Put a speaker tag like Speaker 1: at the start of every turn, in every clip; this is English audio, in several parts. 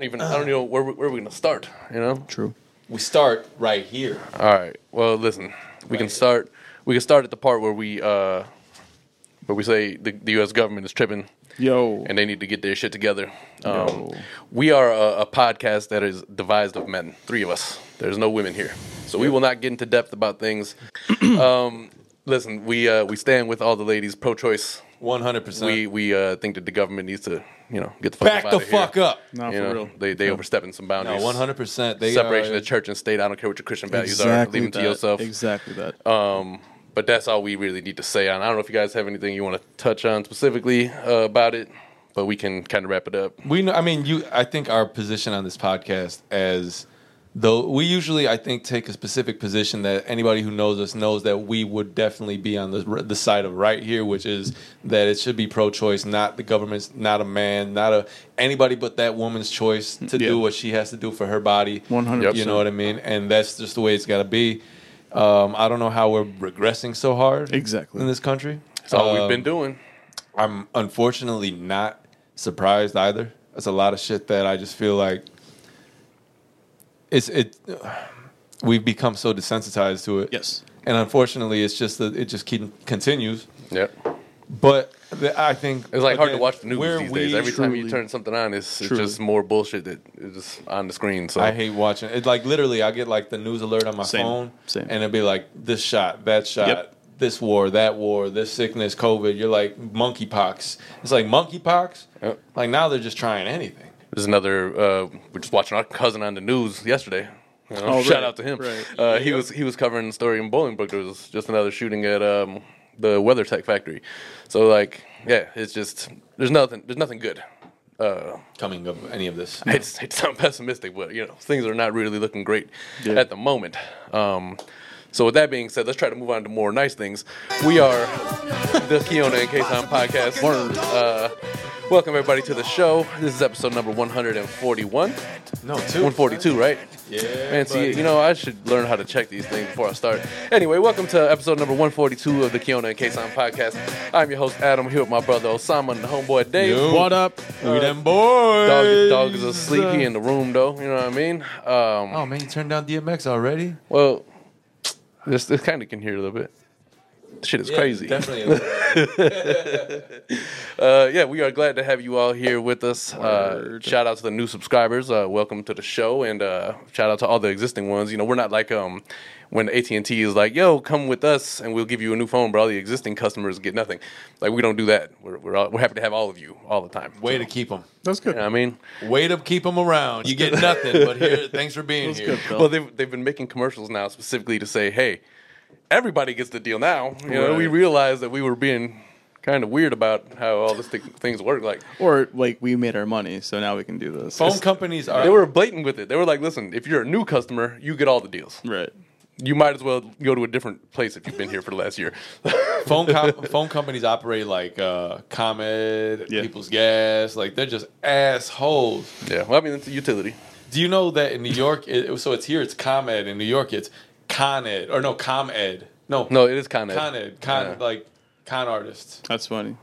Speaker 1: even I don't
Speaker 2: Uh-huh.
Speaker 1: know where we- where we're gonna start. You know.
Speaker 3: True.
Speaker 2: We start right here.
Speaker 1: All right. Well, listen. We can
Speaker 2: Right.
Speaker 1: start. We can start at the part where we uh, where we say the, the U.S. government is tripping
Speaker 3: Yo.
Speaker 1: and they need to get their shit together. Um,
Speaker 3: Yo.
Speaker 1: we are a, a podcast that is devised of men, three of us. There's no women here, so we will not get into depth about things. um, listen, we uh, we stand with all the ladies, pro-choice.
Speaker 2: One hundred percent.
Speaker 1: We we uh, think that the government needs to you know get the fuck
Speaker 2: back
Speaker 1: up
Speaker 2: the
Speaker 1: outta here.
Speaker 2: fuck up.
Speaker 3: Nah,
Speaker 1: You
Speaker 3: for
Speaker 1: know,
Speaker 3: real.
Speaker 1: They they overstepping some
Speaker 2: No,
Speaker 1: boundaries.
Speaker 2: one hundred percent. They uh,
Speaker 1: Separation
Speaker 2: are,
Speaker 1: of church and state. I don't care what your Christian values are. Leave
Speaker 3: Exactly
Speaker 1: them to
Speaker 3: that.
Speaker 1: yourself.
Speaker 3: Exactly that.
Speaker 1: Um, but that's all we really need to say on. I don't know if you guys have anything you want to touch on specifically uh, about it, but we can kind of wrap it up.
Speaker 2: We know. I mean, you. I think our position on this podcast as though we usually, I think, take a specific position that anybody who knows us knows that we would definitely be on the the side of right here, which is that it should be pro-choice, not the government's, not a man, not a anybody but that woman's choice to
Speaker 3: Yeah.
Speaker 2: do what she has to do for her body.
Speaker 3: 100%.
Speaker 2: You know what I mean? And that's just the way it's got to be. Um, I don't know how we're regressing so hard
Speaker 3: Exactly.
Speaker 2: in this country.
Speaker 1: That's all we've
Speaker 2: Um,
Speaker 1: been doing.
Speaker 2: I'm unfortunately not surprised either. That's a lot of shit that I just feel like it's it. We've become so desensitized to it.
Speaker 3: yes.
Speaker 2: and unfortunately, it's just that it just keep, continues.
Speaker 1: Yep.
Speaker 2: But th- I think
Speaker 1: It's like hard to
Speaker 2: again,
Speaker 1: watch the news
Speaker 2: where
Speaker 1: these
Speaker 2: we-
Speaker 1: days. Every time you
Speaker 3: truly-
Speaker 1: turn something on, it's, it's
Speaker 3: truly.
Speaker 1: just more bullshit that is just on the screen. So
Speaker 2: I hate watching it. Like literally, I get like the news alert on my
Speaker 3: Same,
Speaker 2: phone,
Speaker 3: same.
Speaker 2: and it'd be like this shot, that shot,
Speaker 3: Yep.
Speaker 2: this war, that war, this sickness, COVID. You're like monkeypox. It's like monkeypox.
Speaker 1: Yep.
Speaker 2: Like now they're just trying anything.
Speaker 1: there's another. Uh, we're just watching our cousin on the news yesterday. You know,
Speaker 3: Oh,
Speaker 1: shout
Speaker 3: right,
Speaker 1: out to him.
Speaker 3: right.
Speaker 1: Uh, he was he was covering the story in Bolingbrook. There was just another shooting at um, the WeatherTech factory. So like, yeah, it's just there's nothing there's nothing good. Uh,
Speaker 2: Coming of any of this.
Speaker 1: I just hate to sound pessimistic, but you know things are not really looking great
Speaker 3: Yeah.
Speaker 1: at the moment. Um, so with that being said, let's try to move on to more nice things. We are the Keona and K-Time podcast. Uh, welcome everybody to the show. This is episode number 141,
Speaker 2: No, two.
Speaker 1: 142, right?
Speaker 2: Yeah.
Speaker 1: Man, see,
Speaker 2: but-
Speaker 1: you know, I should learn how to check these things before I start. Anyway, welcome to episode number 142 of the Keona and K-Time podcast. I'm your host, Adam, here with my brother Osama and the homeboy Dave.
Speaker 2: Yo.
Speaker 3: What up?
Speaker 2: we them boys.
Speaker 1: Uh, Dog, dog is sleepy in the room, though. You know what I mean? Um,
Speaker 2: Oh man, you turned down DMX already?
Speaker 1: Well, this this kind of can hear a little bit. Shit is crazy.
Speaker 2: Definitely.
Speaker 1: Uh, yeah, we are glad to have you all here with us. Uh,
Speaker 3: Word.
Speaker 1: shout out to the new subscribers. Uh, welcome to the show, and uh, shout out to all the existing ones. You know, we're not like um when AT and T is like, "Yo, come with us, and we'll give you a new phone," but all the existing customers get nothing. Like we don't do that. We're we're, all, we're happy to have all of you all the time.
Speaker 2: Way to keep them.
Speaker 3: That's good.
Speaker 1: You know what I mean?
Speaker 2: Way to keep them around. You get nothing, but here, thanks for being
Speaker 3: That's
Speaker 2: here.
Speaker 3: good, Bill.
Speaker 1: Well, they've, they've been making commercials now specifically to say, hey, everybody gets the deal now. You know, we
Speaker 3: Right.
Speaker 1: realized that we were being kind of weird about how all these thi- things work. Like,
Speaker 3: or like we made our money, so now we can do this.
Speaker 2: Phone
Speaker 3: It's-
Speaker 2: companies are.
Speaker 1: they were blatant with it. They were like, listen, if you're a new customer, you get all the deals.
Speaker 3: right.
Speaker 1: You might as well go to a different place if you've been here for the last year.
Speaker 2: phone com- phone companies operate like uh, Comet,
Speaker 3: Yeah.
Speaker 2: People's Gas. Like they're just assholes.
Speaker 1: yeah. Well, I mean, it's a utility.
Speaker 2: Do you know that in New York? It, so it's here. It's ComEd. In New York, it's ConEd or no ComEd. No,
Speaker 1: No, it is kind of.
Speaker 2: ConEd. Con like con artists.
Speaker 3: That's funny.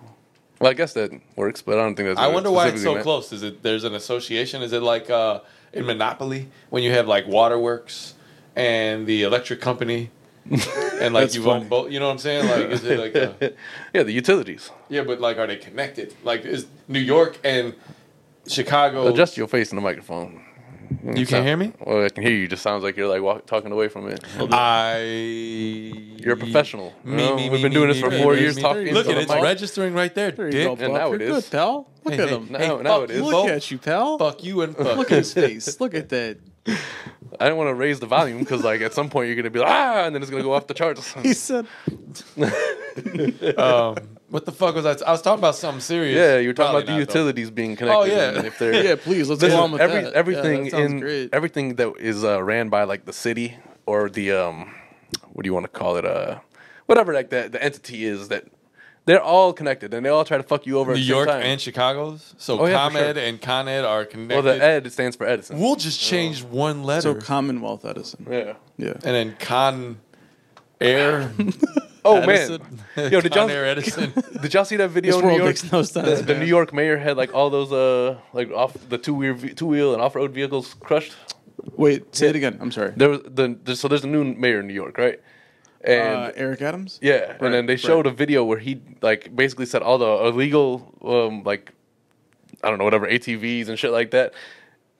Speaker 1: Well, I guess that works, but I don't think that's.
Speaker 2: I
Speaker 1: what
Speaker 2: wonder why it's so
Speaker 1: specifically meant.
Speaker 2: close. Is it there's an association? Is it like uh, in Monopoly when you have like waterworks and the electric company, and like
Speaker 3: That's
Speaker 2: you
Speaker 3: funny.
Speaker 2: own both? You know what I'm saying? Like is it like a,
Speaker 1: Yeah, the utilities.
Speaker 2: yeah, but like are they connected? Like is New York and Chicago?
Speaker 1: Adjust your face in the microphone.
Speaker 2: you can hear me.
Speaker 1: Well, I can hear you. Just sounds like you're like walk, talking away from it.
Speaker 2: I.
Speaker 1: You're a professional.
Speaker 2: Me,
Speaker 1: you know?
Speaker 2: me, me,
Speaker 1: We've been
Speaker 2: me,
Speaker 1: doing
Speaker 2: me,
Speaker 1: this for
Speaker 2: me,
Speaker 1: four
Speaker 2: me,
Speaker 1: years
Speaker 2: me.
Speaker 1: talking.
Speaker 2: Look
Speaker 1: to
Speaker 2: at
Speaker 1: the
Speaker 2: it, it's
Speaker 1: mic.
Speaker 2: registering right there.
Speaker 3: There you
Speaker 2: dick.
Speaker 3: go, bub.
Speaker 1: now
Speaker 3: You're
Speaker 1: it
Speaker 3: good,
Speaker 1: is.
Speaker 3: pal. Look
Speaker 2: Hey,
Speaker 3: at
Speaker 2: hey,
Speaker 3: him.
Speaker 2: now-
Speaker 1: No,
Speaker 2: Hey,
Speaker 1: now
Speaker 2: fuck,
Speaker 1: it is.
Speaker 3: Look at you, pal.
Speaker 2: Fuck you and fuck.
Speaker 3: Look at his face. Look at that.
Speaker 1: I don't want to raise the volume because, like, at some point you're gonna be like, ah, and then it's gonna go off the charts.
Speaker 3: He said,
Speaker 2: um, what the fuck was I? I was talking about something serious.
Speaker 1: yeah, you're talking
Speaker 2: Probably
Speaker 1: about the
Speaker 2: not, though. Oh,
Speaker 1: utilities being connected.
Speaker 2: yeah.
Speaker 1: and if they're,
Speaker 3: "Yeah, please, let's
Speaker 1: Listen,
Speaker 3: go on with
Speaker 1: every,
Speaker 3: that." Yeah,
Speaker 1: everything
Speaker 3: that sounds
Speaker 1: in
Speaker 3: great.
Speaker 1: everything that is uh, ran by like the city or the um, what do you want to call it? Uh, whatever like that the entity is that they're all connected and they all try to fuck you over. at
Speaker 2: New
Speaker 1: the same
Speaker 2: York
Speaker 1: time.
Speaker 2: and Chicago's. So
Speaker 1: Oh, yeah, for
Speaker 2: ComEd
Speaker 1: sure.
Speaker 2: and ConEd are
Speaker 1: well,
Speaker 2: connected.
Speaker 1: the Oh. Ed stands for Edison.
Speaker 2: we'll just change one letter
Speaker 3: so Commonwealth Edison.
Speaker 1: yeah.
Speaker 3: Yeah.
Speaker 2: and then Con Air
Speaker 1: Oh
Speaker 3: Edison.
Speaker 1: man, yo, did y'all
Speaker 2: Con Air Edison.
Speaker 1: did y'all see that video
Speaker 3: This
Speaker 1: in New
Speaker 3: world
Speaker 1: York?
Speaker 3: makes no sense.
Speaker 1: The, the New York mayor had like all those uh like off the two wheel two wheel and off road vehicles crushed.
Speaker 3: Wait, say it again. I'm sorry.
Speaker 1: There was the, the so there's a new mayor in New York, right? And
Speaker 3: uh, Eric Adams.
Speaker 1: yeah,
Speaker 3: Right,
Speaker 1: and then they showed
Speaker 3: right.
Speaker 1: a video where he like basically said all the illegal um like I don't know whatever ATVs and shit like that.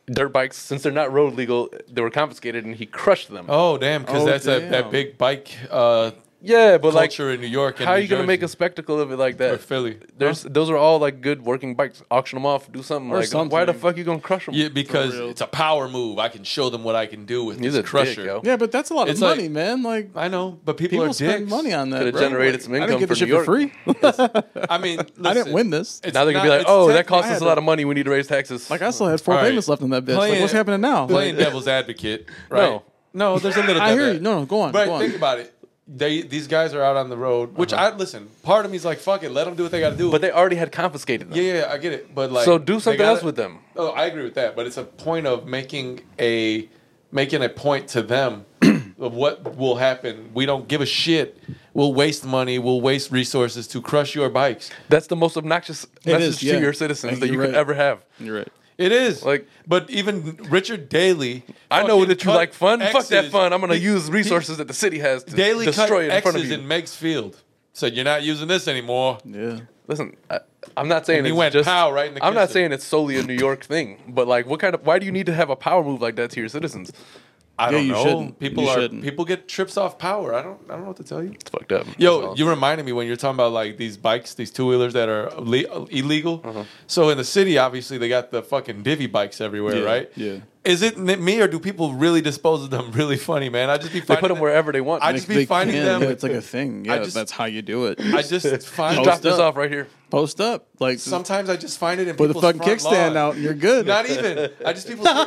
Speaker 1: Dirt bikes, since they're not road legal, they were confiscated, and he crushed them.
Speaker 2: Oh damn, because
Speaker 3: Oh,
Speaker 2: that's a, that
Speaker 3: damn.
Speaker 2: big bike uh,
Speaker 1: yeah, but like,
Speaker 2: culture in New York. And
Speaker 1: how are
Speaker 2: New
Speaker 1: you gonna make a
Speaker 2: Jersey
Speaker 1: spectacle of it like
Speaker 2: or
Speaker 1: that?
Speaker 2: Philly?
Speaker 1: There's those are all like good working bikes. Auction them off, do something.
Speaker 3: Or
Speaker 1: like, why the
Speaker 3: something.
Speaker 1: fuck you gonna crush them?
Speaker 2: Yeah, because
Speaker 3: For real.
Speaker 2: it's a power move. I can show them what I can do with
Speaker 1: He's a
Speaker 2: this
Speaker 1: dick,
Speaker 2: crusher.
Speaker 1: yo.
Speaker 3: Yeah, but that's a lot of
Speaker 2: It's like-
Speaker 3: money, man. Like
Speaker 2: I know, but people,
Speaker 3: people
Speaker 2: are
Speaker 3: spend
Speaker 2: dicks.
Speaker 3: money on that.
Speaker 1: Could've
Speaker 3: bro.
Speaker 1: generated
Speaker 3: Like,
Speaker 1: some
Speaker 3: I didn't
Speaker 1: income
Speaker 3: get the
Speaker 1: for
Speaker 3: shit
Speaker 1: New
Speaker 3: for free.
Speaker 2: I mean, listen,
Speaker 3: I didn't win this.
Speaker 2: it's
Speaker 1: now they're gonna be
Speaker 2: not-
Speaker 1: like,
Speaker 2: it's
Speaker 1: oh, that
Speaker 2: technically-
Speaker 1: cost
Speaker 3: I
Speaker 1: us a
Speaker 3: had
Speaker 1: lot
Speaker 3: to-
Speaker 1: of money. We need to raise taxes.
Speaker 3: Like I still had four
Speaker 2: All right.
Speaker 3: payments left on that bitch.
Speaker 2: Playing-
Speaker 3: like, what's happening now?
Speaker 2: Playing
Speaker 3: Like,
Speaker 2: devil's advocate, right?
Speaker 1: No.
Speaker 2: no, there's a little.
Speaker 3: I
Speaker 2: bit
Speaker 3: hear
Speaker 2: of
Speaker 3: you.
Speaker 2: that.
Speaker 3: No, no, go on.
Speaker 2: But
Speaker 3: go on.
Speaker 2: think about it. They these guys are out on the road, which I listen. Part of me's like, fuck it, let them do what they got to do.
Speaker 1: Uh-huh. but they already had confiscated them.
Speaker 2: yeah, yeah, I get it. But like,
Speaker 1: so do
Speaker 2: they
Speaker 1: something
Speaker 2: gotta-
Speaker 1: else with them.
Speaker 2: Oh, I agree with that. But it's a point of making a making a point to them of what will happen. We don't give a shit. We'll waste money. We'll waste resources to crush your bikes.
Speaker 1: That's the most obnoxious message
Speaker 3: is, yeah.
Speaker 1: to your citizens
Speaker 3: Like,
Speaker 1: that you
Speaker 3: you're
Speaker 1: could
Speaker 3: right.
Speaker 1: ever have.
Speaker 3: You're right.
Speaker 2: It is
Speaker 1: Like-
Speaker 2: but even Richard Daly.
Speaker 1: I know
Speaker 2: fucking
Speaker 1: that you
Speaker 2: cut
Speaker 1: like fun. Fuck that
Speaker 2: X's.
Speaker 1: fun. I'm gonna
Speaker 2: He-
Speaker 1: use
Speaker 2: he-
Speaker 1: resources that the city has to
Speaker 2: Daily cut
Speaker 1: destroy in front of
Speaker 2: X's
Speaker 1: you.
Speaker 2: in Meg's field. Said you're not using this anymore.
Speaker 3: Yeah.
Speaker 1: Listen, I, I'm not saying
Speaker 2: And he
Speaker 1: it's
Speaker 2: went
Speaker 1: just.
Speaker 2: pow right in the
Speaker 1: I'm not
Speaker 2: kisser.
Speaker 1: saying it's solely a New York thing, but like, what kind of? Why do you need to have a power move like that to your citizens?
Speaker 2: I don't
Speaker 3: you
Speaker 2: know.
Speaker 3: shouldn't.
Speaker 2: People
Speaker 3: You
Speaker 2: are
Speaker 3: shouldn't.
Speaker 2: people get trips off power. I don't I don't know what to tell you.
Speaker 1: It's fucked up. That's
Speaker 2: Yo,
Speaker 1: all.
Speaker 2: you reminded me when you're talking about like these bikes, these two wheelers that are le- illegal. So in the city, obviously they got the fucking divvy bikes everywhere,
Speaker 3: Yeah,
Speaker 2: right?
Speaker 3: yeah.
Speaker 2: Is it n- me or do people really dispose of them? Really funny, man. I just be
Speaker 1: they
Speaker 2: finding
Speaker 1: put them wherever they want.
Speaker 2: I
Speaker 1: Nick.
Speaker 2: just be
Speaker 3: They
Speaker 2: finding
Speaker 3: can,
Speaker 2: them.
Speaker 3: yeah, It's like a thing.
Speaker 2: I
Speaker 3: Yeah,
Speaker 2: just-
Speaker 3: that's how you do it.
Speaker 2: I just find
Speaker 1: drop this
Speaker 3: up.
Speaker 1: off right here.
Speaker 3: Post up, like
Speaker 2: sometimes I just find it in
Speaker 3: put a
Speaker 2: people's
Speaker 3: fucking
Speaker 2: front
Speaker 3: kickstand
Speaker 2: lawn.
Speaker 3: out, and you're good.
Speaker 2: Not even. I just people they-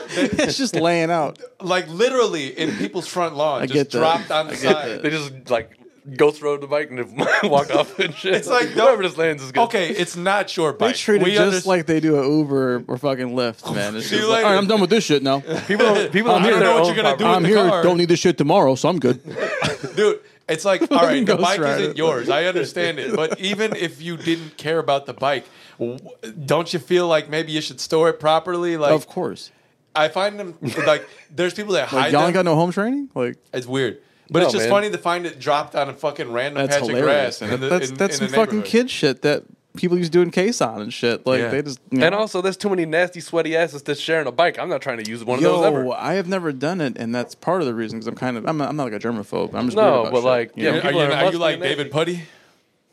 Speaker 3: it's just laying out.
Speaker 2: like literally in people's front lawn, just
Speaker 3: get that.
Speaker 2: dropped on the side.
Speaker 1: They just like ghost rode the bike and just walk off and shit.
Speaker 2: It's like,
Speaker 1: whoever just lands is good.
Speaker 2: Okay, it's not your
Speaker 3: They
Speaker 2: bike.
Speaker 3: treat it
Speaker 2: We
Speaker 3: just
Speaker 2: understand-
Speaker 3: like they do an Uber or fucking Lyft, man. It's
Speaker 2: See you
Speaker 3: just like, all right,
Speaker 2: later.
Speaker 3: I'm done with this shit now.
Speaker 1: people don't, people don't
Speaker 2: I
Speaker 1: get
Speaker 2: don't know
Speaker 1: their
Speaker 2: what
Speaker 1: own
Speaker 2: you're gonna
Speaker 1: property.
Speaker 2: do.
Speaker 3: I'm
Speaker 2: the
Speaker 3: here.
Speaker 2: car.
Speaker 3: Don't need this shit tomorrow, so I'm good.
Speaker 2: dude. It's like, all right, the
Speaker 3: Ghost
Speaker 2: bike
Speaker 3: Rider.
Speaker 2: isn't yours. I understand it, but even if you didn't care about the bike, w- don't you feel like maybe you should store it properly? Like,
Speaker 3: of course.
Speaker 2: I find them like there's people that hide
Speaker 3: Like, y'all
Speaker 2: them.
Speaker 3: ain't got no home training. Like
Speaker 2: it's weird, but it's
Speaker 1: No,
Speaker 2: just
Speaker 1: man.
Speaker 2: funny to find it dropped on a fucking random
Speaker 3: that's
Speaker 2: patch
Speaker 3: hilarious.
Speaker 2: of grass. in the-
Speaker 3: that's
Speaker 2: in-
Speaker 3: that's
Speaker 2: in
Speaker 3: some
Speaker 2: the
Speaker 3: fucking
Speaker 2: neighborhood.
Speaker 3: kid shit that people used to do in Quezon and shit. Like
Speaker 2: Yeah.
Speaker 3: they just
Speaker 1: And also, there's too many nasty, sweaty asses that's sharing a bike. I'm not trying to use one of those ever.
Speaker 3: Yo, I have never done it, and that's part of the reason because I'm kind of I'm not, I'm not like a germaphobe. I'm just
Speaker 1: No,
Speaker 3: weird about
Speaker 1: but,
Speaker 3: shit,
Speaker 1: like,
Speaker 3: you
Speaker 1: yeah,
Speaker 3: know?
Speaker 2: Are you,
Speaker 1: People are
Speaker 2: are you
Speaker 1: muscular
Speaker 2: like
Speaker 1: and nasty.
Speaker 2: David Putty?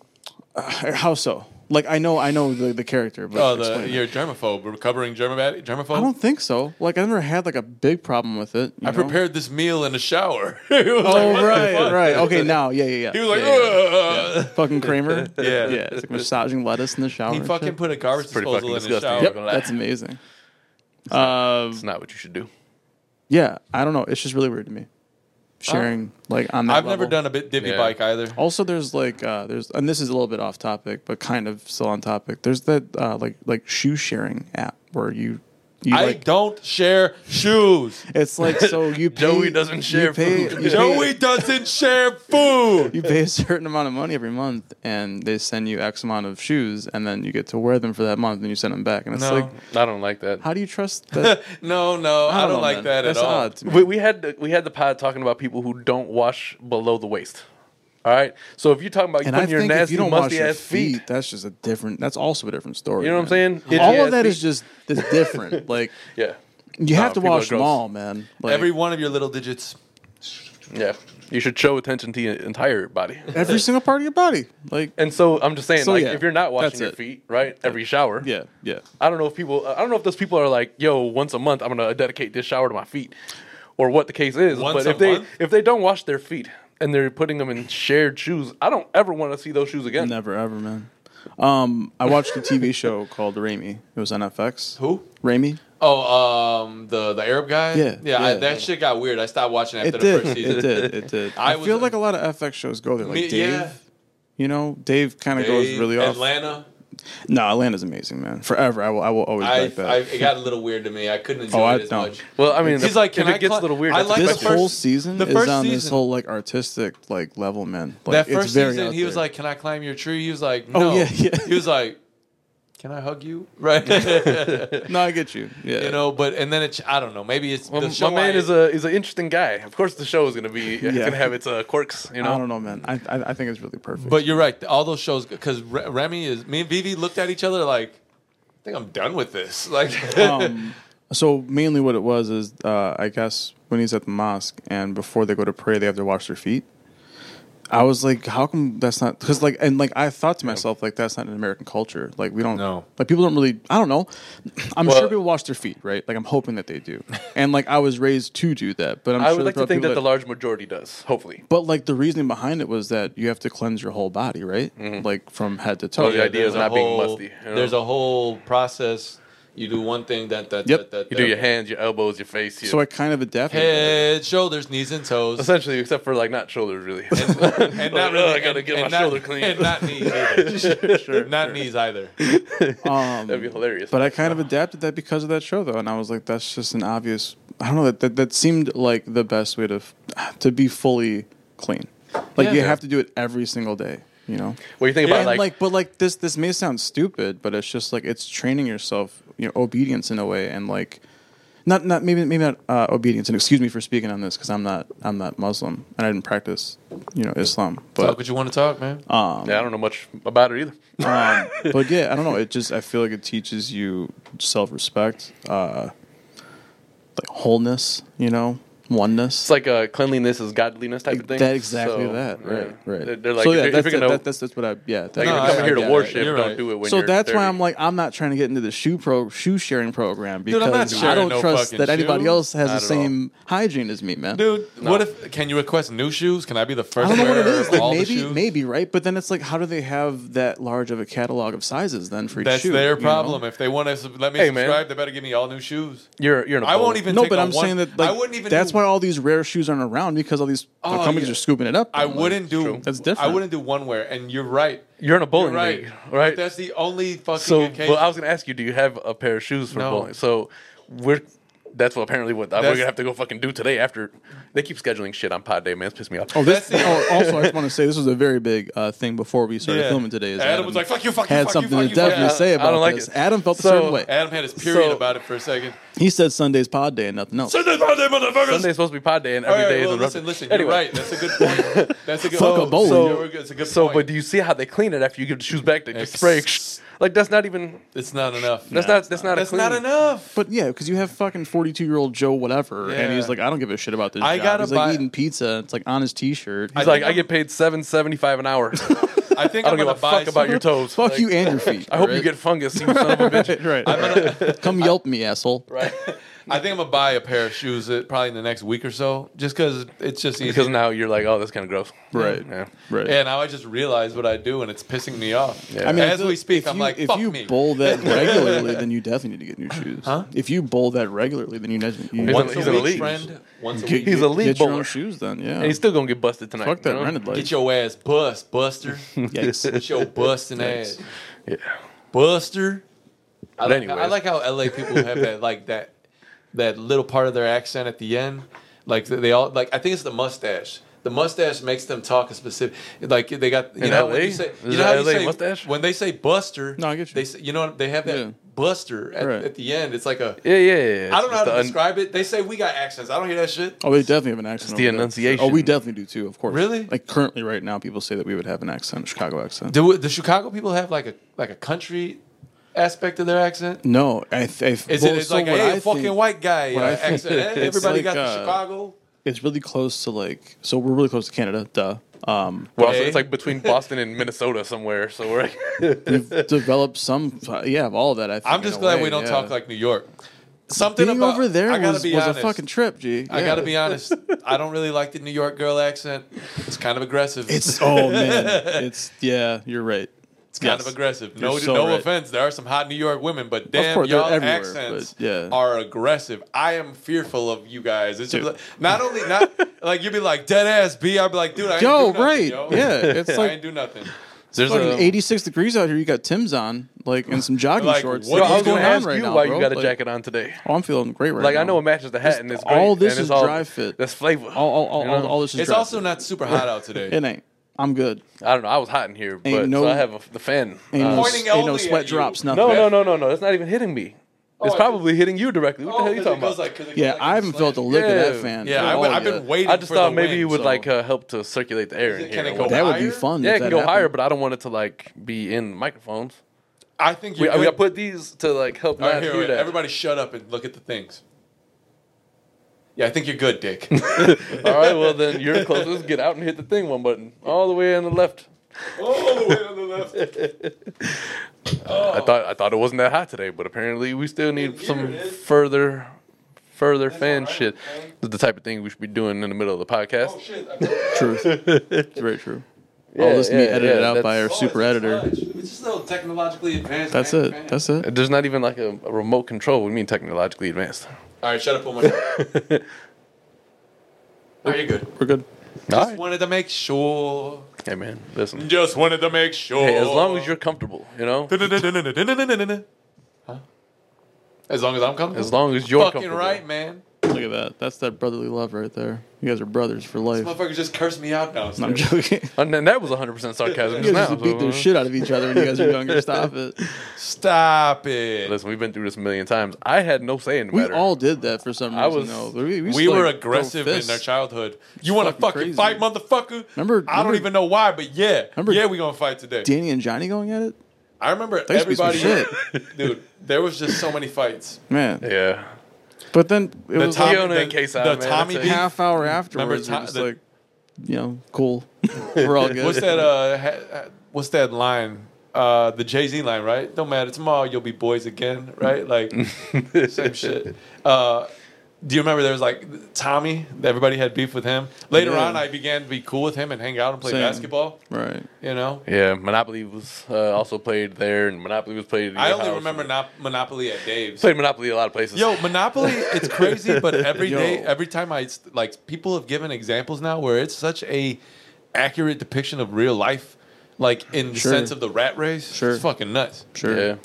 Speaker 3: How so? Like I know I know the, the character, but
Speaker 2: Oh,
Speaker 3: explain
Speaker 2: the,
Speaker 3: it.
Speaker 2: you're a germaphobe, recovering germaphobe. germaphobe?
Speaker 3: I don't think so. Like I never had like a big problem with it. you
Speaker 2: I
Speaker 3: know?
Speaker 2: prepared this meal in the shower. He was like,
Speaker 3: Oh
Speaker 2: "What the
Speaker 3: right,
Speaker 2: fuck?"
Speaker 3: right. Okay, now yeah, yeah, yeah.
Speaker 2: He was like,
Speaker 3: yeah, yeah, yeah.
Speaker 2: "Ugh."
Speaker 3: fucking Kramer.
Speaker 2: Yeah.
Speaker 3: yeah. It's like massaging lettuce in the shower.
Speaker 2: He
Speaker 3: and
Speaker 2: fucking
Speaker 3: shit.
Speaker 2: put a garbage
Speaker 1: pretty
Speaker 2: disposal in
Speaker 1: fucking
Speaker 2: the shower.
Speaker 1: disgusting.
Speaker 3: Yep, that's amazing. Um,
Speaker 1: It's not what you should do.
Speaker 3: yeah, I don't know. It's just really weird to me sharing like on that.
Speaker 2: Uh, I've never
Speaker 3: level. Oh,
Speaker 2: done a bit divvy
Speaker 1: Yeah.
Speaker 2: bike either.
Speaker 3: Also, there's like uh, there's and this is a little bit off topic, but kind of still on topic. There's that uh, like like shoe sharing app where you you
Speaker 2: I
Speaker 3: like
Speaker 2: don't share shoes.
Speaker 3: it's like so you pay,
Speaker 1: Joey doesn't
Speaker 3: you
Speaker 1: share
Speaker 3: pay-
Speaker 1: food.
Speaker 3: you pay-
Speaker 2: Joey doesn't share food.
Speaker 3: you pay a certain amount of money every month, and they send you X amount of shoes, and then you get to wear them for that month, and you send them back, and it's
Speaker 2: No.
Speaker 3: like
Speaker 1: I don't like that.
Speaker 3: how do you trust that?
Speaker 2: No, no, I don't,
Speaker 3: know,
Speaker 2: like
Speaker 3: man.
Speaker 2: that
Speaker 3: That's
Speaker 2: at all.
Speaker 3: odd to me.
Speaker 1: We, we had the, we had the pod talking about people who don't wash below the waist. All right, so if you're talking about
Speaker 3: And I
Speaker 1: putting your
Speaker 3: think if
Speaker 1: nasty,
Speaker 3: you don't wash
Speaker 1: musty
Speaker 3: your
Speaker 1: ass feet,
Speaker 3: feet, that's just a different. That's also a different story.
Speaker 1: You know what I'm
Speaker 3: man.
Speaker 1: saying? Itchy
Speaker 3: all
Speaker 1: ass
Speaker 3: of that is
Speaker 1: feet.
Speaker 3: just it's different. like
Speaker 1: yeah,
Speaker 3: you
Speaker 1: No,
Speaker 3: have to
Speaker 1: people are
Speaker 3: wash them
Speaker 1: gross.
Speaker 3: all, man. Like,
Speaker 2: Every one of your little digits.
Speaker 1: yeah, you should show attention to your entire body.
Speaker 3: every single part of your body, like
Speaker 1: And so I'm just saying,
Speaker 3: So,
Speaker 1: like,
Speaker 3: yeah,
Speaker 1: if you're not washing
Speaker 3: that's
Speaker 1: your
Speaker 3: it.
Speaker 1: feet, right, every shower,
Speaker 3: yeah, yeah.
Speaker 1: I don't know if people, I don't know if those people are like, yo, once a month, I'm gonna dedicate this shower to my feet, or what the case is.
Speaker 2: Once
Speaker 1: but
Speaker 2: a
Speaker 1: if they
Speaker 2: month?
Speaker 1: if they don't wash their feet and they're putting them in shared shoes, I don't ever want to see those shoes again.
Speaker 3: Never ever, man. Um, I watched a TV show called Raimi. It was on FX.
Speaker 2: Who?
Speaker 3: Raimi.
Speaker 2: Oh, um, the the Arab guy.
Speaker 3: Yeah,
Speaker 2: yeah. I,
Speaker 3: yeah.
Speaker 2: that shit got weird. I stopped watching after
Speaker 3: It
Speaker 2: the
Speaker 3: did.
Speaker 2: first season.
Speaker 3: It did. It did.
Speaker 2: I
Speaker 3: I,
Speaker 2: was-
Speaker 3: feel like a lot of FX shows go there. Like
Speaker 2: Me-
Speaker 3: Dave,
Speaker 2: yeah.
Speaker 3: you know, Dave kind of goes
Speaker 2: Dave,
Speaker 3: really off.
Speaker 2: Atlanta.
Speaker 3: No, Atlanta's amazing, man. Forever, I will. I will always
Speaker 2: I,
Speaker 3: like that.
Speaker 2: I it got a little weird to me. I couldn't enjoy
Speaker 3: Oh, I
Speaker 2: it as
Speaker 3: don't.
Speaker 2: much.
Speaker 1: Well, I mean,
Speaker 2: He's
Speaker 1: if,
Speaker 2: like,
Speaker 1: if
Speaker 2: "Can I
Speaker 1: it gets
Speaker 2: cla-
Speaker 1: a little weird,
Speaker 2: I
Speaker 1: that's
Speaker 2: like the
Speaker 3: this
Speaker 1: expected.
Speaker 2: first-
Speaker 3: whole season
Speaker 2: the
Speaker 3: is
Speaker 2: first
Speaker 3: on this
Speaker 2: season-
Speaker 3: whole like artistic like level, man. Like
Speaker 2: that
Speaker 3: it's
Speaker 2: first
Speaker 3: very
Speaker 2: season,
Speaker 3: out
Speaker 2: he was
Speaker 3: there.
Speaker 2: like, "Can I climb your tree?" He was like,
Speaker 3: Oh,
Speaker 2: "No."
Speaker 3: yeah, yeah.
Speaker 2: He was like, "Can I hug you?" Right. you
Speaker 3: no, I get you. Yeah,
Speaker 2: know, but and then it, I don't know. Maybe it's
Speaker 1: Well,
Speaker 2: the show
Speaker 1: my man
Speaker 2: I-
Speaker 1: is a is an interesting guy. Of course, the show is going to be it's
Speaker 3: Yeah.
Speaker 1: going to have its uh, quirks. You know,
Speaker 3: I don't know, man. I, I I think it's really perfect.
Speaker 2: But you're right. All those shows because Re- Remy is me and Vivi looked at each other like, I think I'm done with this. Like,
Speaker 3: um, so mainly what it was is uh, I guess when he's at the mosque and before they go to pray, they have to wash their feet. I was like, how come that's not? Because like, and like, I thought to myself, like, that's not an American culture. Like, we don't
Speaker 2: No.
Speaker 3: Like, people don't really. I don't know. I'm
Speaker 1: Well-
Speaker 3: sure people wash their feet, right? Like, I'm hoping that they do. and like, I was raised to do that, but I'm
Speaker 1: I
Speaker 3: sure
Speaker 1: would like
Speaker 3: there
Speaker 1: to
Speaker 3: are
Speaker 1: think
Speaker 3: people
Speaker 1: that the large majority does. Hopefully,
Speaker 3: but like, the reasoning behind it was that you have to cleanse your whole body, right?
Speaker 1: Mm-hmm.
Speaker 3: Like from head to toe.
Speaker 1: Well, the idea
Speaker 2: there's
Speaker 1: is
Speaker 2: a
Speaker 1: not being
Speaker 2: whole-
Speaker 1: musty, you know?
Speaker 2: There's a whole process. You do one thing that that
Speaker 3: Yep.
Speaker 2: that, that,
Speaker 1: you do
Speaker 2: that-
Speaker 1: your hands, your elbows, your face. Your,
Speaker 3: So I kind of adapted.
Speaker 2: head, shoulders, knees, and toes.
Speaker 1: essentially, except for like not shoulders, really.
Speaker 2: And
Speaker 1: Like,
Speaker 2: not really,
Speaker 1: "Oh, I gotta
Speaker 2: and-
Speaker 1: get
Speaker 2: and
Speaker 1: my
Speaker 2: not-
Speaker 1: shoulder clean."
Speaker 2: And not knees either. not knees either.
Speaker 3: Um,
Speaker 1: That'd be hilarious.
Speaker 3: But I kind of adapted that because of that show, though, and I was like, that's just an obvious. I don't know that that, that seemed like the best way to f- to be fully clean. Like
Speaker 2: Yeah.
Speaker 3: you have to do it every single day, you know.
Speaker 1: what do you think
Speaker 2: Yeah,
Speaker 1: about
Speaker 3: and like,
Speaker 1: like,
Speaker 3: but like this this may sound stupid, but it's just like it's training yourself, you know, obedience in a way, and like. Not, not maybe maybe not uh, obedience and excuse me for speaking on this because I'm not I'm not Muslim and I didn't practice you know Islam
Speaker 2: Talk
Speaker 3: but
Speaker 2: what you want to talk, man.
Speaker 1: yeah, I don't know much about it either.
Speaker 3: um, but yeah, I don't know. It just I feel like it teaches you self respect, uh, like wholeness, you know, oneness.
Speaker 1: It's like uh, cleanliness is godliness type of thing.
Speaker 3: that exactly
Speaker 1: So,
Speaker 3: that right
Speaker 1: yeah.
Speaker 3: right.
Speaker 1: They're, they're like,
Speaker 3: so
Speaker 1: if
Speaker 3: yeah,
Speaker 1: you're- if
Speaker 3: that's,
Speaker 1: you're gonna,
Speaker 3: that- that's that's what I yeah.
Speaker 1: like, if
Speaker 3: That,
Speaker 2: No,
Speaker 1: you're
Speaker 2: I-
Speaker 1: coming
Speaker 2: I
Speaker 1: here to
Speaker 2: get it.
Speaker 1: worship,
Speaker 2: You're
Speaker 1: don't
Speaker 2: right.
Speaker 1: do it when
Speaker 3: so
Speaker 1: you're
Speaker 3: that's why
Speaker 1: 30.
Speaker 3: I'm like I'm not trying to get into the shoe pro shoe sharing program
Speaker 2: I'm not
Speaker 3: because I
Speaker 2: sharing
Speaker 3: don't
Speaker 2: no
Speaker 3: trust
Speaker 2: fucking
Speaker 3: that anybody
Speaker 2: shoes.
Speaker 3: else
Speaker 1: Not
Speaker 3: has the
Speaker 1: at all.
Speaker 3: same hygiene as me, man.
Speaker 2: Dude, what if can you request new shoes? Can I be the first?
Speaker 3: I don't know what it
Speaker 2: wearer
Speaker 3: is.
Speaker 2: of
Speaker 3: Like
Speaker 2: all the
Speaker 3: maybe,
Speaker 2: shoes?
Speaker 3: maybe right, but then it's like, how do they have that large of a catalog of sizes then for each
Speaker 2: that's
Speaker 3: shoe?
Speaker 2: their
Speaker 3: you know?
Speaker 2: problem. If they want to sub- let me
Speaker 1: Hey, man.
Speaker 2: subscribe, they better give me all new shoes.
Speaker 1: you're you're. in a
Speaker 2: I
Speaker 1: hole.
Speaker 2: won't even.
Speaker 3: No,
Speaker 2: take
Speaker 3: but
Speaker 2: a
Speaker 3: I'm
Speaker 2: one-
Speaker 3: saying that like,
Speaker 2: I wouldn't even.
Speaker 3: That's
Speaker 2: do-
Speaker 3: why all these rare shoes aren't around because all these
Speaker 2: Oh,
Speaker 3: companies
Speaker 2: yeah.
Speaker 3: are scooping it up.
Speaker 2: I
Speaker 3: Like,
Speaker 2: wouldn't do.
Speaker 1: true.
Speaker 3: That's different.
Speaker 2: I wouldn't do one wear. And you're right.
Speaker 1: You're in a
Speaker 2: You're
Speaker 1: bowling
Speaker 2: right.
Speaker 1: league, right?
Speaker 2: That's the only fucking.
Speaker 1: so,
Speaker 2: occasion.
Speaker 1: well, I was gonna ask you, do you have a pair of shoes for
Speaker 2: No.
Speaker 1: bowling? So we're. That's what apparently what we're
Speaker 2: That's-
Speaker 1: gonna have to go fucking do today. After they keep scheduling shit on Pod Day, man, it's pissed me off.
Speaker 3: Oh, this,
Speaker 2: That's it.
Speaker 3: oh, also, I just want to say this was a very big uh, thing before we started
Speaker 2: Yeah.
Speaker 3: filming today. Is
Speaker 2: Adam was like, "Fuck you, fuck you,
Speaker 3: had
Speaker 2: fuck you,
Speaker 3: something
Speaker 2: fuck
Speaker 3: to
Speaker 2: you, eh. fuck
Speaker 3: definitely
Speaker 2: you."
Speaker 3: say
Speaker 1: I
Speaker 3: about
Speaker 1: don't like
Speaker 3: this.
Speaker 1: it.
Speaker 3: Adam felt the
Speaker 1: So-
Speaker 3: same way.
Speaker 2: Adam had his period
Speaker 1: So-
Speaker 2: about it for a second.
Speaker 3: He said Sunday's pod day and nothing else.
Speaker 2: Sunday's my day, motherfuckers.
Speaker 1: Sunday's supposed to be Pod Day, and
Speaker 2: All
Speaker 1: every
Speaker 2: right,
Speaker 1: day
Speaker 2: well,
Speaker 1: is interrupted.
Speaker 2: listen, listen. You're right. That's a good point. That's a good.
Speaker 3: Fuck
Speaker 2: oh,
Speaker 3: a bowling.
Speaker 2: So, it's a good
Speaker 1: So,
Speaker 2: point.
Speaker 1: but do you see how they clean it after you give the shoes back? They just
Speaker 2: Ex-
Speaker 1: spray. Like that's not even.
Speaker 2: it's not enough.
Speaker 1: That's
Speaker 3: Nah,
Speaker 1: not.
Speaker 3: it's
Speaker 1: That's not.
Speaker 2: That's
Speaker 1: a clean.
Speaker 2: not enough.
Speaker 3: But yeah, because you have fucking forty-two-year-old Joe whatever, and
Speaker 2: Yeah.
Speaker 3: he's like, I don't give a shit about this.
Speaker 2: I
Speaker 3: job."
Speaker 2: gotta
Speaker 3: he's like
Speaker 2: buy-
Speaker 3: eating pizza. It's like on his T-shirt. He's
Speaker 1: He's
Speaker 3: like,
Speaker 1: like, I get paid seven seventy five an hour.
Speaker 2: I think
Speaker 1: I
Speaker 2: I'm
Speaker 1: don't give
Speaker 2: gonna
Speaker 1: a
Speaker 2: buy
Speaker 1: fuck about
Speaker 2: some-
Speaker 1: your toes.
Speaker 3: fuck
Speaker 1: Like,
Speaker 3: you and your feet.
Speaker 1: I hope you get fungus, you son of a bitch.
Speaker 3: right. Come yelp me, asshole.
Speaker 1: Right.
Speaker 2: I think I'm gonna buy a pair of shoes uh, probably in the next week or so, just because it's just easy.
Speaker 1: Because now you're like, oh, that's kind of gross.
Speaker 3: Right.
Speaker 1: Yeah.
Speaker 3: Right.
Speaker 2: Yeah, now I just realize what I do, and it's pissing me off.
Speaker 1: Yeah.
Speaker 3: I mean,
Speaker 2: as
Speaker 3: if-
Speaker 2: we speak,
Speaker 3: if
Speaker 2: I'm
Speaker 3: you,
Speaker 2: like,
Speaker 3: if
Speaker 2: fuck
Speaker 3: you
Speaker 2: me.
Speaker 3: bowl that regularly, then you definitely need to get new shoes. If you bowl that regularly, then you need you
Speaker 1: Once
Speaker 2: Once
Speaker 1: he's
Speaker 2: a
Speaker 1: in the
Speaker 2: week,
Speaker 1: league.
Speaker 2: friend. Once a
Speaker 3: get,
Speaker 2: week.
Speaker 1: He's a league
Speaker 3: get your
Speaker 1: bowler.
Speaker 3: own shoes. Then yeah,
Speaker 1: And he's still gonna get busted tonight.
Speaker 3: fuck that
Speaker 1: you know?
Speaker 3: rented life.
Speaker 2: Get your ass bust, Buster.
Speaker 3: Yikes.
Speaker 2: Get your busting ass,
Speaker 1: Yeah.
Speaker 2: Buster. I
Speaker 1: But
Speaker 2: like,
Speaker 1: anyways.
Speaker 2: I like how LA people have that like that that little part of their accent at the end. Like they all like I think it's the mustache. The mustache makes them talk a specific like they got you
Speaker 1: In
Speaker 2: know when
Speaker 1: LA?
Speaker 2: you say
Speaker 1: Is
Speaker 2: you know how
Speaker 1: it
Speaker 2: you
Speaker 1: LA
Speaker 2: say
Speaker 1: mustache?
Speaker 2: when they say Buster.
Speaker 3: No, I get you.
Speaker 2: They say, you know they have that
Speaker 3: Yeah.
Speaker 2: Buster at,
Speaker 3: Right.
Speaker 2: at the end. It's like a
Speaker 1: Yeah, yeah, yeah.
Speaker 2: I don't know
Speaker 1: It's
Speaker 2: how to
Speaker 1: the un-
Speaker 2: describe it. They say we got accents. I don't hear that shit.
Speaker 3: Oh, they definitely have an accent.
Speaker 1: the
Speaker 3: over there.
Speaker 1: enunciation.
Speaker 3: Oh, we definitely do too. Of course.
Speaker 2: Really?
Speaker 3: Like currently, right now, people say that we would have an accent, a Chicago accent.
Speaker 2: Do the Chicago people have like a like a country aspect of their accent?
Speaker 3: no, I. Th- I th-
Speaker 2: Is
Speaker 3: well,
Speaker 2: it it's
Speaker 3: so
Speaker 2: like
Speaker 3: what
Speaker 2: hey,
Speaker 3: I
Speaker 2: a fucking
Speaker 3: think-
Speaker 2: white guy uh,
Speaker 3: what I think-
Speaker 2: accent? Hey,
Speaker 3: it's
Speaker 2: everybody
Speaker 3: like,
Speaker 2: got the
Speaker 3: uh,
Speaker 2: Chicago.
Speaker 3: It's really close to like. So we're really close to Canada. Duh. Um,
Speaker 1: Well, also,
Speaker 2: Okay.
Speaker 1: it's like between Boston and Minnesota somewhere. So we're like,
Speaker 3: we've developed some. Yeah, of all that. I think,
Speaker 2: I'm
Speaker 3: in
Speaker 2: just
Speaker 3: a
Speaker 2: glad
Speaker 3: way,
Speaker 2: we don't
Speaker 3: yeah.
Speaker 2: talk like New York. Something
Speaker 3: being
Speaker 2: about
Speaker 3: over there.
Speaker 2: I gotta
Speaker 3: was,
Speaker 2: be
Speaker 3: was a
Speaker 2: honest.
Speaker 3: fucking trip, G.
Speaker 2: I gotta be honest. I don't really like the New York girl accent. It's kind of aggressive.
Speaker 3: It's oh man, it's yeah. You're right.
Speaker 2: It's kind of aggressive. No,
Speaker 3: You're so
Speaker 2: no
Speaker 3: right.
Speaker 2: offense. There are some hot New York women, but damn,
Speaker 3: course, they're
Speaker 2: y'all
Speaker 3: everywhere,
Speaker 2: accents
Speaker 3: but, yeah.
Speaker 2: are aggressive. I am fearful of you guys. It's just
Speaker 3: Dude.
Speaker 2: like, not only not like you'd be like dead ass B. I'd be like, dude, I ain't
Speaker 3: Yo,
Speaker 2: do nothing,
Speaker 3: right.
Speaker 2: yo.
Speaker 3: Yeah, it's
Speaker 2: I
Speaker 3: like-
Speaker 2: ain't do nothing.
Speaker 1: There's
Speaker 3: Fucking
Speaker 1: a,
Speaker 3: 86 degrees out here. You got Tim's on, like, and some jogging
Speaker 2: Like,
Speaker 3: shorts.
Speaker 2: what
Speaker 1: Bro,
Speaker 3: Like,
Speaker 1: I was
Speaker 3: what's
Speaker 1: going to
Speaker 3: going on
Speaker 1: ask
Speaker 3: right
Speaker 1: you
Speaker 3: now,
Speaker 1: why
Speaker 3: bro?
Speaker 1: you got a
Speaker 3: Like,
Speaker 1: jacket on today.
Speaker 3: Oh, I'm feeling great right
Speaker 1: Like
Speaker 3: now.
Speaker 1: I know it matches the hat and it's great.
Speaker 3: all this
Speaker 1: and it's
Speaker 3: is
Speaker 1: all,
Speaker 3: dry fit.
Speaker 1: That's flavor.
Speaker 3: All, all, all,
Speaker 1: You
Speaker 3: all,
Speaker 1: know?
Speaker 3: all this is
Speaker 2: It's
Speaker 3: dry.
Speaker 2: also not super hot out today.
Speaker 3: It ain't. I'm good.
Speaker 1: I don't know. I was hot in here,
Speaker 3: Ain't
Speaker 1: but
Speaker 3: no-
Speaker 1: so I have a, the fan.
Speaker 3: Ain't,
Speaker 1: Uh,
Speaker 3: no,
Speaker 2: Pointing
Speaker 3: ain't no
Speaker 2: only
Speaker 3: sweat
Speaker 2: at you.
Speaker 3: drops. Nothing.
Speaker 1: no, no, no, no, no. That's not even hitting me.
Speaker 2: Oh, I Oh,
Speaker 1: It's
Speaker 2: see.
Speaker 1: probably hitting you directly. What the hell are you talking about?
Speaker 3: Yeah, I haven't felt a lick
Speaker 1: Yeah.
Speaker 3: of that fan.
Speaker 2: Yeah, I
Speaker 3: at
Speaker 2: would-
Speaker 3: all
Speaker 2: I've
Speaker 3: yet.
Speaker 2: been waiting.
Speaker 1: I just
Speaker 2: for the
Speaker 1: thought maybe
Speaker 2: wind,
Speaker 1: it would
Speaker 2: so-
Speaker 1: like uh, help to circulate the air in
Speaker 2: it-
Speaker 1: here.
Speaker 2: can it
Speaker 1: or
Speaker 2: go
Speaker 1: whatever.
Speaker 3: That would be
Speaker 2: higher?
Speaker 3: fun.
Speaker 1: yeah, it
Speaker 3: if
Speaker 1: can
Speaker 3: that
Speaker 1: go
Speaker 3: happened.
Speaker 1: higher, but I don't want it to like be in microphones.
Speaker 2: I think
Speaker 1: We,
Speaker 2: you're.
Speaker 1: we I
Speaker 2: good.
Speaker 1: put these to like help
Speaker 2: All
Speaker 1: not
Speaker 2: right, here,
Speaker 1: hear
Speaker 2: wait,
Speaker 1: that.
Speaker 2: everybody, shut up and look at the things. Yeah, I think you're good, Dick.
Speaker 1: All right, well then you're closest. Get out and hit the thing one button all the way on the left.
Speaker 2: all the way Oh, on the Oh, left.
Speaker 1: I thought I thought it wasn't that hot today, but apparently we still need
Speaker 2: Here
Speaker 1: some
Speaker 2: it is.
Speaker 1: further further fan
Speaker 2: all right,
Speaker 1: shit.
Speaker 2: man.
Speaker 1: This is the type of thing we should be doing in the middle of the podcast.
Speaker 2: Oh shit! I
Speaker 3: Truth. it's very true. all this
Speaker 1: yeah,
Speaker 3: neat edited
Speaker 1: yeah,
Speaker 3: out by our
Speaker 1: that's-
Speaker 3: super editor.
Speaker 2: It's just a little technologically advanced.
Speaker 3: That's
Speaker 2: man.
Speaker 3: it. That's it.
Speaker 1: There's not even like a, a remote control. What do you mean technologically advanced?
Speaker 2: All right, shut up, Omar. Are you good?
Speaker 3: We're good.
Speaker 1: All
Speaker 2: Just
Speaker 1: right.
Speaker 2: wanted to make sure.
Speaker 1: Hey man, listen.
Speaker 2: Just wanted to make sure.
Speaker 1: Hey, as long as you're comfortable, you know.
Speaker 2: Huh? As long as I'm comfortable.
Speaker 1: As long as you're
Speaker 2: fucking
Speaker 1: comfortable.
Speaker 2: right, man.
Speaker 3: Look at that. That's that brotherly love right there. You guys are brothers for life.
Speaker 2: This motherfucker just cursed me out now.
Speaker 3: I'm joking.
Speaker 1: And then that was 100% sarcasm
Speaker 3: You
Speaker 1: just
Speaker 3: guys
Speaker 1: now.
Speaker 3: just beat
Speaker 1: so,
Speaker 3: the
Speaker 1: uh,
Speaker 3: shit out of each other when you guys are younger. Stop it.
Speaker 2: Stop it.
Speaker 1: Listen, we've been through this a million times. I had no say in the
Speaker 3: We
Speaker 1: matter.
Speaker 3: all did that for some reason.
Speaker 1: I was-
Speaker 3: though. We, used
Speaker 2: we
Speaker 3: to,
Speaker 2: were
Speaker 3: like, throw
Speaker 2: aggressive in
Speaker 3: fists.
Speaker 2: our childhood. You want to
Speaker 3: fucking crazy.
Speaker 2: fucking fight, motherfucker?
Speaker 3: Remember-
Speaker 2: I don't
Speaker 3: remember-
Speaker 2: even know why, but yeah,
Speaker 3: Remember-
Speaker 2: yeah, we gonna fight today.
Speaker 3: Danny and Johnny going at it.
Speaker 2: I remember
Speaker 3: used to be some
Speaker 2: everybody, dude. There was just so many fights.
Speaker 3: Man,
Speaker 1: Yeah.
Speaker 3: but then it
Speaker 2: The
Speaker 3: was
Speaker 2: Tommy,
Speaker 3: like
Speaker 1: Leona
Speaker 2: the,
Speaker 1: and K-Side,
Speaker 2: the
Speaker 1: man,
Speaker 2: Tommy
Speaker 1: that's
Speaker 2: beef.
Speaker 1: it.
Speaker 3: half hour afterwards.
Speaker 2: Tom-
Speaker 3: you're just
Speaker 2: the-
Speaker 3: like, you know, cool. we're all good.
Speaker 2: What's that? Uh, ha, ha- what's that line? Uh, the Jay Z line, right? Don't matter tomorrow, you'll be boys again, right? Like same shit. Uh, do you remember there was like Tommy? Everybody had beef with him. Later
Speaker 3: Yeah.
Speaker 2: on, I began to be cool with him and hang out and play
Speaker 3: Same.
Speaker 2: basketball.
Speaker 3: Right.
Speaker 2: You know,
Speaker 1: Yeah, Monopoly was uh, also played there, and Monopoly was played. At
Speaker 2: I
Speaker 1: your
Speaker 2: only
Speaker 1: house.
Speaker 2: remember not Monopoly at Dave's.
Speaker 1: played Monopoly a lot of places.
Speaker 2: Yo, Monopoly, it's crazy, but every
Speaker 3: Yo.
Speaker 2: day, every time I like, people have given examples now where it's such a accurate depiction of real life, like in the
Speaker 3: Sure.
Speaker 2: sense of the rat race.
Speaker 3: Sure.
Speaker 2: it's fucking nuts.
Speaker 3: Sure.
Speaker 1: yeah.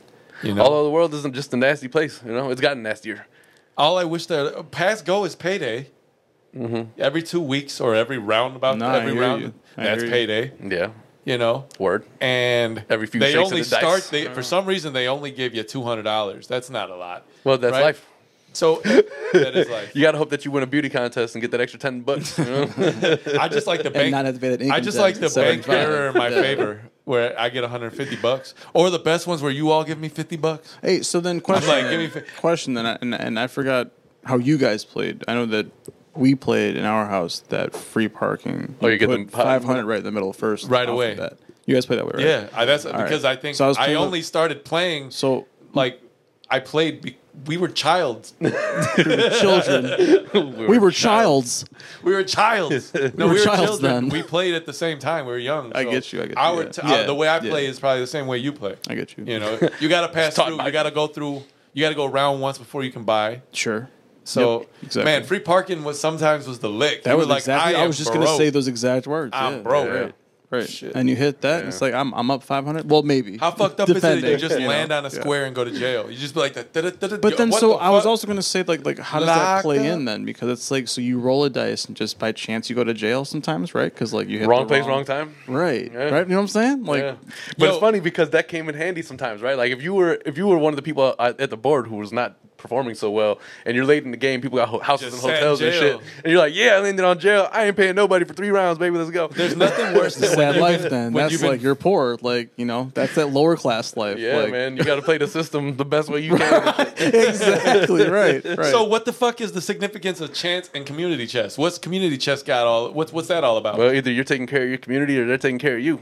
Speaker 2: You know,
Speaker 1: Although the world isn't just a nasty place, you know, it's gotten nastier.
Speaker 2: all I wish that pass go is payday.
Speaker 3: Mm-hmm.
Speaker 2: Every two weeks or every round about
Speaker 3: Nah, I
Speaker 2: every
Speaker 3: hear
Speaker 2: round,
Speaker 3: you. I
Speaker 2: that's
Speaker 3: hear you.
Speaker 2: payday.
Speaker 1: Yeah,
Speaker 2: You know,
Speaker 1: word.
Speaker 2: and
Speaker 1: Every few
Speaker 2: they
Speaker 1: shakes of
Speaker 2: only
Speaker 1: the dice.
Speaker 2: start. They,
Speaker 3: Uh-huh.
Speaker 2: for some reason, they only give you two hundred dollars. That's not a lot.
Speaker 1: Well, that's
Speaker 2: right?
Speaker 1: life.
Speaker 2: So that is life.
Speaker 1: You gotta hope that you win a beauty contest and get that extra ten bucks. You know?
Speaker 2: I just like the
Speaker 3: And
Speaker 2: bank.
Speaker 3: not have to pay that income
Speaker 2: I just
Speaker 3: tax
Speaker 2: like the
Speaker 3: at
Speaker 2: bank
Speaker 3: 75.
Speaker 2: error in my
Speaker 3: Yeah.
Speaker 2: favor, where I get 150 bucks, or the best ones where you all give me 50 bucks.
Speaker 3: Hey, so then question.
Speaker 2: like,
Speaker 3: then,
Speaker 2: give me fi-
Speaker 3: question then, and and I forgot how you guys played. I know that we played in our house that free parking.
Speaker 1: Oh, you get
Speaker 3: put
Speaker 1: the pop-
Speaker 3: 500 right in the middle first.
Speaker 2: Right
Speaker 3: off the
Speaker 2: away.
Speaker 3: bat. You guys played that way, right?
Speaker 2: Yeah, I, that's
Speaker 3: right.
Speaker 2: because I think
Speaker 3: So I was
Speaker 2: I,
Speaker 3: playing with-
Speaker 2: only started playing.
Speaker 3: So
Speaker 2: like I played. Be- we were childs.
Speaker 3: children, we were childs.
Speaker 2: We were childs. No, we were,
Speaker 3: childs
Speaker 2: children.
Speaker 3: then.
Speaker 2: We played at the same time. We were young.
Speaker 3: I
Speaker 2: so
Speaker 3: get you, I get you,
Speaker 2: Our
Speaker 3: yeah.
Speaker 2: t- uh,
Speaker 3: Yeah,
Speaker 2: the way I
Speaker 3: yeah.
Speaker 2: play is probably the same way you play.
Speaker 3: I get you.
Speaker 2: You know, you got to pass
Speaker 1: taught
Speaker 2: through.
Speaker 1: by-
Speaker 2: You got to go through. You got to go around once before you can buy.
Speaker 3: Sure.
Speaker 2: So
Speaker 3: Yep, exactly.
Speaker 2: man, free parking was sometimes was the lick.
Speaker 3: That
Speaker 2: You
Speaker 3: was
Speaker 2: were like,
Speaker 3: exactly. I,
Speaker 2: am
Speaker 3: was just
Speaker 2: broke.
Speaker 3: gonna say those exact words.
Speaker 2: I'm
Speaker 3: yeah.
Speaker 2: broke.
Speaker 1: Yeah.
Speaker 3: Right.
Speaker 2: Shit.
Speaker 3: And you hit that, and it's like I'm I'm up 500. Well, maybe.
Speaker 2: How fucked up is it? that You
Speaker 3: Depending,
Speaker 2: just
Speaker 3: you know?
Speaker 2: land on a
Speaker 3: Yeah.
Speaker 2: square and go to jail. You just be like that. da- da- da- da-
Speaker 3: But
Speaker 2: yo,
Speaker 3: then,
Speaker 2: what
Speaker 3: so
Speaker 2: the
Speaker 3: I was
Speaker 2: fuck?
Speaker 3: also gonna say, like, like how does that play
Speaker 2: Locked up.
Speaker 3: in then? Because it's like, so you roll a dice, and just by chance you go to jail sometimes, right? Because like you hit
Speaker 1: wrong
Speaker 3: the
Speaker 1: place, wrong time.
Speaker 3: Right,
Speaker 1: Yeah.
Speaker 3: right. You know what I'm saying? Like,
Speaker 1: yeah. But
Speaker 2: Yo-
Speaker 1: it's funny because that came in handy sometimes, right? Like if you were if you were one of the people at at the board who was not performing so well, and you're late in the game, people got ho- houses
Speaker 2: Just
Speaker 1: and hotels
Speaker 2: sat in
Speaker 1: and shit,
Speaker 2: jail.
Speaker 1: and you're like, yeah, I landed on jail. I ain't paying nobody for three rounds, baby. Let's go.
Speaker 2: There's nothing worse
Speaker 3: it's
Speaker 2: than
Speaker 3: a sad
Speaker 2: when
Speaker 3: life.
Speaker 2: you've been-
Speaker 3: Then
Speaker 2: when
Speaker 3: that's
Speaker 2: you've been-
Speaker 3: like you're poor. Like you know, that's that lower class life.
Speaker 1: yeah,
Speaker 3: like,
Speaker 1: man. You got to play the system the best way you can.
Speaker 3: exactly. Right. Right.
Speaker 2: So what the fuck is the significance of chance and community chess? What's community chess got all? What's what's that all about?
Speaker 1: well, either you're taking care of your community or they're taking care of you.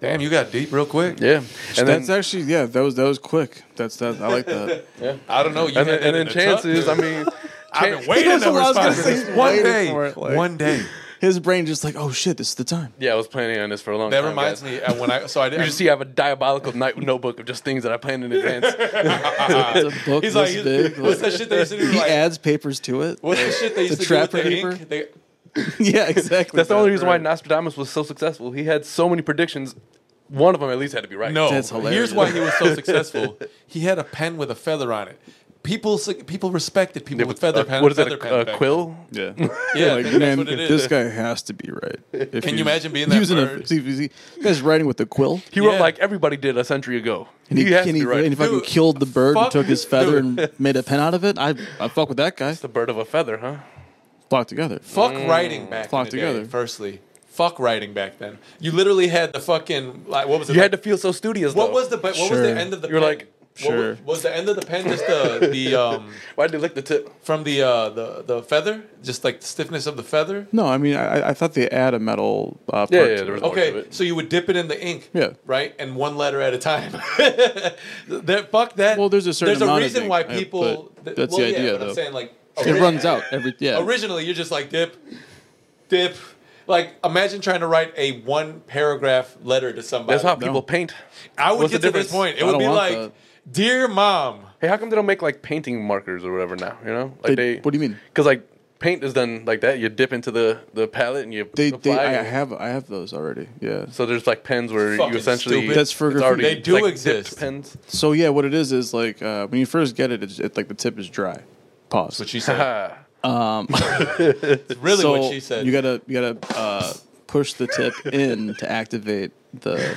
Speaker 2: Damn, you got deep real quick.
Speaker 1: Yeah, and
Speaker 3: that's
Speaker 1: then
Speaker 3: actually yeah. That was that was quick. That's that. I like that.
Speaker 2: I don't know. You
Speaker 1: and then,
Speaker 2: had that
Speaker 1: and then
Speaker 2: in the tuck,
Speaker 1: chances. I
Speaker 2: dude.
Speaker 1: mean,
Speaker 2: I've
Speaker 1: chan-
Speaker 2: been waiting
Speaker 3: That's
Speaker 2: for
Speaker 3: what I was gonna
Speaker 2: response.
Speaker 3: say,
Speaker 2: This one
Speaker 3: waiting
Speaker 2: day,
Speaker 3: for it, like-
Speaker 2: one day.
Speaker 3: His brain just like, oh shit, this is the time.
Speaker 1: yeah, I was planning on this for a long
Speaker 2: That
Speaker 1: time.
Speaker 2: reminds
Speaker 1: guys.
Speaker 2: me uh, when I so I did.
Speaker 1: You just see, I have a diabolical night notebook of just things that I planned in advance.
Speaker 3: It's a book this
Speaker 2: He's like,
Speaker 3: big.
Speaker 2: what's
Speaker 3: like-
Speaker 2: that shit they used to do?
Speaker 3: he
Speaker 2: Like,
Speaker 3: adds papers to it.
Speaker 2: What's the shit they used
Speaker 3: The
Speaker 2: to do with
Speaker 3: trapper
Speaker 2: the
Speaker 3: keeper?
Speaker 2: ink? They,
Speaker 3: yeah, exactly.
Speaker 1: That's the only reason why
Speaker 3: Right.
Speaker 1: Nostradamus was so successful. He had so many predictions. One of them at least had to be right.
Speaker 2: No,
Speaker 3: That's hilarious.
Speaker 2: here's why he was so successful. He had a pen with a feather on it. People su- people respected people with feather
Speaker 1: Uh,
Speaker 2: pen.
Speaker 1: what is that?
Speaker 2: feather pen
Speaker 1: A, a
Speaker 2: back
Speaker 1: quill?
Speaker 3: Yeah.
Speaker 2: Yeah,
Speaker 3: like,
Speaker 2: that's
Speaker 3: man,
Speaker 2: what it is.
Speaker 3: this guy has to be right. If
Speaker 2: Can you
Speaker 3: he's
Speaker 2: imagine being that
Speaker 3: using a-
Speaker 2: bird?
Speaker 3: see, if he's- this guy's writing with a quill.
Speaker 1: He wrote
Speaker 2: Yeah.
Speaker 1: like everybody did a century ago.
Speaker 3: And
Speaker 1: he,
Speaker 3: he,
Speaker 1: has
Speaker 3: and
Speaker 1: to be
Speaker 3: he,
Speaker 1: right.
Speaker 3: and he fucking
Speaker 2: Dude,
Speaker 3: killed the bird
Speaker 2: fuck
Speaker 3: and took his
Speaker 2: this
Speaker 3: feather and made a pen out of it. I I fuck with that guy.
Speaker 1: It's the bird of a feather, huh?
Speaker 3: Flock together.
Speaker 2: Fuck writing back
Speaker 3: Flock
Speaker 2: in the
Speaker 3: together.
Speaker 2: Day, firstly, fuck writing back then. You literally had the fucking like what was it?
Speaker 1: You had
Speaker 2: like,
Speaker 1: to feel so studious.
Speaker 2: what
Speaker 1: though.
Speaker 2: was the what was
Speaker 3: Sure.
Speaker 2: the end of the?
Speaker 1: You were
Speaker 2: pen?
Speaker 1: like,
Speaker 2: What wa-
Speaker 3: sure.
Speaker 2: Was, the end of the pen just the the um
Speaker 1: Why did he lick the tip?
Speaker 2: from the uh the the feather? Just like the stiffness of the feather.
Speaker 3: No, I mean, I, I thought they add a metal uh, part
Speaker 1: Yeah, yeah,
Speaker 3: to
Speaker 1: there
Speaker 3: it.
Speaker 1: was- Part of
Speaker 2: Okay,
Speaker 1: it.
Speaker 2: so you would dip it in the ink,
Speaker 3: Yeah.
Speaker 2: right, and one letter at a time. that fuck that.
Speaker 3: Well, there's a certain
Speaker 2: there's a
Speaker 3: amount of
Speaker 2: reason
Speaker 3: ink,
Speaker 2: why
Speaker 3: uh,
Speaker 2: people.
Speaker 3: but
Speaker 2: th-
Speaker 3: that's
Speaker 2: well,
Speaker 3: the
Speaker 2: yeah,
Speaker 3: idea,
Speaker 2: but I'm
Speaker 3: though.
Speaker 2: saying
Speaker 3: It
Speaker 2: like
Speaker 1: Oh,
Speaker 2: origi-
Speaker 3: runs out every yeah.
Speaker 2: Originally, you're just like dip, dip. Like imagine trying to write a one paragraph letter to somebody.
Speaker 1: That's how people paint.
Speaker 2: I would
Speaker 1: what's
Speaker 2: get
Speaker 1: the
Speaker 2: to this
Speaker 1: difference?
Speaker 2: point. It
Speaker 3: I
Speaker 2: would
Speaker 3: don't
Speaker 2: be
Speaker 3: want
Speaker 2: like,
Speaker 3: that.
Speaker 2: dear mom.
Speaker 1: Hey, how come they don't make like painting markers or whatever now? You know, like
Speaker 3: They- what do you mean?
Speaker 1: Because like paint is done like that. You dip into the the palette and you
Speaker 3: They,
Speaker 1: apply.
Speaker 3: they, I
Speaker 1: it.
Speaker 3: have I have those already. Yeah.
Speaker 1: so there's like pens where
Speaker 2: Fucking
Speaker 1: you essentially
Speaker 2: stupid.
Speaker 3: That's for
Speaker 1: it's
Speaker 3: graffiti.
Speaker 1: already,
Speaker 2: They do
Speaker 1: like, dipped
Speaker 2: exist.
Speaker 1: pens.
Speaker 3: So yeah, what it is is like uh, when you first get it, it's, it like the tip is dry. Pause.
Speaker 2: What she said.
Speaker 1: Ah,
Speaker 2: It's really
Speaker 3: so
Speaker 2: what she said.
Speaker 3: You gotta you gotta uh, push the tip in to activate the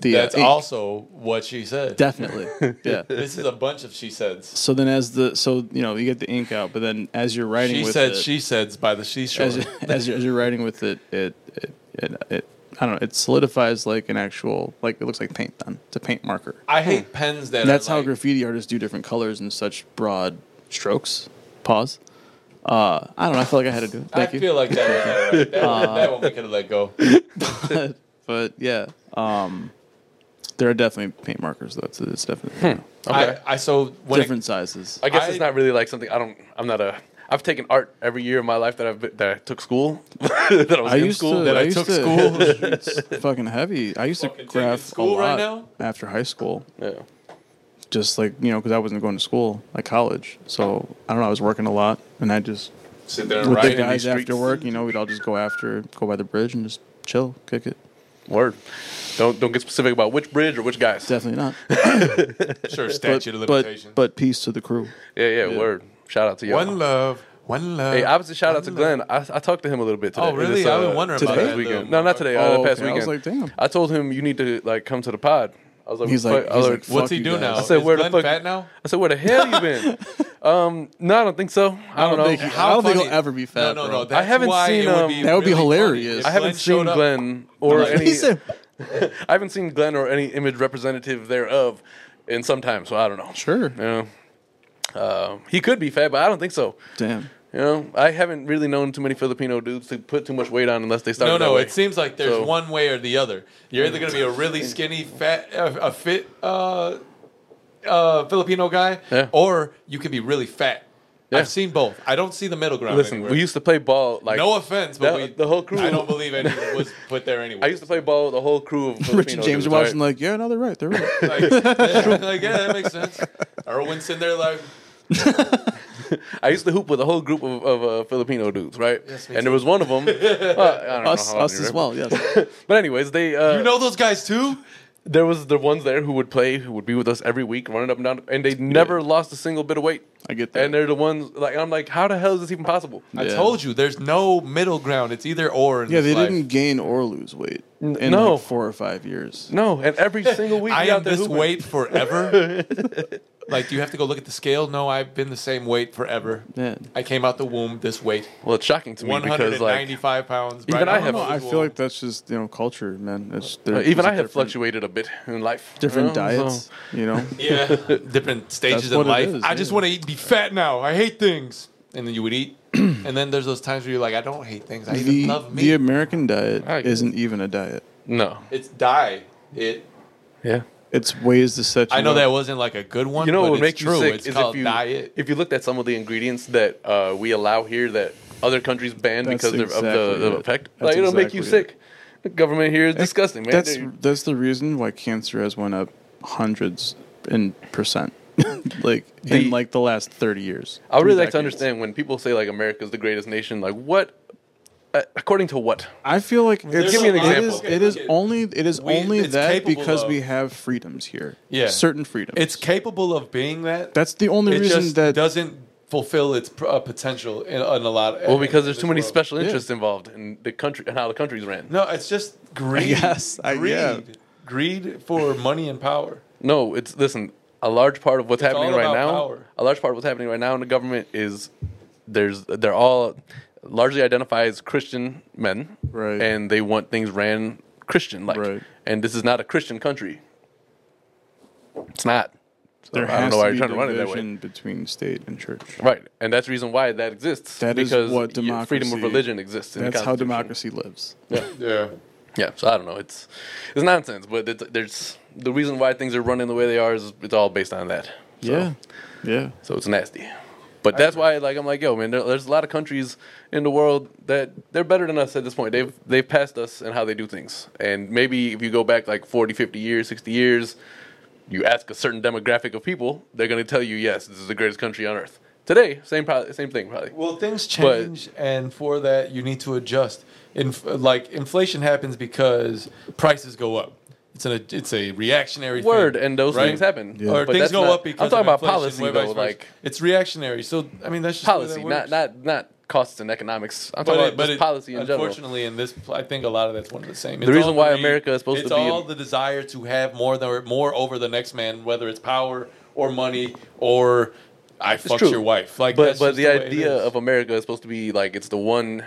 Speaker 3: the.
Speaker 2: That's
Speaker 3: uh, ink.
Speaker 2: also what she said.
Speaker 3: Definitely. Yeah.
Speaker 2: this is a bunch of she says.
Speaker 3: So then, as the so you know you get the ink out, but then as you're writing
Speaker 2: She
Speaker 3: with
Speaker 2: said
Speaker 3: it,
Speaker 2: she says by the seashore.
Speaker 3: as, you- as, you're, as you're writing with it, it it, it it I don't know, it solidifies like an actual like it looks like paint. Then it's a paint marker.
Speaker 2: I hate pens that.
Speaker 3: And that's
Speaker 2: are
Speaker 3: how
Speaker 2: like,
Speaker 3: graffiti artists do different colors in such broad strokes. Pause. Uh, I don't know. I feel like I had to do it. Thank
Speaker 2: I
Speaker 3: you. Uh,
Speaker 2: feel like that. Was, alright. that, one- that one we could have let go.
Speaker 3: but yeah, um, there are definitely paint markers. though. It's, it's definitely
Speaker 1: okay.
Speaker 2: I, I so Hmm. when it-
Speaker 3: different sizes.
Speaker 1: I guess
Speaker 2: I-
Speaker 1: it's not really like something I don't. I'm not a. I've taken art every year of my life that I've been, that I took school that I was
Speaker 3: I
Speaker 1: in
Speaker 3: used
Speaker 1: school.
Speaker 3: to.
Speaker 2: that I
Speaker 3: used
Speaker 2: took
Speaker 3: to-
Speaker 2: school.
Speaker 3: it's fucking heavy. I used to
Speaker 2: Fucking taking
Speaker 3: graph
Speaker 2: school
Speaker 3: a lot
Speaker 2: right now?
Speaker 3: after high school,
Speaker 1: Yeah.
Speaker 3: just like you know, because I wasn't going to school, like college. So I don't know. I was working a lot, and I just
Speaker 2: sit there and
Speaker 3: with
Speaker 2: write
Speaker 3: the
Speaker 2: in these
Speaker 3: guys after
Speaker 2: streets.
Speaker 3: work. You know, we'd all just go after, go by the bridge, and just chill, kick it.
Speaker 1: Word. Don't don't get specific about which bridge or which guys.
Speaker 3: Definitely not.
Speaker 2: Sure,
Speaker 3: but,
Speaker 2: statute of
Speaker 3: but
Speaker 2: limitations.
Speaker 3: but peace to the crew.
Speaker 1: Yeah, yeah, Word. Shout out to y'all.
Speaker 2: one love, one love.
Speaker 1: Hey, obviously, shout out to Glenn. I, I talked to him a little bit today.
Speaker 2: Oh, really?
Speaker 1: This, uh,
Speaker 2: I've been wondering about
Speaker 3: today?
Speaker 1: this
Speaker 2: that.
Speaker 1: weekend.
Speaker 2: though.
Speaker 1: No, not today.
Speaker 3: Oh,
Speaker 1: uh, the past
Speaker 3: okay. I was
Speaker 1: weekend.
Speaker 3: like, damn.
Speaker 1: I told him you need to like come to the pod. I was like,
Speaker 3: He's
Speaker 1: what the
Speaker 3: like-
Speaker 1: fuck?" I was like,
Speaker 3: he's like,
Speaker 2: What's
Speaker 3: Fuck
Speaker 2: he
Speaker 3: you
Speaker 2: do
Speaker 3: guys.
Speaker 2: now?
Speaker 3: I
Speaker 1: I said,
Speaker 2: Is
Speaker 1: where the
Speaker 2: Glenn
Speaker 1: fuck?
Speaker 2: fat now?
Speaker 1: I said, where the hell you been? um, no, I don't think so. I don't,
Speaker 3: think
Speaker 1: know.
Speaker 3: he- I don't think he'll ever be
Speaker 2: No,
Speaker 3: fat,
Speaker 2: no,
Speaker 3: bro.
Speaker 2: no.
Speaker 3: I
Speaker 2: That's
Speaker 1: haven't
Speaker 2: why
Speaker 1: seen,
Speaker 2: It would
Speaker 1: um,
Speaker 2: be
Speaker 3: That would be
Speaker 2: really funny
Speaker 3: hilarious.
Speaker 2: if
Speaker 1: I haven't
Speaker 2: Glenn
Speaker 1: seen
Speaker 2: showed up.
Speaker 1: Glenn or
Speaker 2: Like-
Speaker 1: any.
Speaker 3: He said-
Speaker 1: I haven't seen Glenn or any image representative thereof in some time, so I don't know.
Speaker 3: Sure.
Speaker 1: Yeah. Uh, he could be fat, but I don't think so.
Speaker 3: Damn.
Speaker 1: You know, I haven't really known too many Filipino dudes to put too much weight on unless they start.
Speaker 2: No,
Speaker 1: that
Speaker 2: no.
Speaker 1: way.
Speaker 2: It seems like there's
Speaker 1: So-
Speaker 2: one way or the other. You're either going to be a really skinny, fat, uh, a fit uh, uh, Filipino guy,
Speaker 1: Yeah.
Speaker 2: or you could be really fat.
Speaker 1: Yeah.
Speaker 2: I've seen both. I don't see the middle ground.
Speaker 1: Listen,
Speaker 2: anywhere.
Speaker 1: we used to play ball. Like
Speaker 2: no offense,
Speaker 1: that-
Speaker 2: but we,
Speaker 1: the whole crew-
Speaker 2: I don't believe any was put there anyway.
Speaker 1: I used to play ball with a whole crew of Filipino
Speaker 3: Richard James
Speaker 1: dudes,
Speaker 3: watching
Speaker 1: right?
Speaker 3: like, yeah, no, they're right. They're right.
Speaker 2: like, yeah, like, yeah, that makes sense. Erwin's in there like,
Speaker 1: I used to hoop with a whole group of, of uh, Filipino dudes, right?
Speaker 2: Yes, me
Speaker 1: and there was one of them.
Speaker 3: us
Speaker 1: Uh-huh,
Speaker 3: us as well. Yes.
Speaker 1: But anyways, they uh,
Speaker 2: you know those guys too.
Speaker 1: there was the ones there who would play, who would be with us every week, running up and down, and they never lost a single bit of weight.
Speaker 3: I get that.
Speaker 1: And they're the ones like I'm like, how the hell is this even possible?
Speaker 2: I
Speaker 3: Yeah.
Speaker 2: told you, there's no middle ground. It's either or. In
Speaker 3: yeah,
Speaker 2: this
Speaker 3: they
Speaker 2: life.
Speaker 3: didn't gain or lose weight in
Speaker 1: no.
Speaker 3: like four or five years.
Speaker 1: No, and every single week
Speaker 2: I
Speaker 1: we
Speaker 2: am
Speaker 1: out there
Speaker 2: this
Speaker 1: hooping.
Speaker 2: weight forever. like, do you have to go look at the scale? No, I've been the same weight forever.
Speaker 3: Yeah.
Speaker 2: I came out the womb this weight,
Speaker 1: Well, it's shocking to me because like
Speaker 2: 195 pounds.
Speaker 1: even I
Speaker 2: out
Speaker 1: have-
Speaker 2: of
Speaker 3: No,
Speaker 2: the
Speaker 3: I
Speaker 2: womb.
Speaker 3: feel like that's just you know culture, man. It's
Speaker 1: Uh,
Speaker 3: there-
Speaker 1: even
Speaker 3: there's
Speaker 1: I
Speaker 3: a
Speaker 1: have
Speaker 3: different-
Speaker 1: fluctuated a bit in life. You
Speaker 3: different
Speaker 1: know,
Speaker 3: diets.
Speaker 1: so-
Speaker 3: You know,
Speaker 2: yeah, different stages
Speaker 3: That's what
Speaker 2: in
Speaker 3: it is,
Speaker 2: life. I just
Speaker 3: yeah.
Speaker 2: want to eat, be fat now. I hate things, and then you would eat, and then there's those times where you're like, I don't hate things. I even
Speaker 3: the
Speaker 2: love
Speaker 3: the
Speaker 2: meat.
Speaker 3: American diet
Speaker 1: I-
Speaker 3: isn't even a diet.
Speaker 1: no.
Speaker 2: it's die. It.
Speaker 1: Yeah.
Speaker 3: It's ways to set. You
Speaker 2: I know
Speaker 3: up.
Speaker 2: that wasn't like a good one.
Speaker 1: You know
Speaker 2: but
Speaker 1: what would make
Speaker 2: it's true.
Speaker 1: you sick
Speaker 2: it's
Speaker 1: is
Speaker 2: called
Speaker 1: if you
Speaker 2: diet.
Speaker 1: if you looked at some of the ingredients that uh, we allow here that other countries ban
Speaker 3: That's
Speaker 1: because of the,
Speaker 3: exactly
Speaker 1: the
Speaker 3: it.
Speaker 1: effect.
Speaker 3: That's
Speaker 1: Like, it'll make you
Speaker 3: exactly it.
Speaker 1: sick. The government here is disgusting, man.
Speaker 3: That's
Speaker 1: They-
Speaker 3: that's the reason why cancer has went up hundreds in percent, like
Speaker 1: The-
Speaker 3: in like the last thirty years.
Speaker 1: I would
Speaker 3: Three
Speaker 1: really like to
Speaker 3: decades.
Speaker 1: understand when people say like America's the greatest nation. Like, what uh, according to what?
Speaker 3: I feel like it's,
Speaker 1: Give me an
Speaker 3: It
Speaker 1: example.
Speaker 3: is, it is
Speaker 2: Okay.
Speaker 3: only it is
Speaker 2: We-
Speaker 3: only
Speaker 2: it's
Speaker 3: that
Speaker 2: capable
Speaker 3: because
Speaker 2: of-
Speaker 3: we have freedoms here.
Speaker 2: Yeah.
Speaker 3: certain freedoms.
Speaker 2: It's capable of being that.
Speaker 3: that's the only
Speaker 2: it
Speaker 3: reason
Speaker 2: just
Speaker 3: that
Speaker 2: doesn't fulfill its pr- uh, potential in, in a lot.
Speaker 1: Well, because
Speaker 2: in
Speaker 1: there's
Speaker 2: this
Speaker 1: too many
Speaker 2: world.
Speaker 1: special interests involved in the country and how the country's ran.
Speaker 2: No, it's just greed.
Speaker 3: guess, I-
Speaker 2: greed.
Speaker 3: yeah.
Speaker 2: Greed for money and power.
Speaker 1: No, it's listen. A large part of what's happening
Speaker 2: all
Speaker 1: right
Speaker 2: about
Speaker 1: now,
Speaker 2: power.
Speaker 1: a large part of what's happening right now in the government is there's they're all largely identified as Christian men,
Speaker 3: Right.
Speaker 1: And they want things ran Christian like,
Speaker 3: Right.
Speaker 1: and this is not a Christian country. It's not. So
Speaker 3: there
Speaker 1: I don't
Speaker 3: has
Speaker 1: know why
Speaker 3: to
Speaker 1: you're
Speaker 3: be
Speaker 1: trying to run it that way.
Speaker 3: division between state and church.
Speaker 1: Right, and that's the reason why that exists.
Speaker 3: That is
Speaker 1: because
Speaker 3: what
Speaker 1: y- freedom
Speaker 3: democracy-
Speaker 1: of religion exists. in the
Speaker 3: That's how
Speaker 1: Constitution.
Speaker 3: democracy lives.
Speaker 2: Yeah.
Speaker 1: Yeah, so I don't know. It's it's nonsense, but it's, there's the reason why things are running the way they are is it's all based on that. So,
Speaker 3: Yeah, yeah.
Speaker 1: so it's nasty. But that's why, like, I'm like, yo, man, there, there's a lot of countries in the world that they're better than us at this point. They've they've passed us in how they do things, and maybe if you go back like 40, 50 years, 60 years, you ask a certain demographic of people, they're gonna tell you, yes, this is the greatest country on earth. Today, same probably, same thing probably.
Speaker 2: Well, things change, and for that, you need to adjust. Inf- like inflation happens because prices go up. It's an it's a reactionary thing,
Speaker 1: Word, and those
Speaker 2: right?
Speaker 1: things happen.
Speaker 3: Yeah.
Speaker 2: Or
Speaker 1: But
Speaker 2: things
Speaker 1: that's
Speaker 2: go
Speaker 1: not-
Speaker 2: up because
Speaker 1: I'm talking about
Speaker 2: of inflation,
Speaker 1: policy
Speaker 2: way vice
Speaker 1: though,
Speaker 2: versa.
Speaker 1: like.
Speaker 2: it's reactionary. So I mean, that's just the way
Speaker 1: policy,
Speaker 2: that
Speaker 1: not
Speaker 2: works.
Speaker 1: not not costs and economics. I'm
Speaker 2: But,
Speaker 1: talking
Speaker 2: it-
Speaker 1: about
Speaker 2: but
Speaker 1: just
Speaker 2: it-
Speaker 1: policy in general.
Speaker 2: unfortunately, in this, pl- I think a lot of that's one of the same. The
Speaker 1: reason why America is supposed to be
Speaker 2: It's all
Speaker 1: in-
Speaker 2: the desire to have more than more over the next man, whether it's power or money or I fucked
Speaker 1: true.
Speaker 2: your wife. Like,
Speaker 1: But
Speaker 2: that's
Speaker 1: but
Speaker 2: just
Speaker 1: the,
Speaker 2: way it
Speaker 1: idea
Speaker 2: is.
Speaker 1: of America is supposed to be like it's the one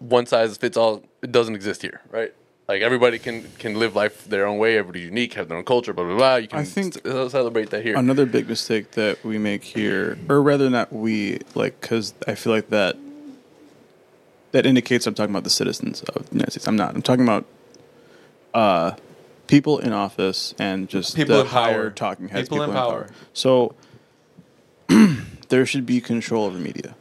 Speaker 1: one size fits all. It doesn't exist here, right? Like everybody can can live life their own way. Everybody's unique, have their own culture, blah blah blah. You can
Speaker 3: I think-
Speaker 1: c- celebrate that here.
Speaker 3: Another big mistake that we make here, or rather not we, like, because I feel like that that indicates I'm talking about the citizens of the United States. I'm not. I'm talking about uh, people in office and just
Speaker 2: People
Speaker 3: the
Speaker 2: in power.
Speaker 3: higher talking heads.
Speaker 2: People in power.
Speaker 3: So there should be control over media.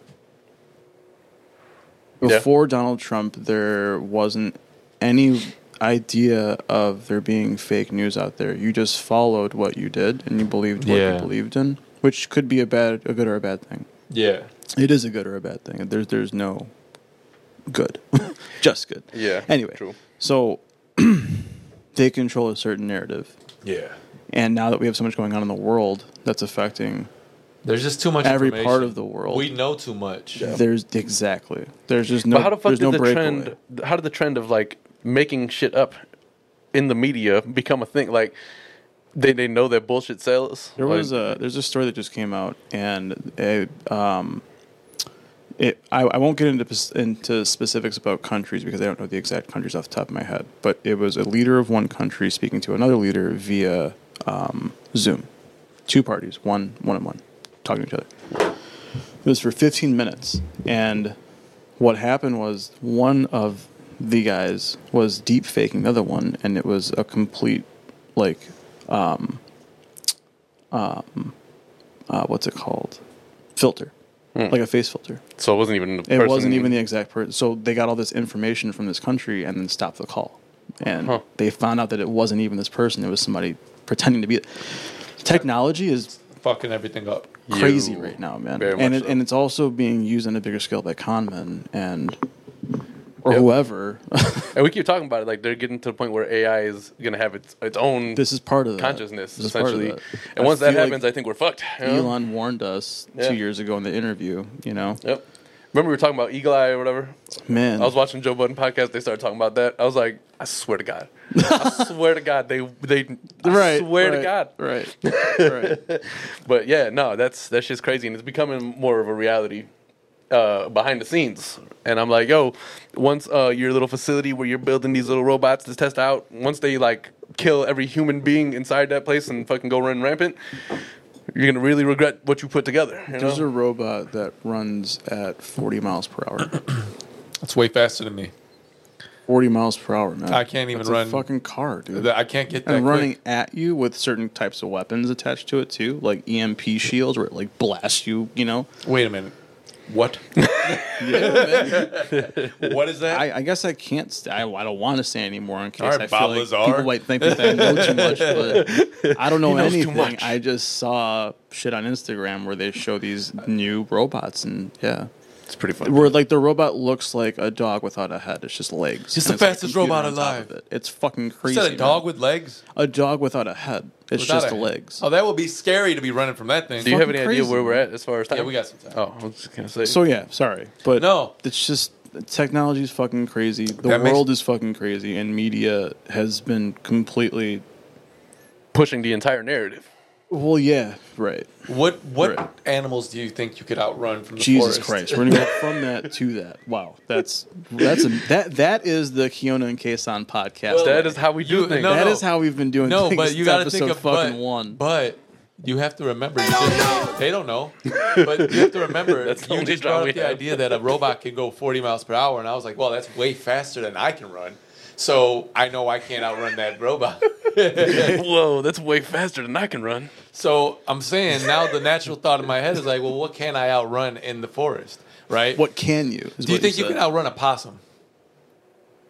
Speaker 1: Yeah.
Speaker 3: Before Donald Trump, there wasn't any idea of there being fake news out there. You just followed what you did and you believed what
Speaker 2: Yeah.
Speaker 3: you believed in, which could be a bad, a good or a bad thing.
Speaker 2: yeah,
Speaker 3: It is a good or a bad thing. There's there's no good, just good.
Speaker 1: Yeah,
Speaker 3: Anyway,
Speaker 1: true.
Speaker 3: so they control a certain narrative,
Speaker 2: yeah.
Speaker 3: and now that we have so much going on in the world that's affecting,
Speaker 2: There's just too much.
Speaker 3: Every
Speaker 2: information.
Speaker 3: part of the world.
Speaker 2: We know too much.
Speaker 3: there's exactly there's just no.
Speaker 1: but how the fuck
Speaker 3: there's
Speaker 1: did
Speaker 3: no
Speaker 1: the
Speaker 3: breakaway.
Speaker 1: trend? How did the trend of like making shit up in the media become a thing? Like they they know that bullshit sells.
Speaker 3: There
Speaker 1: Like,
Speaker 3: was a there's a story that just came out, and it, um, it I, I won't get into pes- into specifics about countries because I don't know the exact countries off the top of my head. But it was a leader of one country speaking to another leader via um, Zoom, two parties, one one on one, talking to each other. It was for 15 minutes, and what happened was one of the guys was deep faking the other one, and it was a complete like uh, what's it called filter like a face filter
Speaker 1: so it wasn't even the Hmm.
Speaker 3: it
Speaker 1: person-
Speaker 3: wasn't even the exact person so they got all this information from this country and then stopped the call and
Speaker 1: Huh.
Speaker 3: they found out that it wasn't even this person it was somebody pretending to be it. technology is
Speaker 2: Fucking everything up.
Speaker 1: You-
Speaker 3: crazy right now man
Speaker 1: very
Speaker 3: and,
Speaker 1: much
Speaker 3: it,
Speaker 1: so.
Speaker 3: and it's also being used on a bigger scale by con men and or
Speaker 1: Yep.
Speaker 3: whoever
Speaker 1: And we keep talking about it, like they're getting to the point where AI is gonna have its its own
Speaker 3: this is part of that.
Speaker 1: consciousness,
Speaker 3: This is part of
Speaker 1: essentially.
Speaker 3: that.
Speaker 1: And
Speaker 3: I
Speaker 1: once that
Speaker 3: feel like
Speaker 1: happens, I think we're fucked. you know?
Speaker 3: elon warned us
Speaker 1: Yeah.
Speaker 3: two years ago in the interview you know
Speaker 1: Yep. Remember we were talking about Eagle Eye or whatever.
Speaker 3: man
Speaker 1: I was watching Joe Budden podcast. They started talking about that. I was like, I swear to God, I swear to God, they they I
Speaker 3: right
Speaker 1: swear
Speaker 3: right,
Speaker 1: to God.
Speaker 3: right right
Speaker 1: But yeah, no, that's that's just crazy, and it's becoming more of a reality uh, behind the scenes. And I'm like, yo, once uh, your little facility where you're building these little robots to test out, once they like kill every human being inside that place and fucking go run rampant, you're gonna really regret what you put together. You
Speaker 3: There's a
Speaker 1: know?
Speaker 3: robot that runs at 40 miles per hour.
Speaker 2: That's way faster than me.
Speaker 3: 40 miles per hour, man.
Speaker 2: I can't even
Speaker 3: That's
Speaker 2: run-
Speaker 3: A fucking car, dude.
Speaker 2: That- I can't get that.
Speaker 3: and running
Speaker 2: quick.
Speaker 3: at you with certain types of weapons attached to it too, like EMP shields, where it like blasts you. You know,
Speaker 2: Wait a minute. What? what is that?
Speaker 3: I, I guess I can't. St- I, I don't want to say anymore in case
Speaker 2: All right,
Speaker 3: I
Speaker 2: Bob
Speaker 3: feel like
Speaker 2: Lazar.
Speaker 3: people might think that I know too much. But I don't know
Speaker 1: knows too
Speaker 3: anything.
Speaker 1: much.
Speaker 3: I just saw shit on Instagram where they show these new robots, and yeah,
Speaker 1: It's pretty funny.
Speaker 3: Where like the robot looks like a dog without a head. It's just legs.
Speaker 2: It's
Speaker 3: And
Speaker 2: the
Speaker 3: like, a
Speaker 2: fastest
Speaker 3: computer
Speaker 2: robot
Speaker 3: on top
Speaker 2: alive.
Speaker 3: of It. It's fucking
Speaker 2: Is
Speaker 3: crazy.
Speaker 2: that a
Speaker 3: man.
Speaker 2: dog with legs?
Speaker 3: A dog without a head. It's
Speaker 2: Without
Speaker 3: just
Speaker 2: a-
Speaker 3: the legs.
Speaker 2: Oh, that would be scary to be running from that thing.
Speaker 1: Do you have any
Speaker 3: fucking
Speaker 1: idea
Speaker 3: crazy,
Speaker 1: where we're at as far as time?
Speaker 2: yeah, we got some time.
Speaker 1: Oh, I was just gonna say.
Speaker 3: So yeah, sorry, but
Speaker 2: No.
Speaker 3: it's just technology is fucking crazy. The
Speaker 2: That makes-
Speaker 3: world is fucking crazy, and media has been completely.
Speaker 1: pushing the entire narrative.
Speaker 3: Well, yeah, right.
Speaker 2: What what
Speaker 3: Right.
Speaker 2: animals do you think you could outrun from the
Speaker 3: Jesus
Speaker 2: forest?
Speaker 3: Christ, we're gonna go from that to that. Wow, that's that's a, that that is the Kiona and Kason podcast.
Speaker 2: Well,
Speaker 1: That is how we do
Speaker 2: You-
Speaker 1: things.
Speaker 2: no,
Speaker 3: That is how we've been doing.
Speaker 2: No,
Speaker 3: things
Speaker 2: but
Speaker 3: since
Speaker 2: you got to think
Speaker 3: episode
Speaker 2: of
Speaker 3: fucking
Speaker 2: but,
Speaker 3: one.
Speaker 2: But you have to remember. They don't know. They don't know. But you have to remember.
Speaker 1: That's the
Speaker 2: you
Speaker 1: only
Speaker 2: just
Speaker 1: job
Speaker 2: brought
Speaker 1: we
Speaker 2: up the
Speaker 1: have.
Speaker 2: idea that a robot can go 40 miles per hour, and I was like, well, that's way faster than I can run. So I know I can't outrun that robot.
Speaker 1: Whoa, that's way faster than I can run.
Speaker 2: So I'm saying now the natural thought in my head is like, well, what can I outrun in the forest, right?
Speaker 3: what can you? is
Speaker 2: do you
Speaker 3: what
Speaker 2: think you
Speaker 3: said.
Speaker 2: can outrun a possum?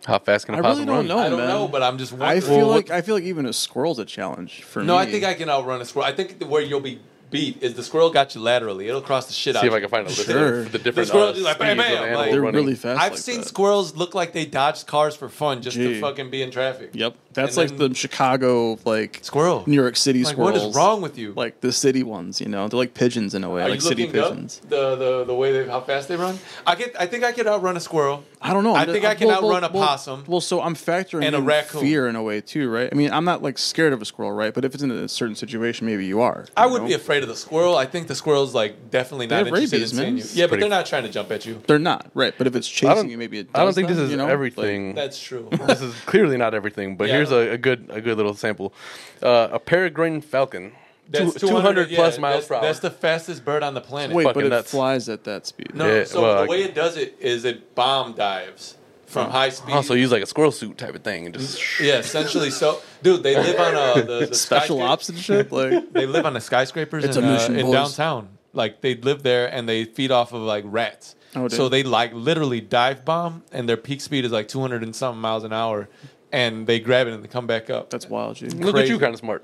Speaker 1: How fast can a
Speaker 3: I
Speaker 1: possum
Speaker 3: really don't
Speaker 1: run?
Speaker 3: know.
Speaker 2: I don't
Speaker 3: man.
Speaker 2: know, but I'm just wondering.
Speaker 3: I feel
Speaker 2: Well,
Speaker 3: like I feel like even a squirrel's a challenge for me.
Speaker 2: No, I think I can outrun a squirrel. I think the- where you'll be beat is the squirrel got you laterally. It'll cross the shit out.
Speaker 1: See if
Speaker 2: you.
Speaker 1: I can find a list
Speaker 3: Sure.
Speaker 1: of the different
Speaker 2: squirrel
Speaker 1: uh,
Speaker 2: just like, bam,
Speaker 1: speeds of
Speaker 2: bam,
Speaker 1: animal
Speaker 2: like-
Speaker 3: They're
Speaker 1: running.
Speaker 3: really fast.
Speaker 2: I've
Speaker 3: like
Speaker 2: seen
Speaker 3: that.
Speaker 2: squirrels look like they dodged cars for fun just to
Speaker 3: Gee.
Speaker 2: fucking be in traffic.
Speaker 3: Yep, that's
Speaker 2: And
Speaker 3: like
Speaker 2: then-
Speaker 3: the Chicago like
Speaker 2: Squirrel.
Speaker 3: New York City
Speaker 2: Like,
Speaker 3: squirrels.
Speaker 2: what is wrong with you?
Speaker 3: Like the city ones, you know, they're like pigeons in a way,
Speaker 2: Are
Speaker 3: like
Speaker 2: you
Speaker 3: city
Speaker 2: looking up
Speaker 3: pigeons.
Speaker 2: the, the the way they how fast they run? I get. I think I could outrun a squirrel.
Speaker 3: I don't know.
Speaker 2: I
Speaker 3: I'm just-
Speaker 2: think I can outrun a
Speaker 3: well,
Speaker 2: possum.
Speaker 3: Well, so I'm factoring
Speaker 2: and a
Speaker 3: in
Speaker 2: raccoon.
Speaker 3: fear in a way too, right? I mean, I'm not like scared of a squirrel, right? But if it's in a certain situation, maybe you are.
Speaker 2: I
Speaker 3: you
Speaker 2: would
Speaker 3: know?
Speaker 2: be afraid of the squirrel. I think the squirrel's like definitely
Speaker 3: They
Speaker 2: not
Speaker 3: have
Speaker 2: interested
Speaker 3: rabies,
Speaker 2: in seeing
Speaker 3: man.
Speaker 2: you. Yeah, but
Speaker 1: Pretty-
Speaker 2: they're not trying to jump at you.
Speaker 3: They're not right, but if it's
Speaker 1: I
Speaker 3: chasing
Speaker 1: don't,
Speaker 3: you, maybe it. Does
Speaker 1: I don't think
Speaker 3: them,
Speaker 1: this is
Speaker 3: you know? Like,
Speaker 1: everything.
Speaker 2: That's true.
Speaker 1: this is clearly not everything, but
Speaker 2: Yeah.
Speaker 1: here's a, a good a good little sample. Uh, a peregrine falcon,
Speaker 2: That's
Speaker 1: two hundred
Speaker 2: yeah,
Speaker 1: plus miles
Speaker 2: that's,
Speaker 1: per hour.
Speaker 2: That's the fastest bird on the planet.
Speaker 3: wait, but
Speaker 1: fucking
Speaker 3: it
Speaker 1: nuts.
Speaker 3: flies at that speed.
Speaker 2: No,
Speaker 1: Yeah,
Speaker 2: so
Speaker 1: well,
Speaker 2: the
Speaker 1: I- Oh.
Speaker 2: way it does it is it bomb dives from high speed. Mm-hmm.
Speaker 1: also use like a squirrel suit type of thing and just
Speaker 2: yeah, essentially. So, dude, they live on uh, the, the
Speaker 3: special
Speaker 2: skyscra-
Speaker 3: ops and shit. Like
Speaker 2: They live on the skyscrapers
Speaker 3: It's
Speaker 2: in,
Speaker 3: a
Speaker 2: uh,
Speaker 3: mission,
Speaker 2: in
Speaker 3: boys.
Speaker 2: downtown. Like they live there and they feed off of like rats.
Speaker 3: Oh, dude.
Speaker 2: so they like literally dive bomb and their peak speed is like 200 and something miles an hour, and they grab it and they come back up.
Speaker 3: that's wild, dude.
Speaker 1: look at you,
Speaker 2: Crazy.
Speaker 1: kind of smart.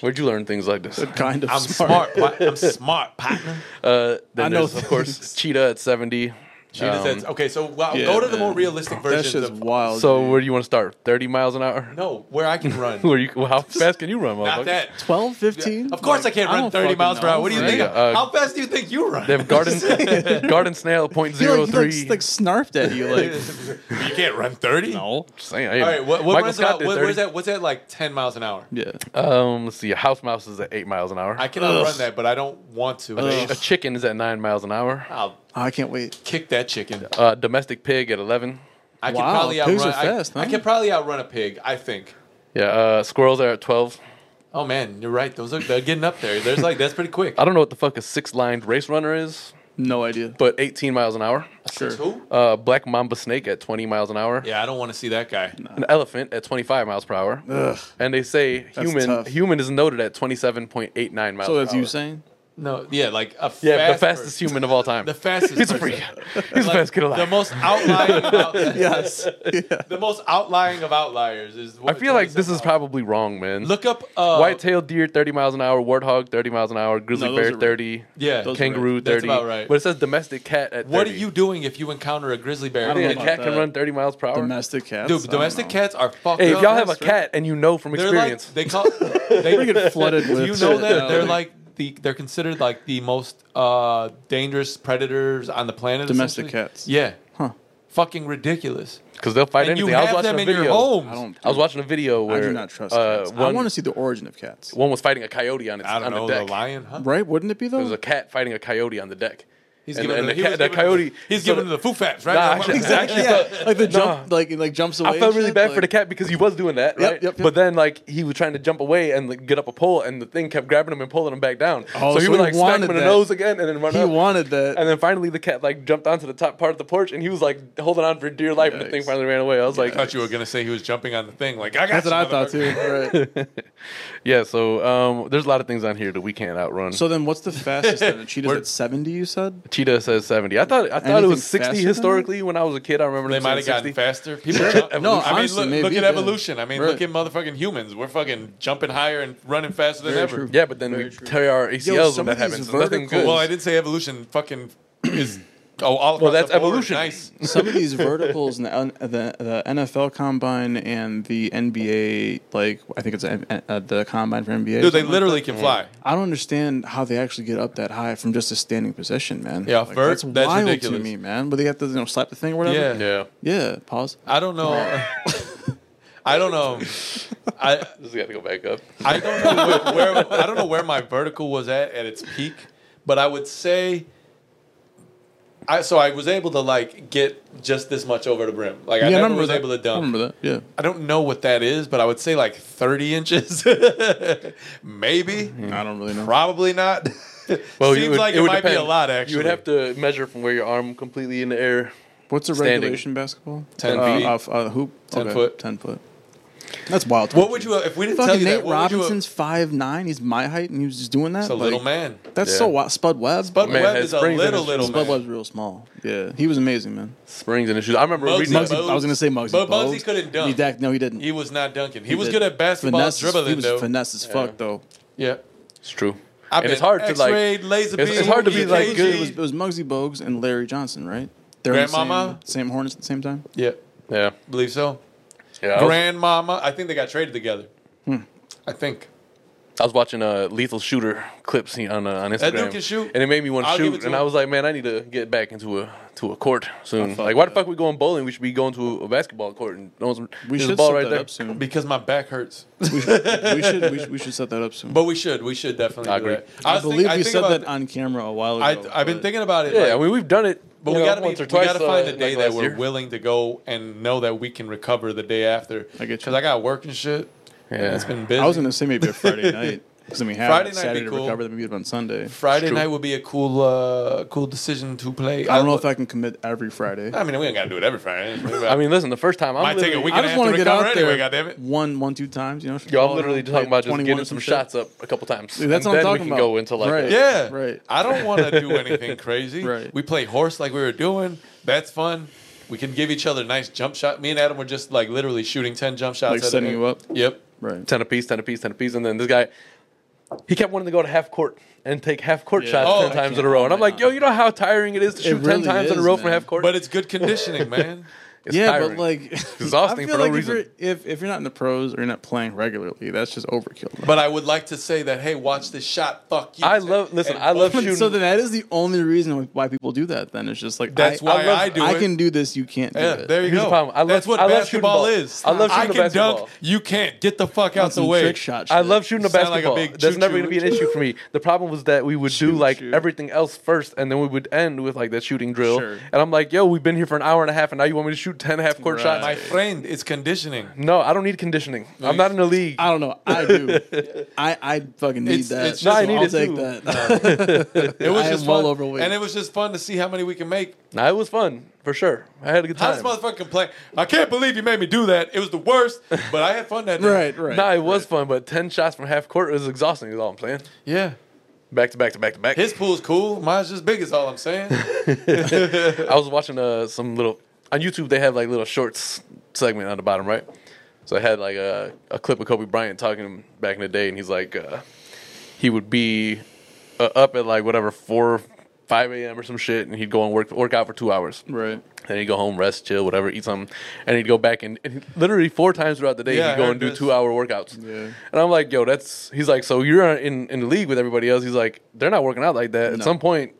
Speaker 1: Where'd you learn things like this?
Speaker 3: Kind of
Speaker 2: I'm smart. smart. I'm smart, partner.
Speaker 1: Uh, then
Speaker 3: I know
Speaker 1: there's, of course, cheetah at seventy.
Speaker 2: Gina
Speaker 1: Um,
Speaker 2: says, okay, so well,
Speaker 3: Yeah,
Speaker 2: go to the
Speaker 3: man.
Speaker 2: more realistic
Speaker 3: That's
Speaker 2: versions
Speaker 3: just
Speaker 2: of
Speaker 3: wild.
Speaker 1: So
Speaker 3: dude.
Speaker 1: where do you want to start? Thirty miles an hour?
Speaker 2: no, where I can run.
Speaker 1: Where you? well, How fast can you run, motherfucker?
Speaker 2: Not that.
Speaker 3: 12, 15?
Speaker 2: Of course, I can't run 30 miles per hour. What do you
Speaker 1: right?
Speaker 2: think?
Speaker 1: Yeah, uh,
Speaker 2: How fast do you think you run?
Speaker 1: They have garden garden snail point
Speaker 3: He,
Speaker 1: zero
Speaker 3: like, he like,
Speaker 1: three.
Speaker 3: s- like snarfed at you like
Speaker 2: you can't run 30. All
Speaker 1: Saying,
Speaker 2: right, what, what
Speaker 1: Michael
Speaker 2: runs
Speaker 1: Scott
Speaker 2: about,
Speaker 1: did
Speaker 2: what, where's
Speaker 1: 30.
Speaker 2: that? What's that like 10 miles an hour?
Speaker 3: yeah
Speaker 1: Um, let's see. A house mouse is at eight miles an hour.
Speaker 2: I can outrun
Speaker 3: Ugh.
Speaker 2: that, but I don't want to.
Speaker 1: a chicken is at nine miles an hour.
Speaker 2: I'll
Speaker 3: I can't wait
Speaker 2: kick that chicken.
Speaker 1: Uh, domestic pig at eleven.
Speaker 2: I can
Speaker 3: Wow,
Speaker 2: probably outrun.
Speaker 3: pigs are
Speaker 2: I-
Speaker 3: fast,
Speaker 2: I,
Speaker 3: huh?
Speaker 2: can probably outrun a pig. I think.
Speaker 1: Yeah. Uh, squirrels are at twelve.
Speaker 2: Oh man, you're right. Those are they're getting up there. There's like that's pretty quick.
Speaker 1: I don't know what the fuck a six lined race runner is,
Speaker 3: no idea
Speaker 1: but eighteen miles an hour.
Speaker 3: sure
Speaker 2: Who?
Speaker 1: Uh, black mamba snake at twenty miles an hour.
Speaker 2: Yeah, I don't want to see that guy.
Speaker 1: An elephant at twenty five miles per hour.
Speaker 3: Ugh.
Speaker 1: And they say human
Speaker 3: tough.
Speaker 1: human is noted at twenty seven point eight nine miles.
Speaker 3: so that's
Speaker 1: per
Speaker 3: you
Speaker 1: hour.
Speaker 3: saying
Speaker 2: No, yeah, like a
Speaker 1: Yeah, the
Speaker 2: fast
Speaker 1: fastest
Speaker 2: person.
Speaker 1: human of all time.
Speaker 2: The fastest.
Speaker 1: He's a
Speaker 2: person.
Speaker 1: freak. He's the
Speaker 2: Like,
Speaker 1: best kid alive.
Speaker 2: The most outlying. of outliers.
Speaker 3: yes
Speaker 2: The most outlying of outliers is.
Speaker 1: I feel like this is probably wrong, man.
Speaker 2: Look up uh,
Speaker 1: White-tailed deer, 30 miles an hour. Warthog, 30 miles an hour. Grizzly
Speaker 3: No, those
Speaker 1: bear,
Speaker 3: are right.
Speaker 1: 30.
Speaker 2: Yeah. Those are
Speaker 1: Kangaroo,
Speaker 2: right.
Speaker 1: 30.
Speaker 2: That's about right.
Speaker 1: But it says domestic cat at 30.
Speaker 2: What are you doing if you encounter a grizzly bear?
Speaker 3: I don't know
Speaker 1: A
Speaker 3: about
Speaker 1: cat can
Speaker 3: that?
Speaker 1: run 30 miles per hour?
Speaker 3: domestic cats I
Speaker 2: Dude,
Speaker 3: don't
Speaker 2: domestic
Speaker 3: know.
Speaker 2: cats are fucked
Speaker 1: hey,
Speaker 2: up.
Speaker 1: if y'all have a
Speaker 2: They're
Speaker 1: cat and you know from experience.
Speaker 2: Like, they call. They,
Speaker 3: They get flooded
Speaker 2: do
Speaker 3: with
Speaker 2: you know
Speaker 3: shit,
Speaker 2: that
Speaker 3: uh,
Speaker 2: they're like the? They're considered like the most uh, dangerous predators on the planet.
Speaker 3: Domestic
Speaker 2: essentially?
Speaker 3: cats.
Speaker 2: Yeah.
Speaker 3: Huh.
Speaker 2: Fucking ridiculous.
Speaker 1: Because they'll fight
Speaker 2: And you
Speaker 1: anything. I was
Speaker 2: have
Speaker 1: watching
Speaker 2: them
Speaker 1: a
Speaker 2: in your
Speaker 1: video.
Speaker 2: homes.
Speaker 3: I don't
Speaker 1: I was watching a video
Speaker 3: I
Speaker 1: where
Speaker 3: do not trust
Speaker 1: uh,
Speaker 3: cats I
Speaker 1: one,
Speaker 3: want to see the origin of cats
Speaker 1: one was fighting a coyote on, its,
Speaker 2: I don't
Speaker 1: on
Speaker 2: know
Speaker 1: the
Speaker 2: the
Speaker 1: deck.
Speaker 2: lion. Huh?
Speaker 3: right wouldn't it be
Speaker 1: There was
Speaker 3: though
Speaker 1: a cat fighting a coyote on the deck.
Speaker 2: He's
Speaker 1: And-
Speaker 2: giving
Speaker 1: and
Speaker 2: the,
Speaker 1: the
Speaker 2: he
Speaker 1: cat-
Speaker 2: was
Speaker 1: the
Speaker 2: giving them-
Speaker 1: coyote-
Speaker 2: He's
Speaker 1: so
Speaker 2: giving
Speaker 1: the-
Speaker 2: them the foo faps, right?
Speaker 1: Nah, actually- actually felt-
Speaker 3: like the jump
Speaker 1: Nah.
Speaker 3: like it like jumps away
Speaker 1: I felt
Speaker 3: and
Speaker 1: really
Speaker 3: shit,
Speaker 1: bad for
Speaker 3: like-
Speaker 1: the cat because he was doing that,
Speaker 3: Yep,
Speaker 1: right?
Speaker 3: yep, yep.
Speaker 1: But then, like, he was trying to jump away and like, get up a pole, and the thing kept grabbing him and pulling him back down.
Speaker 3: Oh,
Speaker 1: so he
Speaker 3: so
Speaker 1: would
Speaker 3: he
Speaker 1: like smack him
Speaker 3: wanted
Speaker 1: in the
Speaker 3: that.
Speaker 1: nose again, and then run
Speaker 3: he
Speaker 1: up.
Speaker 3: wanted that
Speaker 1: and then finally, the cat like jumped onto the top part of the porch, and he was like holding on for dear life, and the thing
Speaker 3: Yikes.
Speaker 1: finally ran away. I was
Speaker 2: I
Speaker 1: like,
Speaker 2: thought you were gonna say he was jumping on the thing. Like I got
Speaker 3: that's
Speaker 2: you,
Speaker 3: what I thought
Speaker 2: motherfucker.
Speaker 3: too right
Speaker 1: yeah. So um, there's a lot of things on here that we can't outrun.
Speaker 3: so then what's the fastest then a cheetah's
Speaker 2: We're-
Speaker 3: at 70 you said
Speaker 1: Cheetah says 70. I thought I thought it
Speaker 3: Anything
Speaker 1: was 60
Speaker 3: faster than
Speaker 1: historically when I was a kid. I remember
Speaker 2: They
Speaker 1: them
Speaker 2: might have
Speaker 1: saying 60.
Speaker 2: gotten faster. People jump.
Speaker 3: No,
Speaker 2: I mean,
Speaker 3: honestly,
Speaker 2: look,
Speaker 3: maybe,
Speaker 2: look at
Speaker 3: yeah.
Speaker 2: evolution. I mean,
Speaker 3: Right.
Speaker 2: look at motherfucking humans. We're fucking jumping higher and running faster than
Speaker 3: Very
Speaker 2: ever.
Speaker 3: true.
Speaker 1: Yeah, but then we tear our ACLs
Speaker 3: some
Speaker 1: when that
Speaker 3: of these
Speaker 1: happens. So nothing
Speaker 3: verticals-
Speaker 1: good.
Speaker 2: Well, I did say evolution fucking is Oh, all
Speaker 1: Well,
Speaker 2: across
Speaker 1: that's
Speaker 2: the board.
Speaker 1: evolution.
Speaker 2: Nice.
Speaker 3: Some of these verticals in the, N- the the NFL Combine and the NBA, like I think it's uh, uh, the Combine for NBA. or
Speaker 2: Dude, they
Speaker 3: something like
Speaker 2: literally can fly.
Speaker 3: I don't understand how they actually get up that high from just a standing position, man.
Speaker 2: Yeah, vert,
Speaker 3: that's
Speaker 2: that's
Speaker 3: wild
Speaker 2: ridiculous.
Speaker 3: to me, man. But they have to you know slap the thing or whatever.
Speaker 2: Yeah.
Speaker 1: Yeah.
Speaker 3: yeah. Pause.
Speaker 2: I don't know. I don't know. I
Speaker 1: Just got to go back up.
Speaker 2: I don't know where, where I don't know where my vertical was at at its peak, but I would say I so I was able to like get just this much over the brim. Like I
Speaker 3: yeah,
Speaker 2: never was
Speaker 3: that. Hmm.
Speaker 2: able to
Speaker 3: I
Speaker 2: dunk.
Speaker 3: remember that. Yeah.
Speaker 2: I don't know what that is, but I would say like 30 inches. Maybe.
Speaker 3: I don't really know.
Speaker 2: Probably not.
Speaker 1: Well,
Speaker 2: Seems
Speaker 1: you would,
Speaker 2: like it,
Speaker 1: would
Speaker 2: might be a
Speaker 1: depend.
Speaker 2: lot, actually.
Speaker 1: You would have to measure from where your arm completely in the air.
Speaker 3: What's the
Speaker 1: Standing.
Speaker 3: regulation basketball?
Speaker 2: 10
Speaker 3: uh,
Speaker 2: feet.
Speaker 3: off- uh, hoop.
Speaker 2: 10
Speaker 3: Okay,
Speaker 2: foot.
Speaker 3: Ten foot. That's wild. to
Speaker 2: What
Speaker 3: me.
Speaker 2: would you, if we didn't tell
Speaker 3: Fucking
Speaker 2: you
Speaker 3: Nate
Speaker 2: that, what would you- uh,
Speaker 3: Robinson's five nine. He's my height, and he was just doing that.
Speaker 2: It's a
Speaker 3: like,
Speaker 2: little man.
Speaker 3: That's
Speaker 1: Yeah.
Speaker 3: so wild. Spud Webb.
Speaker 2: Bud
Speaker 1: Man
Speaker 2: Webb
Speaker 1: has
Speaker 2: is a
Speaker 1: springs in
Speaker 2: little,
Speaker 1: his
Speaker 2: little
Speaker 3: Spud
Speaker 2: man.
Speaker 3: Webb's real small. Yeah, he was amazing, man.
Speaker 1: Springs in his shoes. I remember
Speaker 2: Muggsy
Speaker 1: reading.
Speaker 2: Bogues.
Speaker 3: Muggsy, I was gonna say Muggsy.
Speaker 2: But Muggsy
Speaker 3: Bogues.
Speaker 2: couldn't dunk.
Speaker 3: He dac- no, he didn't.
Speaker 2: He was not dunking. He, was
Speaker 3: did.
Speaker 2: good at basketball
Speaker 3: Finesse- He
Speaker 2: dribbling,
Speaker 3: was
Speaker 2: though.
Speaker 3: finesse as fuck, though.
Speaker 2: Yeah.
Speaker 1: It's true.
Speaker 2: I've
Speaker 1: and
Speaker 2: been
Speaker 1: it's hard to like.
Speaker 2: X-rayed, laser
Speaker 1: it's- it's
Speaker 2: beam,
Speaker 1: hard to be, like,
Speaker 2: EKG.
Speaker 1: good.
Speaker 3: It was, it was Muggsy Bogues and Larry Johnson, right? They're in the
Speaker 2: Grandmama?
Speaker 3: same, same Hornets at the same time.
Speaker 2: yeah,
Speaker 1: Yeah.
Speaker 2: believe so.
Speaker 1: Yeah. I was,
Speaker 2: Grandmama, I think they got traded together.
Speaker 3: Hmm.
Speaker 2: I think.
Speaker 1: I was watching uh, Lethal Shooter clips he- on uh, on Instagram.
Speaker 2: That dude can shoot.
Speaker 1: And it made me want
Speaker 2: I'll
Speaker 1: to
Speaker 2: give it
Speaker 1: shoot.
Speaker 2: to
Speaker 1: and
Speaker 2: him.
Speaker 1: I was like, man, I need to get back into a to a court soon. Like, why the fuck we going bowling? We should be going to a, a basketball court and throwing some.
Speaker 3: We
Speaker 1: there's a
Speaker 3: should
Speaker 1: ball
Speaker 3: set
Speaker 1: right
Speaker 3: that
Speaker 1: there.
Speaker 3: up soon.
Speaker 2: Because my back hurts.
Speaker 3: we, should, we should we should we should set that up soon.
Speaker 2: But we should. We should definitely
Speaker 1: I
Speaker 2: do
Speaker 1: agree.
Speaker 2: that.
Speaker 3: I,
Speaker 2: was think-
Speaker 3: believe
Speaker 2: I
Speaker 3: we
Speaker 2: think
Speaker 3: said
Speaker 2: about-
Speaker 3: that on camera a while ago.
Speaker 2: I, I've been
Speaker 3: but-
Speaker 2: thinking about it.
Speaker 1: Yeah.
Speaker 2: like,
Speaker 1: I mean, we've done it.
Speaker 2: But
Speaker 1: you
Speaker 2: we
Speaker 1: know,
Speaker 2: gotta be,
Speaker 1: once or
Speaker 2: we
Speaker 1: twice,
Speaker 2: gotta
Speaker 1: uh,
Speaker 2: find a
Speaker 1: like
Speaker 2: day
Speaker 1: last
Speaker 2: that we're
Speaker 1: year.
Speaker 2: willing to go and know that we can recover the day after.
Speaker 3: I get you.
Speaker 2: Because I got work and shit.
Speaker 1: Yeah.
Speaker 2: it's been busy.
Speaker 3: I was gonna say maybe a Friday night because I mean, have
Speaker 2: Friday
Speaker 3: Friday
Speaker 2: night
Speaker 3: Saturday
Speaker 2: be
Speaker 3: to
Speaker 2: cool.
Speaker 3: recover, then we get on Sunday.
Speaker 2: Friday
Speaker 1: It's true.
Speaker 2: night would be a cool, uh, cool decision to play.
Speaker 3: I don't know if I can commit every Friday.
Speaker 2: I mean, we ain't gotta do it every Friday.
Speaker 1: I mean, listen, the first time I'm
Speaker 2: Might take a
Speaker 1: literally-
Speaker 2: week.
Speaker 3: I
Speaker 2: gonna
Speaker 3: just
Speaker 2: have
Speaker 3: want
Speaker 2: to
Speaker 3: to get
Speaker 2: recover
Speaker 3: out
Speaker 2: anyway,
Speaker 3: there
Speaker 2: goddammit.
Speaker 3: one, one, two times. You know,
Speaker 1: Yo, I'm
Speaker 3: Ball
Speaker 1: literally
Speaker 3: around,
Speaker 1: talking
Speaker 3: Oh, like
Speaker 1: about just
Speaker 3: 21
Speaker 1: getting
Speaker 3: and
Speaker 1: some
Speaker 3: shit.
Speaker 1: shots up a couple times.
Speaker 3: Dude, that's
Speaker 1: And
Speaker 3: what I'm
Speaker 1: then we
Speaker 3: talking
Speaker 1: can go
Speaker 3: about.
Speaker 1: into like
Speaker 3: Right.
Speaker 1: a-
Speaker 2: Yeah.
Speaker 3: Right.
Speaker 2: I don't want to do anything crazy.
Speaker 3: Right.
Speaker 2: We play horse like we were doing. That's fun. We can give each other nice jump shot. Me and Adam were just like literally shooting 10 jump shots.
Speaker 3: Like
Speaker 2: at a
Speaker 3: setting
Speaker 2: minute.
Speaker 3: you up?
Speaker 2: Yep.
Speaker 3: Right.
Speaker 1: 10 apiece, 10 apiece, 10 apiece. And then this guy, he kept wanting to go to half court and take half court
Speaker 3: Yeah.
Speaker 1: shots
Speaker 2: Oh,
Speaker 1: 10
Speaker 2: I
Speaker 1: times
Speaker 3: can't.
Speaker 1: in a row. And
Speaker 3: Oh
Speaker 1: I'm
Speaker 3: my
Speaker 1: like, yo, you know how tiring it is to shoot 10
Speaker 3: really
Speaker 1: times in a
Speaker 3: is,
Speaker 1: row from
Speaker 3: man.
Speaker 1: half court?
Speaker 2: But it's good conditioning, man.
Speaker 1: It's
Speaker 3: yeah,
Speaker 1: tiring.
Speaker 3: but like
Speaker 1: exhausting
Speaker 3: I
Speaker 1: for
Speaker 3: feel
Speaker 1: no
Speaker 3: like if
Speaker 1: reason.
Speaker 3: you're- If if you're not in the pros or you're not playing regularly, that's just overkill. man.
Speaker 2: But I would like to say that, hey, watch this shot. Fuck you.
Speaker 1: I love- listen,
Speaker 2: And
Speaker 1: I love shooting.
Speaker 3: so then that is the only reason why people do that. Then it's just like
Speaker 2: That's
Speaker 3: I,
Speaker 2: why I,
Speaker 1: love-
Speaker 2: do
Speaker 3: I
Speaker 2: it.
Speaker 3: can do this. You can't. Do
Speaker 2: Yeah,
Speaker 3: it.
Speaker 2: there you
Speaker 1: Here's
Speaker 2: go.
Speaker 1: the problem. I love-
Speaker 2: That's what
Speaker 1: I love shooting
Speaker 2: basketball
Speaker 1: ball.
Speaker 2: is.
Speaker 1: I love
Speaker 2: I
Speaker 1: shooting
Speaker 2: can
Speaker 1: basketball.
Speaker 2: dunk. You can't. Get the fuck out the
Speaker 3: Some
Speaker 2: way.
Speaker 3: trick shot.
Speaker 1: I
Speaker 3: shit.
Speaker 1: love shooting the
Speaker 2: Sound like a
Speaker 1: basketball.
Speaker 2: big
Speaker 1: That's never
Speaker 2: choo-choo.
Speaker 1: going to be an issue for me. The problem was that we would do like
Speaker 3: Choo-choo.
Speaker 1: everything else first, and then we would end with like that shooting drill.
Speaker 3: Sure.
Speaker 1: And I'm like, yo, we've been here for an hour and a half, and now you want me to shoot 10 half court
Speaker 3: Right.
Speaker 1: shots?
Speaker 2: My friend, it's conditioning.
Speaker 1: no, I don't need conditioning. I'm not in the league.
Speaker 3: I don't know. I do. I I fucking need
Speaker 2: It's-
Speaker 3: that.
Speaker 2: it's No, just- I
Speaker 1: need
Speaker 3: will
Speaker 1: it
Speaker 3: take
Speaker 1: too.
Speaker 3: that.
Speaker 2: It was
Speaker 3: I am
Speaker 2: just
Speaker 3: well
Speaker 2: fun.
Speaker 3: overweight.
Speaker 2: And it was just fun to see how many we can make.
Speaker 1: Nah, it was fun, for sure. I had a good
Speaker 2: How
Speaker 1: time.
Speaker 2: does motherfucker complain? I can't believe you made me do that. It was the worst, but I had fun that day.
Speaker 3: right. Right.
Speaker 1: No, it was fun, but ten shots from half court was exhausting. Is all I'm saying.
Speaker 2: Yeah.
Speaker 1: Back to back to back to back.
Speaker 2: His pool's cool. Mine's just big. Is all I'm saying.
Speaker 1: I was watching uh, some little on YouTube. They have like little shorts segment on the bottom right. So I had like a, a clip of Kobe Bryant talking back in the day, and he's like, uh, he would be uh, up at like whatever four, five a.m. or some shit, and he'd go and work work out for two hours.
Speaker 3: Right.
Speaker 1: Then he'd go home, rest, chill, whatever, eat something, and he'd go back and, and he- literally four times throughout the day
Speaker 2: Yeah, I
Speaker 1: he'd go
Speaker 2: heard
Speaker 1: and do
Speaker 2: this.
Speaker 1: two hour workouts.
Speaker 3: Yeah.
Speaker 1: And I'm like, yo, that's he's like, so you're in in the league with everybody else. He's like, they're not working out like that. At
Speaker 3: No.
Speaker 1: some point,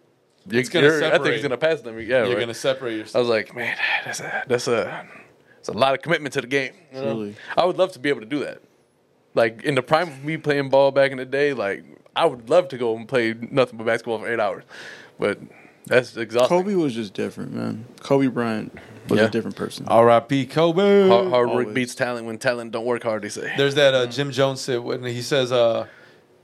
Speaker 1: you're,
Speaker 2: gonna
Speaker 1: you're- I think
Speaker 2: separate.
Speaker 1: he's gonna pass them. Yeah,
Speaker 2: You're
Speaker 1: right.
Speaker 2: gonna separate
Speaker 1: I
Speaker 2: yourself.
Speaker 1: was like, man, that's a that's a it's a lot of commitment to the game. you know?
Speaker 3: Truly.
Speaker 1: I would love to be able to do that. Like in the prime of me playing ball back in the day, like I would love to go and play nothing but basketball for eight hours, but that's exhausting.
Speaker 3: Kobe was just different, man. Kobe Bryant was
Speaker 1: Yeah.
Speaker 3: a different person.
Speaker 2: R.I.P. Kobe.
Speaker 1: Hard, hard work
Speaker 3: Always.
Speaker 1: beats talent when talent don't work hard. They say.
Speaker 2: There's that uh, Jim Jones said when he says, uh,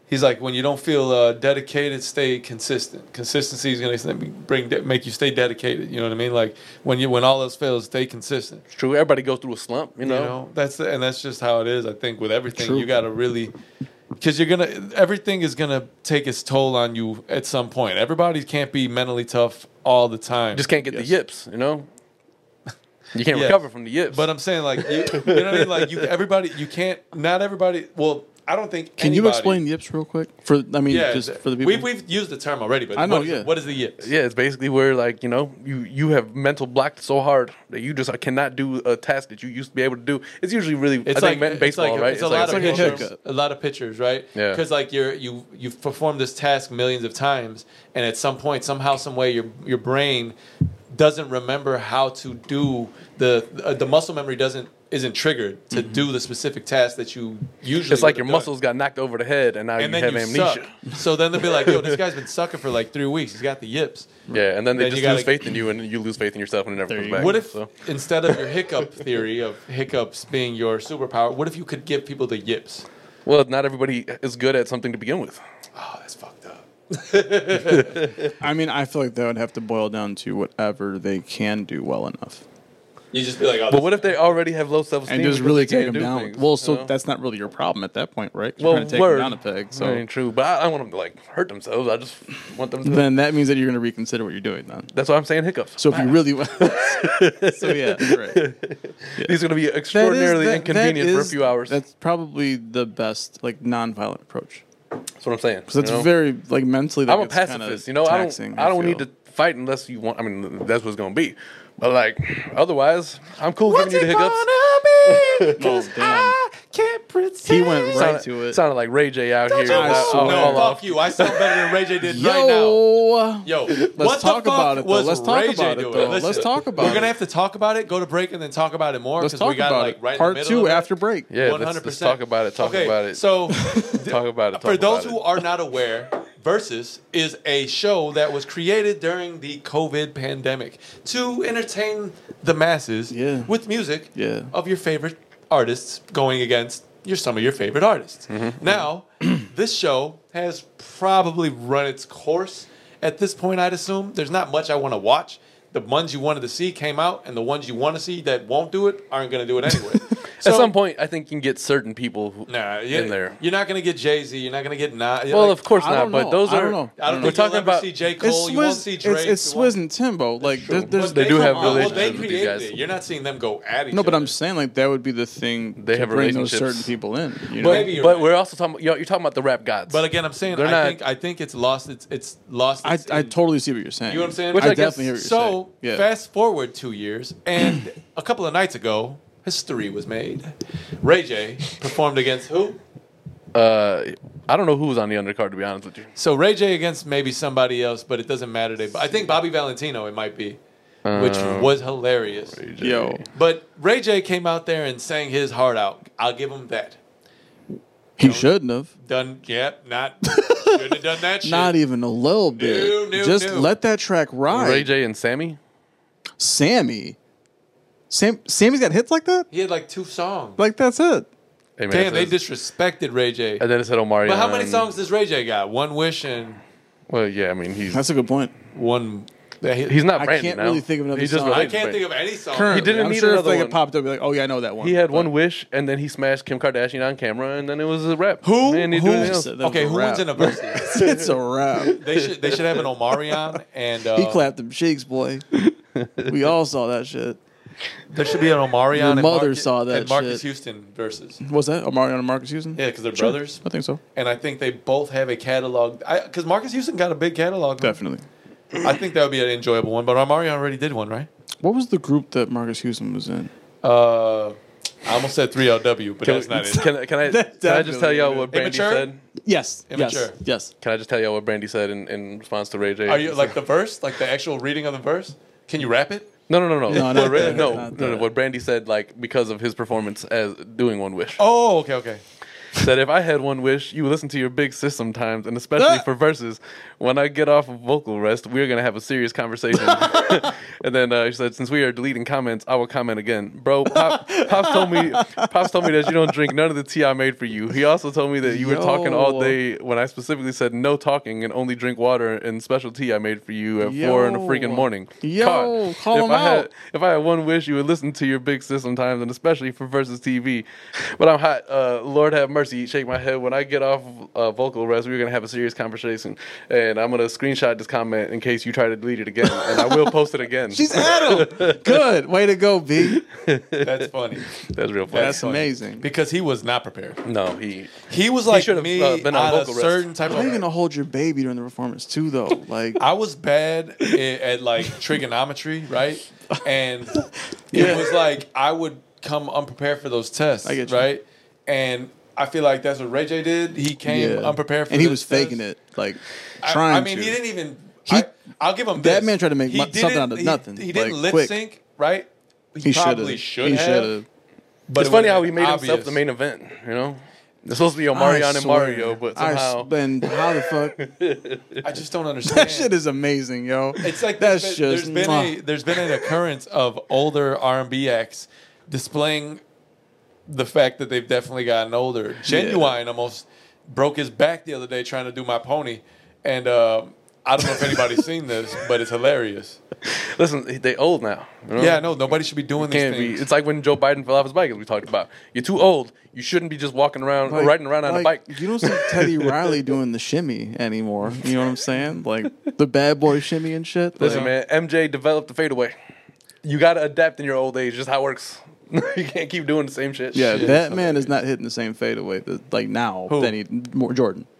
Speaker 2: he's like, when you don't feel uh, dedicated, stay consistent. Consistency is gonna bring make you stay dedicated. You know what I mean? Like when you when all else fails, stay consistent.
Speaker 1: It's true. Everybody goes through a slump, you know.
Speaker 2: You know, that's the, and that's just how it is. I think with everything,
Speaker 3: True.
Speaker 2: you got to really because you're gonna everything is gonna take its toll on you at some point. Everybody can't be mentally tough all the time.
Speaker 1: Just can't get the yips, you know. You can't
Speaker 2: Yeah.
Speaker 1: recover from the yips.
Speaker 2: But I'm saying like you, you know what I mean. Like you, everybody, you can't. Not everybody. Well, I don't think.
Speaker 3: Can you
Speaker 2: anybody-
Speaker 3: explain yips real quick? For I mean,
Speaker 2: Yeah,
Speaker 3: just
Speaker 2: th-
Speaker 3: for the people.
Speaker 2: we've, we've used the term already, but
Speaker 3: I know,
Speaker 2: What is,
Speaker 3: yeah.
Speaker 2: What is the yips?
Speaker 1: Yeah, it's basically where like you know you you have mental blocked so hard that you just cannot do a task that you used to be able to do. It's usually really I
Speaker 2: It's
Speaker 1: think
Speaker 2: like
Speaker 1: meant in baseball,
Speaker 2: it's like,
Speaker 1: right?
Speaker 2: It's, a lot
Speaker 3: it's like
Speaker 2: of
Speaker 3: a
Speaker 2: pictures,
Speaker 3: hiccup.
Speaker 2: a lot of pictures, right?
Speaker 1: Yeah.
Speaker 2: Because like you're you you've performed this task millions of times, and at some point, somehow, some way, your your brain doesn't remember how to do the uh, the muscle memory doesn't isn't triggered to do the specific task that you usually.
Speaker 1: Mm-hmm. It's like your
Speaker 2: would've done.
Speaker 1: muscles got knocked over the head, and now
Speaker 2: And
Speaker 1: you have
Speaker 2: then you
Speaker 1: amnesia.
Speaker 2: suck. So then they'll be like, "Yo, this guy's been sucking for like three weeks. He's got the yips."
Speaker 1: Yeah, and then they
Speaker 2: Then
Speaker 1: just
Speaker 2: you gotta-
Speaker 1: lose faith in you, and you lose faith in yourself, and it never comes
Speaker 3: you
Speaker 1: back.
Speaker 3: go.
Speaker 2: What if
Speaker 1: so.
Speaker 2: instead of your hiccup theory of hiccups being your superpower, what if you could give people the yips?
Speaker 1: Well, not everybody is good at something to begin with.
Speaker 2: Oh, that's fucked up.
Speaker 3: I mean, I feel like that would have to boil down to whatever they can do well enough,
Speaker 2: You just be like, oh,
Speaker 1: But what if they already have low self esteem
Speaker 3: and just really take them down. well, so that's not really your problem at that point, right? 'Cause You're
Speaker 1: Well,
Speaker 3: trying to take
Speaker 1: word.
Speaker 3: them down a peg. So
Speaker 1: ain't true. But I, I don't want them to like hurt themselves. I just want them. to...
Speaker 3: then that means that you're going to reconsider what you're doing then.
Speaker 1: That's why I'm saying hiccups.
Speaker 3: So if you really want, so yeah, right.
Speaker 1: These are going to be extraordinarily inconvenient for a few hours. That's,
Speaker 3: That's probably the best like nonviolent approach.
Speaker 1: what I'm saying.
Speaker 3: So that's
Speaker 1: you know?
Speaker 3: very like mentally. That
Speaker 1: I'm a
Speaker 3: gets kinda
Speaker 1: pacifist. You know, I
Speaker 3: taxing,
Speaker 1: don't. I don't
Speaker 3: feel.
Speaker 1: need to fight unless you want. I mean, that's what's going to be. But like, otherwise, I'm cool giving you the hiccups.
Speaker 3: Oh, damn.
Speaker 2: can't
Speaker 3: He
Speaker 2: pretend.
Speaker 3: went right
Speaker 1: Sounded,
Speaker 3: to it.
Speaker 1: sounded like Ray J out here.
Speaker 3: you
Speaker 1: without
Speaker 3: know?
Speaker 1: all-
Speaker 2: no,
Speaker 1: all
Speaker 2: fuck
Speaker 1: off.
Speaker 2: you. I sound better than Ray J did right now.
Speaker 3: Yo,
Speaker 2: Yo, let's
Speaker 3: let's talk about it. Though.
Speaker 2: Was
Speaker 3: Let's talk
Speaker 2: Ray J
Speaker 3: about it.
Speaker 2: doing?
Speaker 3: Though.
Speaker 2: Listen,
Speaker 3: Let's talk about
Speaker 2: We're
Speaker 3: it.
Speaker 2: gonna have to talk about it. Go to break and then talk about it more
Speaker 3: Let's
Speaker 2: because
Speaker 3: talk
Speaker 2: we got
Speaker 3: about
Speaker 2: like
Speaker 3: it.
Speaker 2: right in the
Speaker 3: Part
Speaker 2: middle
Speaker 3: two
Speaker 2: of it.
Speaker 3: after break.
Speaker 1: Yeah, let's-
Speaker 2: 100%.
Speaker 1: let's, talk about it. Talk
Speaker 2: okay,
Speaker 1: about it.
Speaker 2: So,
Speaker 1: talk about it. Talk
Speaker 2: for
Speaker 1: about
Speaker 2: those who
Speaker 1: it.
Speaker 2: are not aware, Versus is a show that was created during the COVID pandemic to entertain the masses
Speaker 3: Yeah.
Speaker 2: with music
Speaker 3: Yeah.
Speaker 2: of your favorite artists going against your some of your favorite artists.
Speaker 1: Mm-hmm.
Speaker 2: Now, this show has probably run its course at this point, I'd assume. There's not much I want to watch. The ones you wanted to see came out, and the ones you want to see that won't do it aren't going to do it anyway.
Speaker 1: at some point, I think you can get certain people who,
Speaker 2: Nah, you,
Speaker 1: in there.
Speaker 2: You're not gonna get Jay Z. You're not gonna get not.
Speaker 1: Well, of course
Speaker 3: I
Speaker 1: not.
Speaker 3: don't
Speaker 1: But
Speaker 3: know.
Speaker 1: those
Speaker 3: I
Speaker 1: are.
Speaker 3: don't know.
Speaker 2: I don't
Speaker 1: we're
Speaker 2: think you'll
Speaker 1: talking
Speaker 2: ever
Speaker 1: about.
Speaker 2: see J Cole.
Speaker 3: It's
Speaker 2: you won't
Speaker 3: Swizz.
Speaker 2: see
Speaker 3: It's,
Speaker 2: Drake.
Speaker 3: it's
Speaker 2: you won't-
Speaker 3: Swizz and Timbo. Like
Speaker 1: true.
Speaker 3: there, there's,
Speaker 1: They do
Speaker 2: come
Speaker 1: have
Speaker 2: on. Well, they
Speaker 1: relationships with these
Speaker 2: created
Speaker 1: guys.
Speaker 2: it. You're not seeing them go at each
Speaker 3: no, but I'm
Speaker 2: other.
Speaker 3: saying like that would be the thing.
Speaker 1: They
Speaker 3: to
Speaker 1: have
Speaker 3: bring those
Speaker 1: relationships.
Speaker 3: certain people in. You know?
Speaker 1: But,
Speaker 2: Maybe you're
Speaker 1: but
Speaker 2: right.
Speaker 1: we're also talking. You're, you're talking about the rap gods.
Speaker 2: But again, I'm saying
Speaker 1: They're
Speaker 2: I
Speaker 1: not-
Speaker 2: think I think it's lost. It's it's lost.
Speaker 3: I,
Speaker 2: Its
Speaker 3: I totally see what you're saying.
Speaker 2: You know what I'm saying?
Speaker 1: Which
Speaker 3: I,
Speaker 1: I guess-
Speaker 3: definitely hear what you're saying.
Speaker 2: so
Speaker 3: yeah.
Speaker 2: fast forward two years, and a couple of nights ago, history was made. Ray J performed against who?
Speaker 1: uh, I don't know who was on the undercard. To be honest with you,
Speaker 2: So Ray J against maybe somebody else, but it doesn't matter. They, I think Bobby Valentino it might be, which
Speaker 3: Uh,
Speaker 2: was hilarious.
Speaker 3: Yo,
Speaker 2: But Ray J came out there and sang his heart out. I'll give him that.
Speaker 3: he shouldn't have.
Speaker 2: Done. Yep. Not. Shouldn't have done that. Shit.
Speaker 3: Not even a little bit.
Speaker 2: No, no,
Speaker 3: Just
Speaker 2: no.
Speaker 3: let that track ride.
Speaker 1: Ray J and Sammy.
Speaker 3: Sammy. Sam Sammy's got hits like that?
Speaker 2: He had like two songs.
Speaker 3: Like that's it.
Speaker 1: Hey, man,
Speaker 2: Damn,
Speaker 1: it
Speaker 2: they
Speaker 1: says-
Speaker 2: disrespected Ray J.
Speaker 1: And then it said Omari.
Speaker 2: But how many
Speaker 1: and-
Speaker 2: songs does Ray J got? One wish and
Speaker 1: Well, yeah, I mean he's
Speaker 3: That's a good point.
Speaker 2: one.
Speaker 1: he's not.
Speaker 3: I
Speaker 1: Brandon
Speaker 3: can't
Speaker 1: now.
Speaker 3: really think of another
Speaker 1: He's just
Speaker 3: song.
Speaker 2: I
Speaker 1: related to
Speaker 2: can't
Speaker 1: Brandon.
Speaker 2: think of any song.
Speaker 3: Currently,
Speaker 1: didn't
Speaker 3: I'm
Speaker 1: need
Speaker 3: sure if
Speaker 1: another
Speaker 3: like
Speaker 1: one.
Speaker 3: it popped up, be like, oh yeah, I know that one.
Speaker 1: He had one
Speaker 3: But-
Speaker 1: wish, and then he smashed Kim Kardashian on camera, and then it was a rap.
Speaker 2: Who?
Speaker 1: And
Speaker 2: Who
Speaker 3: said that?
Speaker 2: Okay,
Speaker 3: was a
Speaker 2: who wins
Speaker 3: rap.
Speaker 2: in a versus?
Speaker 3: it's a wrap.
Speaker 2: they should they should have an Omarion and uh,
Speaker 3: He clapped them cheeks, boy. we all saw that shit.
Speaker 2: There should be an Omarion.
Speaker 3: Your
Speaker 2: and
Speaker 3: mother
Speaker 2: Marcus-
Speaker 3: saw that
Speaker 2: And Marcus
Speaker 3: shit.
Speaker 2: Houston versus.
Speaker 3: Was that Omarion and Marcus Houston?
Speaker 2: Yeah, because they're
Speaker 3: Sure.
Speaker 2: brothers,
Speaker 3: I think so.
Speaker 2: and I think they both have a catalog. Because Marcus Houston got a big catalog.
Speaker 3: Definitely.
Speaker 2: I think that would be an enjoyable one. But Omarion already did one, right?
Speaker 3: What was the group that Marcus Houston was in?
Speaker 2: Uh, I almost said three LW, but
Speaker 1: Can,
Speaker 2: that's not it.
Speaker 1: can, I- can I?
Speaker 3: That
Speaker 1: Can I just tell
Speaker 3: definitely
Speaker 1: y'all
Speaker 3: would.
Speaker 1: what Brandy
Speaker 2: Immature?
Speaker 1: said?
Speaker 3: Yes.
Speaker 2: Immature.
Speaker 3: Yes.
Speaker 1: Can I just tell y'all what Brandy said in, in response to Ray J?
Speaker 2: Are you like the verse, like the actual reading of the verse? Can you rap it?
Speaker 1: No, no, no, no.
Speaker 3: No,
Speaker 1: What
Speaker 3: not
Speaker 1: Ra-
Speaker 3: that.
Speaker 1: no,
Speaker 3: Not
Speaker 1: no, no.
Speaker 3: that.
Speaker 1: What Brandy said, like because of his performance as doing One Wish,
Speaker 2: Oh, okay, okay.
Speaker 1: said if I had one wish, you would listen to your big sis sometimes, and especially
Speaker 3: Ah.
Speaker 1: for verses. When I get off of vocal rest, we're gonna have a serious conversation. and then uh, she said, since we are deleting comments, I will comment again, bro. Pop, Pops told me, Pops told me that you don't drink none of the tea I made for you. He also told me that you were talking all
Speaker 3: Yo.
Speaker 1: day when I specifically said no talking and only drink water and special tea I made for you at four in the freaking
Speaker 3: Yo.
Speaker 1: morning.
Speaker 3: Yo,
Speaker 1: Caught.
Speaker 3: call
Speaker 1: if
Speaker 3: him
Speaker 1: I had-
Speaker 3: out.
Speaker 1: if I had one wish, you would listen to your big sis sometimes, and especially for versus TV. But I'm hot. Uh, Lord have mercy. seriously shake my head when I get off uh, vocal rest. We're gonna have a serious conversation, and I'm gonna screenshot this comment in case you try to delete it again, and I will post it again.
Speaker 3: She's at him. Good. Way to go, B.
Speaker 2: That's funny.
Speaker 1: That's real funny.
Speaker 3: That's amazing.
Speaker 2: Because he was not prepared.
Speaker 1: no, he.
Speaker 2: He was like
Speaker 1: should have,
Speaker 2: me
Speaker 1: uh, been on
Speaker 2: on a
Speaker 1: vocal rest.
Speaker 2: certain type
Speaker 3: How are you
Speaker 2: of.
Speaker 3: gonna hold your baby during the performance too, though? Like,
Speaker 2: I was bad at, at like trigonometry, right? And
Speaker 3: Yeah.
Speaker 2: it was like I would come unprepared for those tests,
Speaker 3: I get you.
Speaker 2: right? And I feel like that's what Ray J did. He came
Speaker 3: yeah.
Speaker 2: unprepared for
Speaker 3: and he
Speaker 2: this
Speaker 3: was faking
Speaker 2: test.
Speaker 3: it, like
Speaker 2: I-
Speaker 3: trying.
Speaker 2: I, mean,
Speaker 3: to.
Speaker 2: he didn't even.
Speaker 3: He-
Speaker 2: I, I'll give him
Speaker 3: that
Speaker 2: this.
Speaker 3: man tried to make
Speaker 2: He
Speaker 3: mu- something
Speaker 2: didn't-
Speaker 3: out of
Speaker 2: he-
Speaker 3: nothing,
Speaker 2: He didn't
Speaker 3: like,
Speaker 2: lip
Speaker 3: quick.
Speaker 2: sync, right?
Speaker 3: He shoulda.
Speaker 2: probably should
Speaker 3: He
Speaker 2: have.
Speaker 3: shoulda.
Speaker 2: But
Speaker 1: it's
Speaker 2: it
Speaker 1: funny
Speaker 2: would've
Speaker 1: how he
Speaker 2: been
Speaker 1: made himself
Speaker 2: obvious.
Speaker 1: the main event. You know, it's supposed to be
Speaker 3: I
Speaker 1: Omarion and
Speaker 3: swear.
Speaker 1: Mario, but
Speaker 3: I s-
Speaker 1: somehow
Speaker 3: then how the fuck?
Speaker 2: I just don't understand.
Speaker 3: That shit is amazing, yo.
Speaker 2: It's like
Speaker 3: that's
Speaker 2: there's
Speaker 3: just
Speaker 2: been, there's been a
Speaker 3: mwah.
Speaker 2: there's been an occurrence of older R and B acts displaying the fact that they've definitely gotten older. Genuine almost broke his back the other day trying to do my pony, and um, I don't know if anybody's seen this, but it's hilarious.
Speaker 1: listen, they old now. You know?
Speaker 2: Yeah, no, nobody should be doing these
Speaker 1: Can't be.
Speaker 2: things.
Speaker 1: It's like when Joe Biden fell off his bike, as we talked about. You're too old. You shouldn't be just walking around,
Speaker 3: Like-
Speaker 1: riding around on a bike.
Speaker 3: like, You don't see Teddy Riley doing the shimmy anymore. You know what I'm saying? Like the bad boy shimmy and shit.
Speaker 1: Listen,
Speaker 2: uh,
Speaker 3: like,
Speaker 1: man, MJ developed the fadeaway. You got to adapt in your old age. Just how it works. you can't keep doing the same shit.
Speaker 3: Yeah,
Speaker 2: Shit.
Speaker 3: that man is not hitting the same fadeaway that like now
Speaker 2: Who?
Speaker 3: than he more Jordan.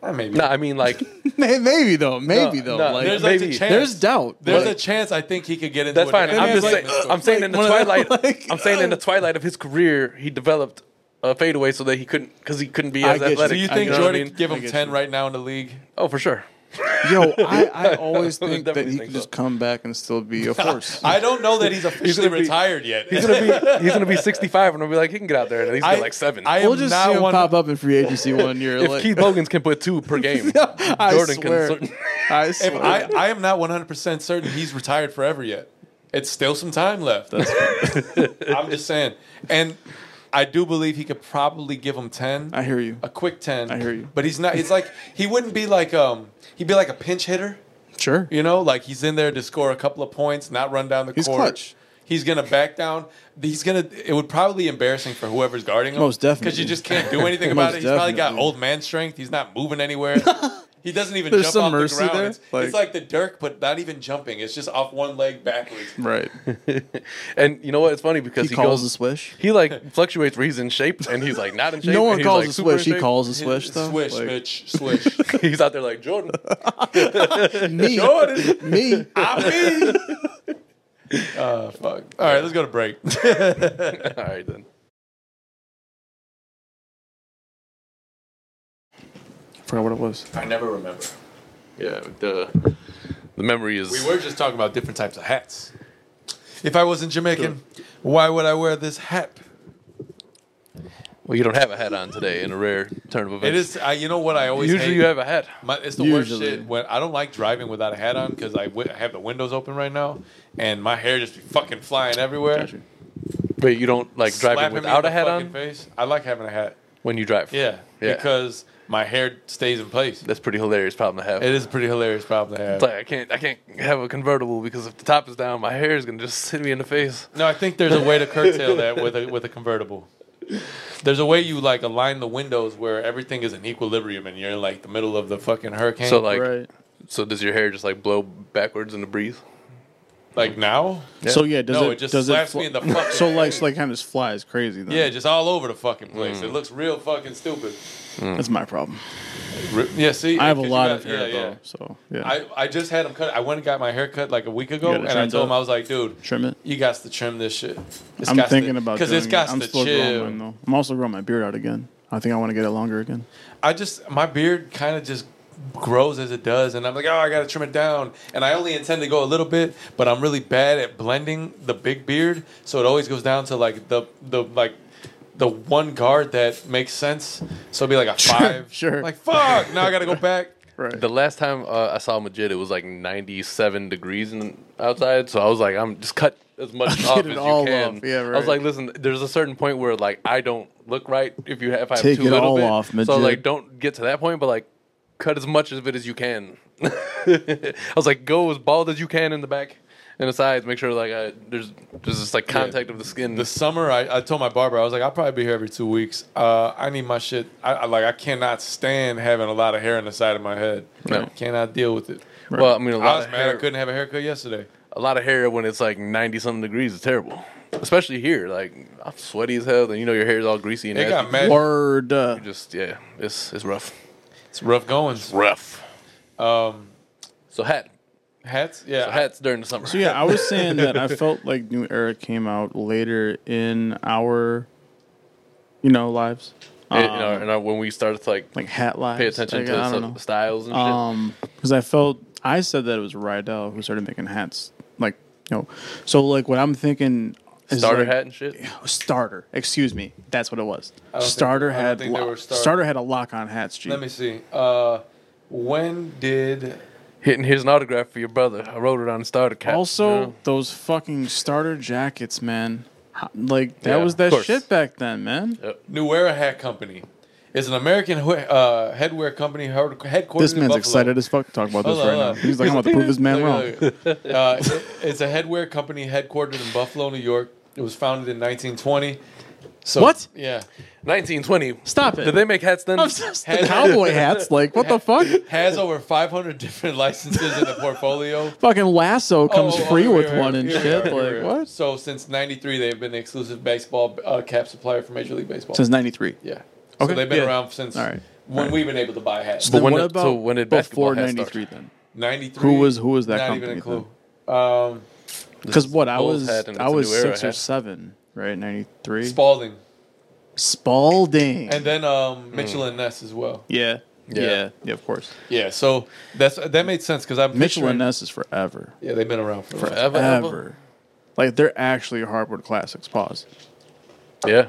Speaker 2: That may be-
Speaker 1: No, I mean like
Speaker 3: May- maybe though, maybe
Speaker 1: No,
Speaker 3: though.
Speaker 1: no,
Speaker 3: like,
Speaker 2: there's
Speaker 3: there's,
Speaker 2: like
Speaker 1: maybe.
Speaker 2: a chance.
Speaker 3: doubt.
Speaker 2: There's
Speaker 3: like,
Speaker 2: a chance I think he could get into.
Speaker 1: that's
Speaker 2: an
Speaker 1: fine. I'm
Speaker 2: MMA
Speaker 1: just saying.
Speaker 2: miss-
Speaker 1: I'm saying in the
Speaker 3: one of those,
Speaker 1: twilight.
Speaker 3: like-
Speaker 1: I'm saying in the twilight of his career, he developed a fadeaway so that he couldn't because he couldn't be
Speaker 3: I
Speaker 1: as
Speaker 3: get you.
Speaker 1: athletic.
Speaker 2: Do you
Speaker 1: I-
Speaker 2: think
Speaker 1: know what I
Speaker 2: Jordan
Speaker 1: mean?
Speaker 2: could give
Speaker 3: I
Speaker 2: him
Speaker 3: get
Speaker 2: ten
Speaker 3: you.
Speaker 2: right now in the league?
Speaker 1: Oh, for sure.
Speaker 3: yo, I, I always
Speaker 1: I would
Speaker 3: think that
Speaker 1: definitely
Speaker 3: he
Speaker 1: think
Speaker 3: could
Speaker 1: so.
Speaker 3: just come back and still be a force.
Speaker 2: I don't know that he's officially
Speaker 1: be-
Speaker 2: retired yet.
Speaker 1: He's gonna be he's gonna be 65, and I'll be like, he can get out there and at least get like seven.
Speaker 2: I
Speaker 3: we'll
Speaker 2: am
Speaker 3: just
Speaker 2: not
Speaker 3: see him
Speaker 2: one-
Speaker 3: pop up in free agency one year.
Speaker 1: if
Speaker 3: like,
Speaker 1: Keith Bogans can put two per game,
Speaker 3: I
Speaker 1: Jordan
Speaker 3: swear,
Speaker 1: can. Certain,
Speaker 3: I
Speaker 2: If
Speaker 3: swear.
Speaker 2: I, I am not 100% certain he's retired forever yet. It's still some time left. I'm just saying. And I do believe he could probably give him 10.
Speaker 3: I hear you.
Speaker 2: A quick 10.
Speaker 3: I hear you.
Speaker 2: But he's not, it's like, he wouldn't be like, um, he'd be like a pinch hitter,
Speaker 3: sure.
Speaker 2: you know? Like he's in there to score a couple of points, not run down the
Speaker 3: He's
Speaker 2: court.
Speaker 3: clutch.
Speaker 2: He's gonna back down. He's gonna. It would probably be embarrassing for whoever's guarding him.
Speaker 3: Most definitely.
Speaker 2: because you just can't do anything about
Speaker 3: Most
Speaker 2: it. He's probably got
Speaker 3: definitely.
Speaker 2: old man strength. He's not moving anywhere. He doesn't even
Speaker 3: There's
Speaker 2: jump
Speaker 3: some
Speaker 2: off
Speaker 3: mercy
Speaker 2: the ground.
Speaker 3: there,
Speaker 2: It's,
Speaker 3: like-
Speaker 2: it's like the Dirk, but not even jumping. It's just off one leg backwards.
Speaker 3: Right.
Speaker 1: and you know what? It's funny because
Speaker 3: He
Speaker 1: he,
Speaker 3: calls
Speaker 1: goes
Speaker 3: a swish.
Speaker 1: He like fluctuates where he's in shape and he's like not in shape.
Speaker 3: No
Speaker 1: and
Speaker 3: one
Speaker 1: he's,
Speaker 3: calls
Speaker 1: like,
Speaker 3: a
Speaker 1: super in
Speaker 3: swish. He
Speaker 1: shape.
Speaker 3: calls a swish though.
Speaker 2: Swish,
Speaker 3: Like,
Speaker 2: bitch, swish.
Speaker 1: He's out there like Jordan.
Speaker 3: me,
Speaker 2: Jordan.
Speaker 3: me.
Speaker 2: I mean, uh, fuck. All right, let's go to break.
Speaker 1: All right then.
Speaker 3: forgot what it was.
Speaker 2: I never remember.
Speaker 1: Yeah, the the memory is.
Speaker 2: We were just talking about different types of hats. If I wasn't Jamaican, why would I wear this hat?
Speaker 1: well, you don't have a hat on today in a rare turn of
Speaker 2: It
Speaker 1: events.
Speaker 2: is. I, you know what I always
Speaker 1: Usually
Speaker 2: hate?
Speaker 1: you have a hat.
Speaker 2: My, it's the worst
Speaker 3: Usually.
Speaker 2: shit when I don't like driving without a hat on because I wi- have the windows open right now and my hair just be fucking flying everywhere.
Speaker 3: Got you.
Speaker 1: But you don't like
Speaker 2: Slapping
Speaker 1: driving
Speaker 2: me in
Speaker 1: without
Speaker 2: the
Speaker 1: a hat
Speaker 2: fucking
Speaker 1: on
Speaker 2: Face. I like having a hat.
Speaker 1: when you drive.
Speaker 2: Yeah,
Speaker 1: Yeah.
Speaker 2: because my hair stays in place.
Speaker 1: That's a pretty hilarious problem to have.
Speaker 2: It is a pretty hilarious problem to have.
Speaker 1: It's like I can't I can't have a convertible because if the top is down, my hair is gonna just hit me in the face.
Speaker 2: no, I think there's a way to curtail that with a with a convertible. There's a way you like align the windows where everything is in equilibrium and you're in like the middle of the fucking hurricane.
Speaker 1: So like,
Speaker 3: right.
Speaker 1: so does your hair just like blow backwards in the breeze?
Speaker 2: like now,
Speaker 3: So yeah, does
Speaker 2: no,
Speaker 3: it,
Speaker 2: it, just
Speaker 3: does
Speaker 2: slaps
Speaker 3: it fl-
Speaker 2: me in the fucking.
Speaker 3: So like, Mm. so like, kind of just flies crazy. Then.
Speaker 2: yeah, just all over the fucking place. It looks real fucking stupid.
Speaker 3: that's my problem.
Speaker 2: Ri- Yeah, see,
Speaker 3: I have a
Speaker 2: 'cause you
Speaker 3: lot
Speaker 2: got-
Speaker 3: of hair
Speaker 2: yeah,
Speaker 3: though,
Speaker 2: yeah.
Speaker 3: so yeah,
Speaker 2: I, I just had him cut. I went and got my hair cut like a week ago,
Speaker 3: You
Speaker 2: and
Speaker 3: gotta
Speaker 2: I
Speaker 3: trim
Speaker 2: told him
Speaker 3: it.
Speaker 2: I was like, dude,
Speaker 3: trim it.
Speaker 2: you got to trim this shit. It's
Speaker 3: I'm
Speaker 2: gots
Speaker 3: thinking
Speaker 2: to,
Speaker 3: about
Speaker 2: because
Speaker 3: because
Speaker 2: it's got
Speaker 3: I'm
Speaker 2: to
Speaker 3: still growing mine
Speaker 2: chill.
Speaker 3: though. I'm also growing my beard out again. I think I want to get it longer again.
Speaker 2: I just my beard kind of just grows as it does, and I'm like, oh, I got to trim it down, and I only intend to go a little bit, but I'm really bad at blending the big beard, so it always goes down to like the the like. The one guard that makes sense, so it'd be like a five.
Speaker 3: sure.
Speaker 2: Like fuck, now I gotta go back.
Speaker 3: Right.
Speaker 1: The last time uh, I saw Majid, it was like 97 degrees in, outside. So I was like, I'm just cut as much off as
Speaker 3: Get it
Speaker 1: you
Speaker 3: all
Speaker 1: can.
Speaker 3: off. Yeah,
Speaker 1: I was
Speaker 3: right.
Speaker 1: like, listen, there's a certain point where like I don't look right if you have, if I have
Speaker 3: Take
Speaker 1: too
Speaker 3: it
Speaker 1: little
Speaker 3: all
Speaker 1: bit.
Speaker 3: off,
Speaker 1: So
Speaker 3: Majid.
Speaker 1: like, don't get to that point, but like, cut as much of it as you can. I was like, go as bald as you can in the back. and the sides. Make sure like I, there's there's this like contact of the skin.
Speaker 2: The summer, I, I told my barber, I was like, I'll probably be here every two weeks. Uh, I need my shit. I, I like, I cannot stand having a lot of hair on the side of my head.
Speaker 1: No.
Speaker 2: cannot deal with it.
Speaker 1: well, I mean a
Speaker 2: I
Speaker 1: lot
Speaker 2: was
Speaker 1: of
Speaker 2: mad I
Speaker 1: hair,
Speaker 2: couldn't have a haircut yesterday.
Speaker 1: a lot of hair when it's like ninety something degrees is terrible. Especially here, like I'm sweaty as hell, and you know your hair's all greasy and
Speaker 2: It got
Speaker 1: nasty.
Speaker 2: mad.
Speaker 3: Word. uh,
Speaker 1: Just yeah, it's it's rough,
Speaker 2: It's rough going.
Speaker 1: rough.
Speaker 2: Um,
Speaker 1: So hat,
Speaker 2: hats, yeah,
Speaker 1: so hats during the summer.
Speaker 3: So yeah, I was saying that I felt like New Era came out later in our, you know, lives.
Speaker 1: And, you
Speaker 3: Um,
Speaker 1: know, and I, when we started to like
Speaker 3: like hat lives.
Speaker 1: pay attention
Speaker 3: like,
Speaker 1: to
Speaker 3: I don't
Speaker 1: some
Speaker 3: know.
Speaker 1: styles and shit.
Speaker 3: Um, because I felt I said that it was Rydell who started making hats, like you know. So like what I'm thinking is
Speaker 1: Starter
Speaker 3: like- Oh,
Speaker 1: hat and shit.
Speaker 3: starter. Excuse me, that's what it was.
Speaker 2: don't think-
Speaker 3: Starter
Speaker 2: I don't
Speaker 3: had
Speaker 2: think they
Speaker 3: lo-
Speaker 2: were starter.
Speaker 3: starter had a lock on hats. G.
Speaker 2: Let me see. Uh, when did
Speaker 1: Hitting here's an autograph for your brother. I wrote it on the starter cap.
Speaker 3: also,
Speaker 1: Yeah.
Speaker 3: those fucking starter jackets, man. Ho- Like that
Speaker 1: Yeah,
Speaker 3: was
Speaker 1: of
Speaker 3: that
Speaker 1: course.
Speaker 3: shit back then, man.
Speaker 2: New Era Hat Company? It's an American hu- uh, headwear company head- headquartered
Speaker 3: This
Speaker 2: in
Speaker 3: man's
Speaker 2: Buffalo.
Speaker 3: excited as fuck to talk about this
Speaker 2: Hold on,
Speaker 3: right
Speaker 2: hold
Speaker 3: now.
Speaker 2: on.
Speaker 3: He's like, I'm about to prove this man wrong.
Speaker 2: Look, look, look. Uh, it- it's a headwear company headquartered in Buffalo, New York. It was founded in 1920. So
Speaker 3: What?
Speaker 2: Yeah.
Speaker 1: 1920.
Speaker 3: Stop it.
Speaker 1: Did they make hats then?
Speaker 3: The cowboy hats, like what the fuck?
Speaker 2: Has over 500 different licenses in the portfolio.
Speaker 3: Fucking lasso comes
Speaker 2: Oh, oh, oh,
Speaker 3: free
Speaker 2: here we
Speaker 3: with
Speaker 2: are,
Speaker 3: one and
Speaker 2: here we are,
Speaker 3: shit.
Speaker 2: here we
Speaker 3: Like
Speaker 2: are.
Speaker 3: what?
Speaker 2: So since '93, they've been the exclusive baseball uh, cap supplier for Major League Baseball.
Speaker 3: Since '93.
Speaker 2: yeah,
Speaker 3: Okay,
Speaker 2: so they've been
Speaker 3: yeah.
Speaker 2: around since
Speaker 3: All right.
Speaker 2: when we've been able to buy hats.
Speaker 1: But when it- so when did basketball
Speaker 3: before
Speaker 1: hats start?
Speaker 3: '93 then?
Speaker 2: '93.
Speaker 3: Who was- who was that
Speaker 2: Not even a
Speaker 3: company
Speaker 2: clue. Um,
Speaker 3: Because what I
Speaker 1: Bulls
Speaker 3: was,
Speaker 1: hat and
Speaker 3: I
Speaker 1: it's a
Speaker 3: was
Speaker 1: new era
Speaker 3: six or
Speaker 1: hat.
Speaker 3: seven, right? '93.
Speaker 2: Spalding,
Speaker 3: Spalding.
Speaker 2: and then um, Mitchell and Ness as well.
Speaker 3: yeah, yeah,
Speaker 1: Yeah.
Speaker 3: yeah, of course.
Speaker 2: Yeah, so that's that made sense because I'm
Speaker 3: Mitchell and
Speaker 2: picturing-
Speaker 3: Ness is forever,
Speaker 2: Yeah, they've been around for a while.
Speaker 1: Forever, ever.
Speaker 3: ever. Like they're actually hardwood classics. Pause.
Speaker 1: Yeah.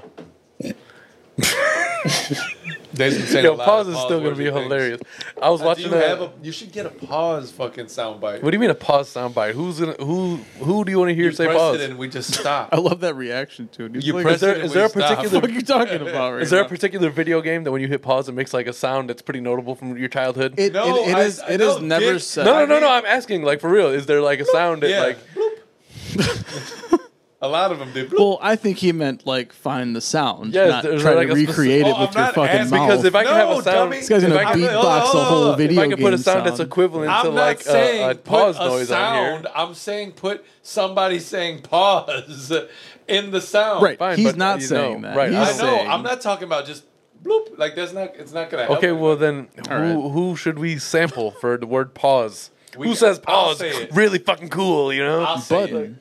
Speaker 2: They've been saying a
Speaker 1: Yo,
Speaker 2: lot
Speaker 1: pause
Speaker 2: of
Speaker 1: is still gonna
Speaker 2: words
Speaker 1: be
Speaker 2: and things.
Speaker 1: hilarious. I was
Speaker 2: Uh, do
Speaker 1: watching
Speaker 2: you
Speaker 1: that.
Speaker 2: have a? You should get a pause fucking soundbite.
Speaker 1: what do you mean a pause soundbite? Who's gonna, who? Who do you want to hear
Speaker 2: you
Speaker 1: say
Speaker 2: press
Speaker 1: pause?
Speaker 2: it and we just stop.
Speaker 3: I love that reaction to it. dude.
Speaker 2: You
Speaker 3: Like,
Speaker 2: press
Speaker 1: is there-
Speaker 2: it and
Speaker 1: is
Speaker 2: we
Speaker 1: there a
Speaker 2: stop.
Speaker 1: particular-
Speaker 3: What the fuck are you talking about? Right
Speaker 1: Is there a
Speaker 3: now?
Speaker 1: particular video game that when you hit pause it makes like a sound that's pretty notable from your childhood?
Speaker 3: It,
Speaker 2: No,
Speaker 3: it, it
Speaker 2: I-
Speaker 3: is.
Speaker 2: I
Speaker 3: it is
Speaker 2: don't
Speaker 3: never
Speaker 2: get-
Speaker 3: said.
Speaker 1: no,
Speaker 2: I
Speaker 1: no, no, no.
Speaker 2: mean-
Speaker 1: I'm asking like for real. Is there like a sound that
Speaker 2: Yeah.
Speaker 1: like
Speaker 2: Bloop. a lot of them do. Bloop.
Speaker 3: Well, I think he meant like find the sound,
Speaker 1: Yes,
Speaker 3: not
Speaker 1: there's
Speaker 3: try
Speaker 1: like
Speaker 3: to
Speaker 1: a speci-
Speaker 3: recreate
Speaker 2: Oh,
Speaker 3: it
Speaker 2: I'm
Speaker 3: with your
Speaker 2: not
Speaker 3: fucking
Speaker 2: asking-
Speaker 3: mouth.
Speaker 1: because if I can have a
Speaker 2: No,
Speaker 1: sound,
Speaker 2: dummy.
Speaker 3: this guy's
Speaker 1: if
Speaker 3: gonna
Speaker 1: I can-
Speaker 2: beat-
Speaker 3: beatbox a
Speaker 2: hold on, hold
Speaker 3: whole
Speaker 2: on.
Speaker 1: if
Speaker 3: video
Speaker 1: I can
Speaker 3: game
Speaker 1: put a sound that's
Speaker 3: sound.
Speaker 1: equivalent
Speaker 2: I'm
Speaker 1: to
Speaker 2: not
Speaker 1: like
Speaker 2: saying
Speaker 1: a, a pause
Speaker 2: put a
Speaker 1: noise on here.
Speaker 2: sound. I'm saying put somebody saying pause in the sound.
Speaker 3: Right.
Speaker 1: Fine,
Speaker 3: He's
Speaker 1: but,
Speaker 3: not
Speaker 1: you
Speaker 3: saying
Speaker 1: know,
Speaker 3: that.
Speaker 1: right,
Speaker 3: He's
Speaker 1: I
Speaker 2: I know.
Speaker 3: saying,
Speaker 2: I'm not talking about just bloop. Like that's not. It's not gonna. Help
Speaker 1: Okay, well then, who,
Speaker 3: right.
Speaker 1: who should we sample for the word pause?
Speaker 2: We-
Speaker 1: who says
Speaker 2: I'll
Speaker 1: pause?
Speaker 2: say it.
Speaker 1: Really fucking cool, you know.
Speaker 2: I'll say it.
Speaker 3: Button.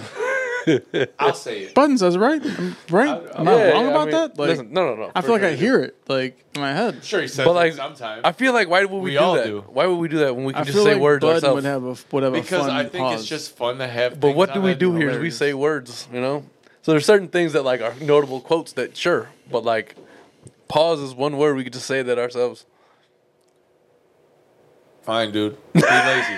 Speaker 2: I'll say it.
Speaker 3: Button says right. I'm right. I'm not
Speaker 1: Yeah,
Speaker 3: wrong
Speaker 1: yeah, I
Speaker 3: about
Speaker 1: mean,
Speaker 3: that. Like,
Speaker 1: listen, no, no, no.
Speaker 3: I
Speaker 1: for
Speaker 3: feel like
Speaker 1: sure
Speaker 3: I
Speaker 1: you
Speaker 3: hear it like in my head.
Speaker 2: I'm sure he says
Speaker 1: But like,
Speaker 2: it sometime.
Speaker 1: I feel like why would we,
Speaker 2: We
Speaker 1: do
Speaker 2: all
Speaker 1: that?
Speaker 2: do.
Speaker 1: Why would we do that when we can
Speaker 3: I
Speaker 1: just
Speaker 3: feel
Speaker 1: say
Speaker 3: like
Speaker 1: words
Speaker 3: Button
Speaker 1: ourselves?
Speaker 3: would have a would have a
Speaker 2: because
Speaker 3: fun
Speaker 2: I think
Speaker 3: pause.
Speaker 2: it's just fun to have.
Speaker 1: but what do we do here? Is we
Speaker 3: hilarious.
Speaker 1: say words, you know. So there's certain things that like are notable quotes that sure, but like pause is one word we could just say that ourselves.
Speaker 2: Fine, dude. Be lazy.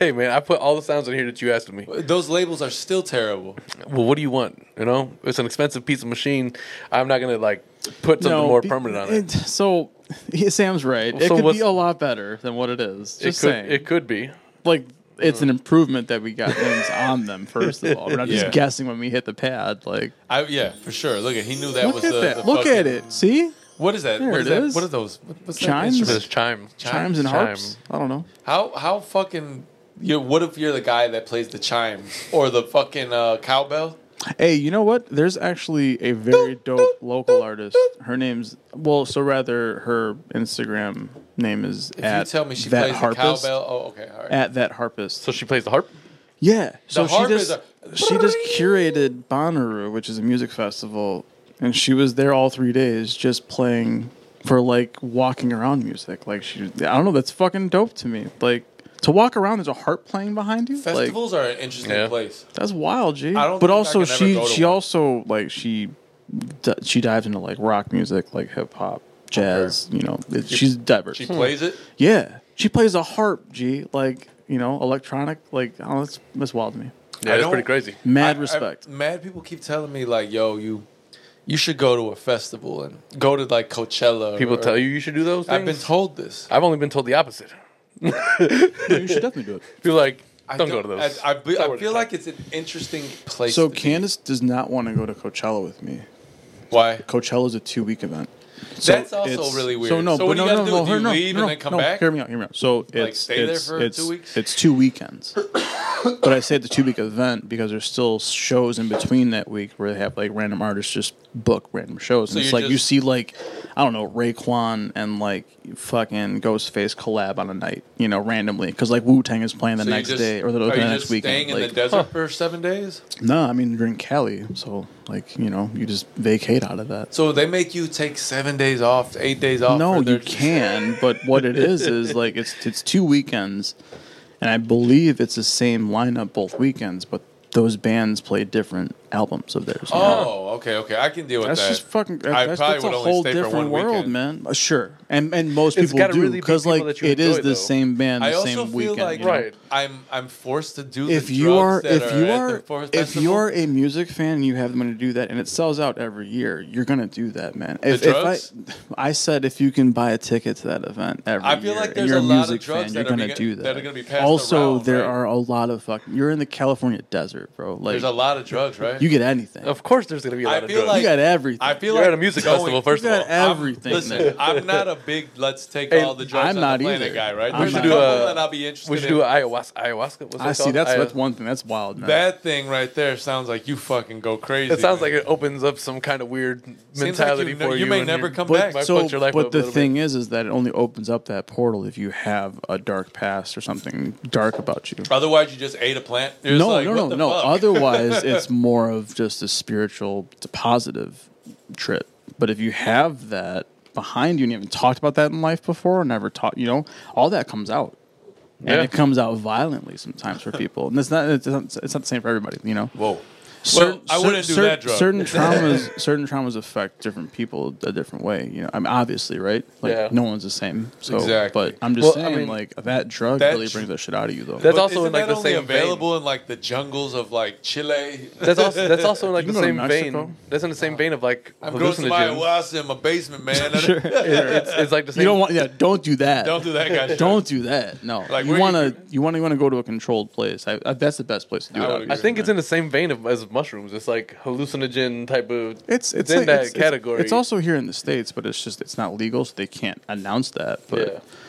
Speaker 1: hey man, I put all the sounds in here that you asked of me.
Speaker 2: Those labels are still terrible.
Speaker 1: Well, what do you want? You know, it's an expensive piece of machine. I'm not gonna like put something
Speaker 3: No,
Speaker 1: more
Speaker 3: be-
Speaker 1: permanent on it.
Speaker 3: So he- Sam's right.
Speaker 1: so
Speaker 3: it could be
Speaker 1: what's-
Speaker 3: a lot better than what it is. Just
Speaker 1: it could,
Speaker 3: saying,
Speaker 1: it could be.
Speaker 3: like it's an improvement that we got names on them. First of all, we're not just
Speaker 2: Yeah.
Speaker 3: guessing when we hit the pad. Like,
Speaker 2: I, yeah, for sure. Look at he knew that
Speaker 3: look
Speaker 2: was
Speaker 3: at
Speaker 2: the,
Speaker 3: that.
Speaker 2: the
Speaker 3: look
Speaker 2: fucking-
Speaker 3: at it. See,
Speaker 2: What is that?
Speaker 3: There
Speaker 2: What
Speaker 3: it
Speaker 2: is that?
Speaker 3: is.
Speaker 2: What are those? What, what's
Speaker 3: Chimes?
Speaker 2: That
Speaker 1: But
Speaker 2: instrument?
Speaker 1: it's chime.
Speaker 3: chimes and
Speaker 1: Chime.
Speaker 3: harps. I don't know.
Speaker 2: how how fucking you? What if you're the guy that plays the chimes or the fucking uh, cowbell?
Speaker 3: Hey, you know what? There's actually a very dope local artist. Her name's well, so rather her Instagram name is
Speaker 2: If
Speaker 3: at
Speaker 2: you tell me she
Speaker 3: that
Speaker 2: plays
Speaker 3: harpist.
Speaker 2: the cowbell, oh okay, all right.
Speaker 3: At that harpist.
Speaker 1: So she plays the harp.
Speaker 3: yeah. So she
Speaker 2: harp
Speaker 3: just
Speaker 2: is a-
Speaker 3: she just curated Bonnaroo, which is a music festival, and she was there all three days just playing for like walking around music. Like she, I don't know. That's fucking dope to me. Like to walk around, there's a harp playing behind you. Like,
Speaker 2: Festivals are an interesting
Speaker 1: Yeah.
Speaker 2: place.
Speaker 3: That's wild, G.
Speaker 2: I don't
Speaker 3: but
Speaker 2: think I
Speaker 3: also,
Speaker 2: could ever
Speaker 3: she
Speaker 2: go to
Speaker 3: she
Speaker 2: one.
Speaker 3: also like she d- she dives into like rock music, like hip hop, jazz. You know, it, she's diverse.
Speaker 2: She plays it.
Speaker 3: yeah, she plays a harp, G. Like you know, electronic. Like oh, that's that's wild to me.
Speaker 1: Yeah,
Speaker 2: I
Speaker 1: that's
Speaker 2: don't-
Speaker 1: pretty crazy.
Speaker 3: Mad
Speaker 2: I- I-
Speaker 3: respect.
Speaker 2: mad people keep telling me like, yo, you you should go to a festival and go to like Coachella.
Speaker 1: People
Speaker 2: or-
Speaker 1: tell you you should do those. Things?
Speaker 2: I've been told this.
Speaker 1: I've only been told the opposite.
Speaker 3: No, you should definitely do it.
Speaker 1: Feel like
Speaker 2: I
Speaker 1: don't, go to those.
Speaker 2: I, I, be-
Speaker 1: Don't
Speaker 2: I
Speaker 1: go to
Speaker 2: feel
Speaker 1: those.
Speaker 2: like it's an interesting place.
Speaker 3: So
Speaker 2: to be.
Speaker 3: Candace does not want to go to Coachella with me.
Speaker 2: why?
Speaker 3: Coachella is a two week event. So
Speaker 2: That's also
Speaker 3: it's-
Speaker 2: really weird.
Speaker 3: So no, but
Speaker 2: So what do
Speaker 3: no,
Speaker 2: you guys
Speaker 3: no,
Speaker 2: do?
Speaker 3: no,
Speaker 2: Do
Speaker 3: her-
Speaker 2: you
Speaker 3: no,
Speaker 2: leave
Speaker 3: no,
Speaker 2: and then come
Speaker 3: no,
Speaker 2: back?
Speaker 3: Hear me out, hear me out. So it's
Speaker 2: stay there
Speaker 3: it's,
Speaker 2: for
Speaker 3: it's,
Speaker 2: two weeks?
Speaker 3: It's two weekends. but I say the two week event because there's still shows in between that week where they have like random artists just book random shows. And it's
Speaker 2: you're
Speaker 3: like you
Speaker 2: just-
Speaker 3: see like I don't know Raekwon and like fucking Ghostface collab on a night, you know, randomly because like Wu Tang is playing the
Speaker 2: So you
Speaker 3: next
Speaker 2: just-
Speaker 3: day or the,
Speaker 2: are
Speaker 3: the
Speaker 2: you
Speaker 3: next
Speaker 2: just
Speaker 3: weekend.
Speaker 2: staying in
Speaker 3: like,
Speaker 2: the desert for seven days?
Speaker 3: no, I mean you're in Cali, so like you know you just vacate out of that.
Speaker 2: So they make you take seven days off, eight days off.
Speaker 3: No,
Speaker 2: for their-
Speaker 3: you can, but what it is is like it's it's two weekends, and I believe it's the same lineup both weekends, but those bands play different albums of theirs. you know?
Speaker 2: Oh, okay, okay. I can deal with
Speaker 3: that's
Speaker 2: that.
Speaker 3: just fucking.
Speaker 2: I
Speaker 3: That's,
Speaker 2: probably
Speaker 3: that's
Speaker 2: would
Speaker 3: a
Speaker 2: only
Speaker 3: whole
Speaker 2: stay for one
Speaker 3: different world,
Speaker 2: weekend.
Speaker 3: man. Uh, Sure, and and most
Speaker 1: It's
Speaker 3: people
Speaker 1: gotta
Speaker 3: do
Speaker 1: really be
Speaker 3: because
Speaker 1: people
Speaker 3: like
Speaker 1: that you
Speaker 3: it is
Speaker 1: enjoy,
Speaker 3: the
Speaker 1: though.
Speaker 3: same band, the
Speaker 2: I also
Speaker 3: same
Speaker 2: feel
Speaker 3: weekend.
Speaker 2: like
Speaker 3: you know?
Speaker 1: Right.
Speaker 2: I'm I'm forced to do.
Speaker 3: if
Speaker 2: the
Speaker 3: you
Speaker 2: drugs
Speaker 3: are
Speaker 2: that
Speaker 3: if you
Speaker 2: at the
Speaker 3: are
Speaker 2: Forest
Speaker 3: if
Speaker 2: Festival.
Speaker 3: you're a music fan and you have the money to do that and it sells out every year you're gonna do that man if,
Speaker 2: drugs?
Speaker 3: if i i said if you can buy a ticket to that event every
Speaker 2: I feel
Speaker 3: year
Speaker 2: like
Speaker 3: and
Speaker 2: there's
Speaker 3: you're
Speaker 2: a
Speaker 3: a
Speaker 2: lot of
Speaker 3: music
Speaker 2: drugs
Speaker 3: fan
Speaker 2: that
Speaker 3: you're
Speaker 2: are
Speaker 3: gonna
Speaker 2: be-
Speaker 3: do that
Speaker 2: that are gonna be passed
Speaker 3: also
Speaker 2: around,
Speaker 3: there
Speaker 2: right?
Speaker 3: are a lot of fucking you're in the california desert bro like
Speaker 2: there's a lot of drugs, right?
Speaker 3: you get anything
Speaker 1: of course, there's gonna be a
Speaker 2: I
Speaker 1: lot of
Speaker 2: feel
Speaker 1: drugs.
Speaker 2: like-
Speaker 3: you got everything
Speaker 2: I feel
Speaker 1: You're
Speaker 2: like
Speaker 1: at a music
Speaker 2: going-
Speaker 1: festival, first
Speaker 3: you
Speaker 1: of all.
Speaker 3: got everything
Speaker 2: I'm,
Speaker 3: there.
Speaker 2: listen, I'm not a big let's take all the drugs
Speaker 3: I'm
Speaker 2: on
Speaker 3: not
Speaker 2: the planet
Speaker 3: either.
Speaker 2: guy, right?
Speaker 3: I'm
Speaker 2: There's
Speaker 3: not.
Speaker 2: a
Speaker 3: We should do
Speaker 2: couple
Speaker 1: a-
Speaker 2: that I'll be interested
Speaker 1: we should
Speaker 2: in.
Speaker 1: do ayahuasca. Ayahuasca. What's
Speaker 3: i
Speaker 1: that
Speaker 3: see
Speaker 1: called?
Speaker 3: that's
Speaker 1: Aya-
Speaker 3: that's one thing that's wild man
Speaker 2: that thing right there sounds like you fucking go crazy.
Speaker 1: It sounds
Speaker 2: man.
Speaker 1: like it opens up some kind of weird
Speaker 2: Seems
Speaker 1: mentality
Speaker 2: like you,
Speaker 1: for
Speaker 2: know-
Speaker 1: you.
Speaker 2: You may
Speaker 1: and
Speaker 2: never
Speaker 1: you're-
Speaker 2: come
Speaker 3: but
Speaker 2: back.
Speaker 1: might
Speaker 3: so,
Speaker 1: fuck your life up
Speaker 3: but
Speaker 1: a
Speaker 3: the
Speaker 1: little
Speaker 3: thing is, is that it only opens up that portal if you have a dark past or something dark about you.
Speaker 2: Otherwise, you just ate a plant. You're just
Speaker 3: no,
Speaker 2: like,
Speaker 3: no,
Speaker 2: what
Speaker 3: no,
Speaker 2: the
Speaker 3: no. Uh,
Speaker 2: fuck?
Speaker 3: Otherwise, it's more of just a spiritual, it's a positive trip. But if you have that behind you and you haven't talked about that in life before, or never taught, you know, all that comes out,
Speaker 1: Yeah.
Speaker 3: and it comes out violently sometimes for people. And it's not, it's not, it's not the same for everybody, you know.
Speaker 2: Whoa.
Speaker 3: Certain-
Speaker 2: I wouldn't do
Speaker 3: cer-
Speaker 2: that drug.
Speaker 3: Certain traumas, certain traumas affect different people a different way. You know, I mean, obviously, right? Like,
Speaker 1: Yeah.
Speaker 3: no one's the same. So,
Speaker 2: Exactly.
Speaker 3: but I'm just
Speaker 1: Well, I
Speaker 3: saying,
Speaker 1: mean,
Speaker 3: like, that drug
Speaker 2: that
Speaker 3: really
Speaker 2: tr-
Speaker 3: brings that shit out of you, though.
Speaker 1: That's
Speaker 2: But
Speaker 1: also
Speaker 2: isn't
Speaker 1: in, like,
Speaker 2: that
Speaker 1: the
Speaker 2: only
Speaker 1: same
Speaker 2: available in like the jungles of like Chile.
Speaker 1: That's also that's also in like
Speaker 3: You
Speaker 1: the
Speaker 3: can go to
Speaker 1: same
Speaker 3: Mexico.
Speaker 1: vein. That's in the same vein of like
Speaker 2: I'm growing some
Speaker 1: hallucinogens.
Speaker 2: ayahuasca in my basement, man.
Speaker 1: It's, it's like the same.
Speaker 3: you don't want, yeah, don't do that.
Speaker 2: Don't do that, guys.
Speaker 3: Don't do that. No,
Speaker 2: Like,
Speaker 3: you
Speaker 2: where
Speaker 3: want
Speaker 2: you-
Speaker 3: to you want to want to go to a controlled place. I, I, that's the best place to do
Speaker 2: I
Speaker 3: it.
Speaker 2: would
Speaker 1: I
Speaker 3: obviously.
Speaker 1: think it's in the same vein of, as mushrooms. It's like hallucinogen type of.
Speaker 3: it's it's
Speaker 1: in
Speaker 3: like-
Speaker 1: that
Speaker 3: it's- it's-
Speaker 1: category.
Speaker 3: It's, also here in the states, but it's just it's not legal, so they can't announce that. But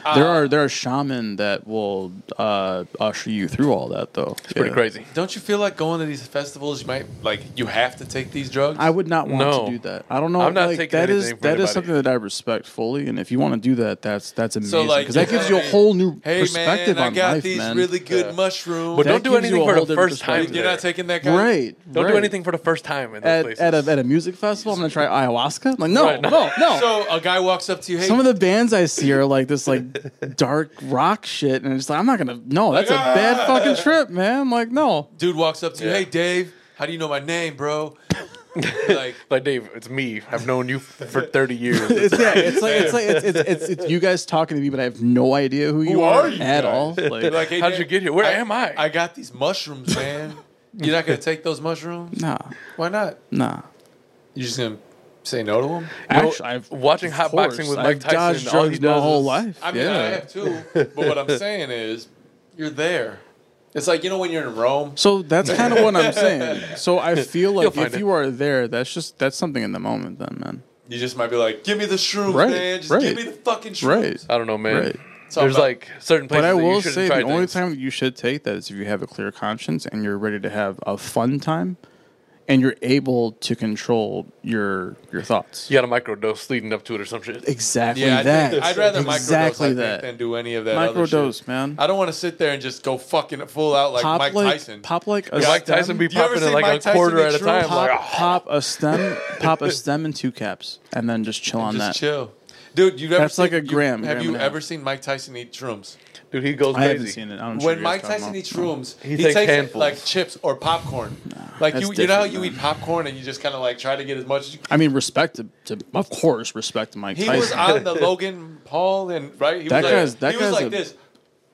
Speaker 2: Yeah.
Speaker 3: there
Speaker 2: Ah.
Speaker 3: are there are shaman that will uh, usher you through all that, though. It's
Speaker 1: pretty crazy.
Speaker 2: Don't you feel like going to these festivals? You might like you have to take these drugs.
Speaker 3: I would not want
Speaker 1: No.
Speaker 3: to do that. I don't know.
Speaker 1: I'm not
Speaker 3: like,
Speaker 1: taking
Speaker 3: that is
Speaker 1: anything from
Speaker 3: that is
Speaker 1: anybody.
Speaker 3: something that I respect fully, and if you want to do that, that's that's amazing
Speaker 2: like,
Speaker 3: because that
Speaker 2: you're
Speaker 3: gives you a
Speaker 2: telling me,
Speaker 3: whole new
Speaker 2: hey
Speaker 3: perspective
Speaker 2: man,
Speaker 3: on
Speaker 2: I got
Speaker 3: life,
Speaker 2: these
Speaker 3: man.
Speaker 2: really good
Speaker 1: Yeah.
Speaker 2: mushrooms.
Speaker 1: But
Speaker 3: That
Speaker 1: don't do
Speaker 3: gives you
Speaker 1: anything
Speaker 3: a
Speaker 1: for
Speaker 3: whole
Speaker 1: the
Speaker 3: different
Speaker 1: first time.
Speaker 3: perspective.
Speaker 2: you're
Speaker 1: there.
Speaker 2: not taking that guy.
Speaker 3: Right.
Speaker 1: Don't do
Speaker 3: right.
Speaker 1: anything for the first time in those
Speaker 3: at,
Speaker 1: places.
Speaker 3: at, a, at a music festival, I'm gonna try ayahuasca. I'm like, no,
Speaker 1: Right.
Speaker 3: no, no.
Speaker 2: So a guy walks up to you. Hey,
Speaker 3: Some of the bands I see are like this, like dark rock shit, and it's like I'm not gonna. No, that's a
Speaker 2: Like,
Speaker 3: bad fucking trip, man. I'm like, no.
Speaker 2: dude walks up to you.
Speaker 1: Yeah.
Speaker 2: Hey, Dave, how do you know my name, bro? like,
Speaker 1: like Dave, it's me. I've known you for 30 years.
Speaker 3: It's yeah. It's like it's like it's it's, it's, it's you guys talking to me, but I have no idea who you
Speaker 2: Who
Speaker 3: are,
Speaker 2: are you
Speaker 3: at
Speaker 2: guys?
Speaker 3: all. Like,
Speaker 2: like, hey,
Speaker 1: How'd
Speaker 2: Dave,
Speaker 1: you get here? Where am I?
Speaker 2: I got these mushrooms, man. you're not gonna take those mushrooms?
Speaker 3: nah,
Speaker 2: Why not?
Speaker 3: nah.
Speaker 2: You're just gonna say no to them?
Speaker 3: Actually, I've
Speaker 1: Watching hot
Speaker 3: course,
Speaker 1: boxing with
Speaker 3: I've
Speaker 1: Mike
Speaker 3: dodged
Speaker 1: Tyson, all he
Speaker 3: drugs my
Speaker 1: does
Speaker 3: whole
Speaker 1: is-
Speaker 3: life.
Speaker 2: I mean,
Speaker 3: yeah.
Speaker 2: I have too. But what I'm saying is, you're there. It's like you know when you're in Rome.
Speaker 3: So that's kind of what I'm saying. So I feel like
Speaker 1: find
Speaker 3: if
Speaker 1: it.
Speaker 3: you are there, that's just that's something in the moment, then, man.
Speaker 2: You just might be like, "Give me the shrooms,
Speaker 3: Right,
Speaker 2: man. Just
Speaker 3: right,
Speaker 2: give me the fucking shrooms."
Speaker 3: Right.
Speaker 1: I don't know, man.
Speaker 3: Right.
Speaker 2: So
Speaker 1: There's
Speaker 2: I'm not-
Speaker 1: like certain places
Speaker 3: But I
Speaker 1: that
Speaker 3: will
Speaker 1: you shouldn't
Speaker 3: say the
Speaker 1: try
Speaker 3: only
Speaker 1: things.
Speaker 3: time that you should take that is if you have a clear conscience and you're ready to have a fun time, and you're able to control your your thoughts.
Speaker 1: you got a microdose leading up to it or some shit.
Speaker 3: Exactly
Speaker 2: Yeah, I
Speaker 3: that.
Speaker 2: Think, I'd rather
Speaker 3: exactly
Speaker 2: microdose I think,
Speaker 3: that.
Speaker 2: than do any of that. other shit.
Speaker 3: Microdose, man.
Speaker 2: I don't want to sit there and just go fucking full out like
Speaker 3: pop
Speaker 2: Mike
Speaker 3: like
Speaker 2: Tyson.
Speaker 3: pop like a
Speaker 1: Does Mike
Speaker 3: stem,
Speaker 1: Tyson be
Speaker 2: You ever
Speaker 1: popping
Speaker 2: seen
Speaker 1: it like
Speaker 2: Mike
Speaker 1: a
Speaker 2: Tyson
Speaker 1: quarter
Speaker 2: get
Speaker 1: at a
Speaker 2: shroomed?
Speaker 1: time.
Speaker 3: pop,
Speaker 2: "Ah."
Speaker 1: Like, "Ah,
Speaker 3: pop a stem pop a stem in two caps and then just chill on
Speaker 2: just
Speaker 3: that.
Speaker 2: chill, dude. You've ever
Speaker 3: That's like
Speaker 2: seen-
Speaker 3: a gram,
Speaker 2: You, have
Speaker 3: gram
Speaker 2: you
Speaker 3: and a half.
Speaker 2: ever seen Mike Tyson eat shrooms?
Speaker 1: oh, dude, he goes
Speaker 3: I
Speaker 1: crazy.
Speaker 3: haven't seen it. I don't know what
Speaker 2: When
Speaker 3: you're
Speaker 2: Mike
Speaker 3: talking
Speaker 2: Tyson
Speaker 3: about.
Speaker 2: eats shrooms, he,
Speaker 1: He
Speaker 2: takes,
Speaker 1: takes
Speaker 2: like,
Speaker 1: handfuls.
Speaker 2: like chips or popcorn. Like
Speaker 3: that's
Speaker 2: you, you know how
Speaker 3: different,
Speaker 2: you
Speaker 3: man.
Speaker 2: eat popcorn and you just kind of like try to get as much. as you
Speaker 3: I mean, respect to, to of course, respect to Mike
Speaker 2: He
Speaker 3: Tyson.
Speaker 2: was on the Logan Paul and right. He
Speaker 3: That
Speaker 2: was
Speaker 3: guy's-
Speaker 2: like,
Speaker 3: that
Speaker 2: he was
Speaker 3: guy's
Speaker 2: like
Speaker 3: a-
Speaker 2: this,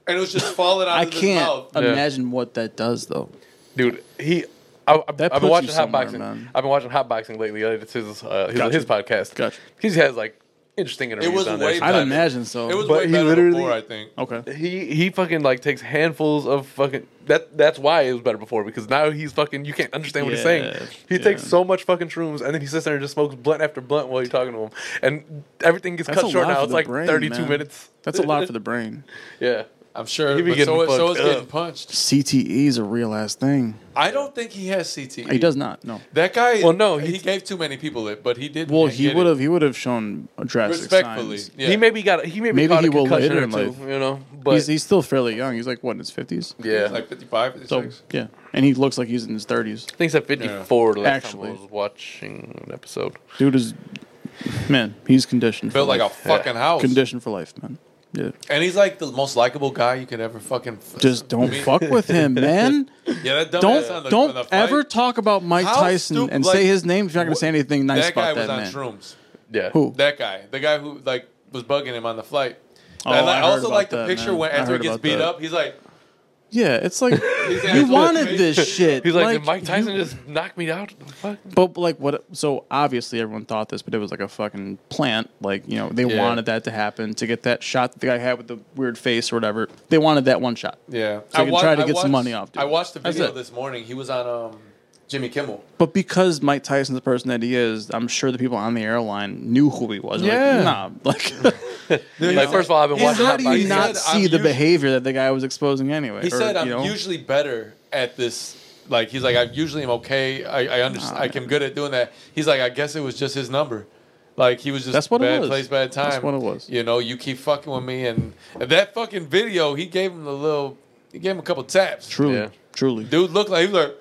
Speaker 2: and it was just falling out
Speaker 3: I
Speaker 2: of his
Speaker 3: can't
Speaker 2: mouth.
Speaker 1: Yeah.
Speaker 3: imagine what that does, though.
Speaker 1: dude. He. I, I've,
Speaker 3: That
Speaker 1: I've been
Speaker 3: puts
Speaker 1: watching
Speaker 3: you
Speaker 1: hot
Speaker 3: somewhere,
Speaker 1: boxing.
Speaker 3: man.
Speaker 1: I've been watching hot boxing lately. It's his uh, his,
Speaker 3: Gotcha.
Speaker 1: his podcast.
Speaker 3: Gotcha.
Speaker 1: He just has like interesting interviews
Speaker 2: was
Speaker 1: on there.
Speaker 2: way
Speaker 3: I'd
Speaker 2: better.
Speaker 3: imagine so.
Speaker 2: It was
Speaker 3: but
Speaker 2: way
Speaker 3: he
Speaker 2: better
Speaker 3: literally-
Speaker 2: before, I think.
Speaker 3: Okay.
Speaker 1: He he fucking like takes handfuls of fucking that that's why it was better before because now he's fucking you can't understand what he's saying.
Speaker 3: Yeah,
Speaker 1: He
Speaker 3: yeah.
Speaker 1: takes so much fucking shrooms and then he sits there and just smokes blunt after blunt while you're talking to him and everything gets
Speaker 3: That's
Speaker 1: cut
Speaker 3: a
Speaker 1: short
Speaker 3: lot
Speaker 1: now.
Speaker 3: for
Speaker 1: It's
Speaker 3: the
Speaker 1: like
Speaker 3: brain,
Speaker 1: 32
Speaker 3: man.
Speaker 1: minutes.
Speaker 3: That's a lot for the brain.
Speaker 1: Yeah.
Speaker 2: I'm sure.
Speaker 1: He be
Speaker 2: but
Speaker 1: getting
Speaker 2: so, so
Speaker 1: fucked
Speaker 2: is getting
Speaker 1: up.
Speaker 2: punched.
Speaker 3: CTE E is a real ass thing.
Speaker 2: I don't think he has CTE.
Speaker 3: He does not. No.
Speaker 2: That guy.
Speaker 1: Well, no,
Speaker 2: he,
Speaker 1: he-
Speaker 2: gave too many people it, but he did.
Speaker 3: Well,
Speaker 2: get
Speaker 3: he
Speaker 2: it.
Speaker 3: would have. He would have shown drastic
Speaker 2: respectfully.
Speaker 3: signs.
Speaker 2: Yeah.
Speaker 1: He maybe got he maybe,
Speaker 3: Maybe
Speaker 1: caught
Speaker 3: he
Speaker 1: a
Speaker 3: will
Speaker 1: concussion
Speaker 3: later
Speaker 1: or
Speaker 3: in
Speaker 1: two,
Speaker 3: life.
Speaker 1: you know. But
Speaker 3: he's, he's still fairly young. He's like what in his fifties.
Speaker 1: yeah.
Speaker 2: He's like 55,
Speaker 3: So
Speaker 2: 56.
Speaker 3: yeah, and he looks like he's in his thirties.
Speaker 1: I think he's at 54 the last
Speaker 3: Actually.
Speaker 1: time I was watching an episode.
Speaker 3: Dude is, man, he's conditioned.
Speaker 2: Built
Speaker 3: for
Speaker 2: like a
Speaker 3: life.
Speaker 2: fucking house.
Speaker 3: conditioned for life, man. Yeah,
Speaker 2: And he's like the most likable guy you could ever fucking.
Speaker 3: just don't
Speaker 2: mean-
Speaker 3: fuck with him, man.
Speaker 2: Yeah, that dumbass on
Speaker 3: don't
Speaker 2: the, on
Speaker 3: don't
Speaker 2: the fight,
Speaker 3: ever talk about Mike
Speaker 2: How
Speaker 3: Tyson
Speaker 2: stupid-
Speaker 3: and
Speaker 2: like,
Speaker 3: say his name if you're not gonna say anything nice
Speaker 2: That guy
Speaker 3: about
Speaker 2: was
Speaker 3: that
Speaker 2: on
Speaker 3: man.
Speaker 2: shrooms.
Speaker 1: Yeah.
Speaker 3: Who?
Speaker 2: That guy, the guy who like was bugging him on the flight.
Speaker 3: Oh,
Speaker 2: I, li-
Speaker 3: I heard
Speaker 2: also
Speaker 3: about
Speaker 2: like the
Speaker 3: that,
Speaker 2: picture
Speaker 3: man.
Speaker 2: when
Speaker 3: I
Speaker 2: after he
Speaker 3: heard
Speaker 2: gets
Speaker 3: about
Speaker 2: beat
Speaker 3: that.
Speaker 2: up, he's like,
Speaker 3: Yeah, it's like
Speaker 2: he's
Speaker 3: you
Speaker 2: actually-
Speaker 3: wanted this shit.
Speaker 1: He's like, did Mike
Speaker 3: you-
Speaker 1: Tyson just knocked me out? What the fuck?
Speaker 3: But like what? So obviously everyone thought this, but it was like a fucking plant. Like you know they
Speaker 2: Yeah.
Speaker 3: wanted that to happen to get that shot that the guy had with the weird face or whatever. They wanted that one shot.
Speaker 2: Yeah,
Speaker 3: So you can
Speaker 2: wa-
Speaker 3: try to get some
Speaker 2: watched-
Speaker 3: money off, dude.
Speaker 2: I watched the
Speaker 3: That's
Speaker 2: video
Speaker 3: it.
Speaker 2: this morning. He was on um, Jimmy Kimmel.
Speaker 3: But because Mike Tyson's the person that he is, I'm sure the people on the airline knew who he was. They're
Speaker 1: Yeah.
Speaker 3: Like, nah. Like,
Speaker 1: Like, first of all, I've been
Speaker 2: He's
Speaker 1: watching
Speaker 3: how
Speaker 1: Hot
Speaker 3: do
Speaker 1: Box.
Speaker 3: you
Speaker 2: He
Speaker 3: not
Speaker 2: said,
Speaker 3: see
Speaker 2: "I'm
Speaker 3: the
Speaker 2: usu-
Speaker 3: behavior that the guy was exposing anyway?
Speaker 2: He
Speaker 3: Or,
Speaker 2: said, "I'm
Speaker 3: you know,
Speaker 2: usually better at this." Like he's like, "I'm usually am okay. I, I understand.
Speaker 3: Nah,
Speaker 2: like I'm good at doing that." He's like, "I guess it was just his number." Like he was just
Speaker 3: That's what it
Speaker 2: bad
Speaker 3: was.
Speaker 2: place, bad time.
Speaker 3: That's what it was.
Speaker 2: You know, you keep fucking with me, and and that fucking video, he gave him the little, he gave him a couple taps.
Speaker 3: truly,
Speaker 1: Yeah.
Speaker 3: truly,
Speaker 2: Dude looked like he was like,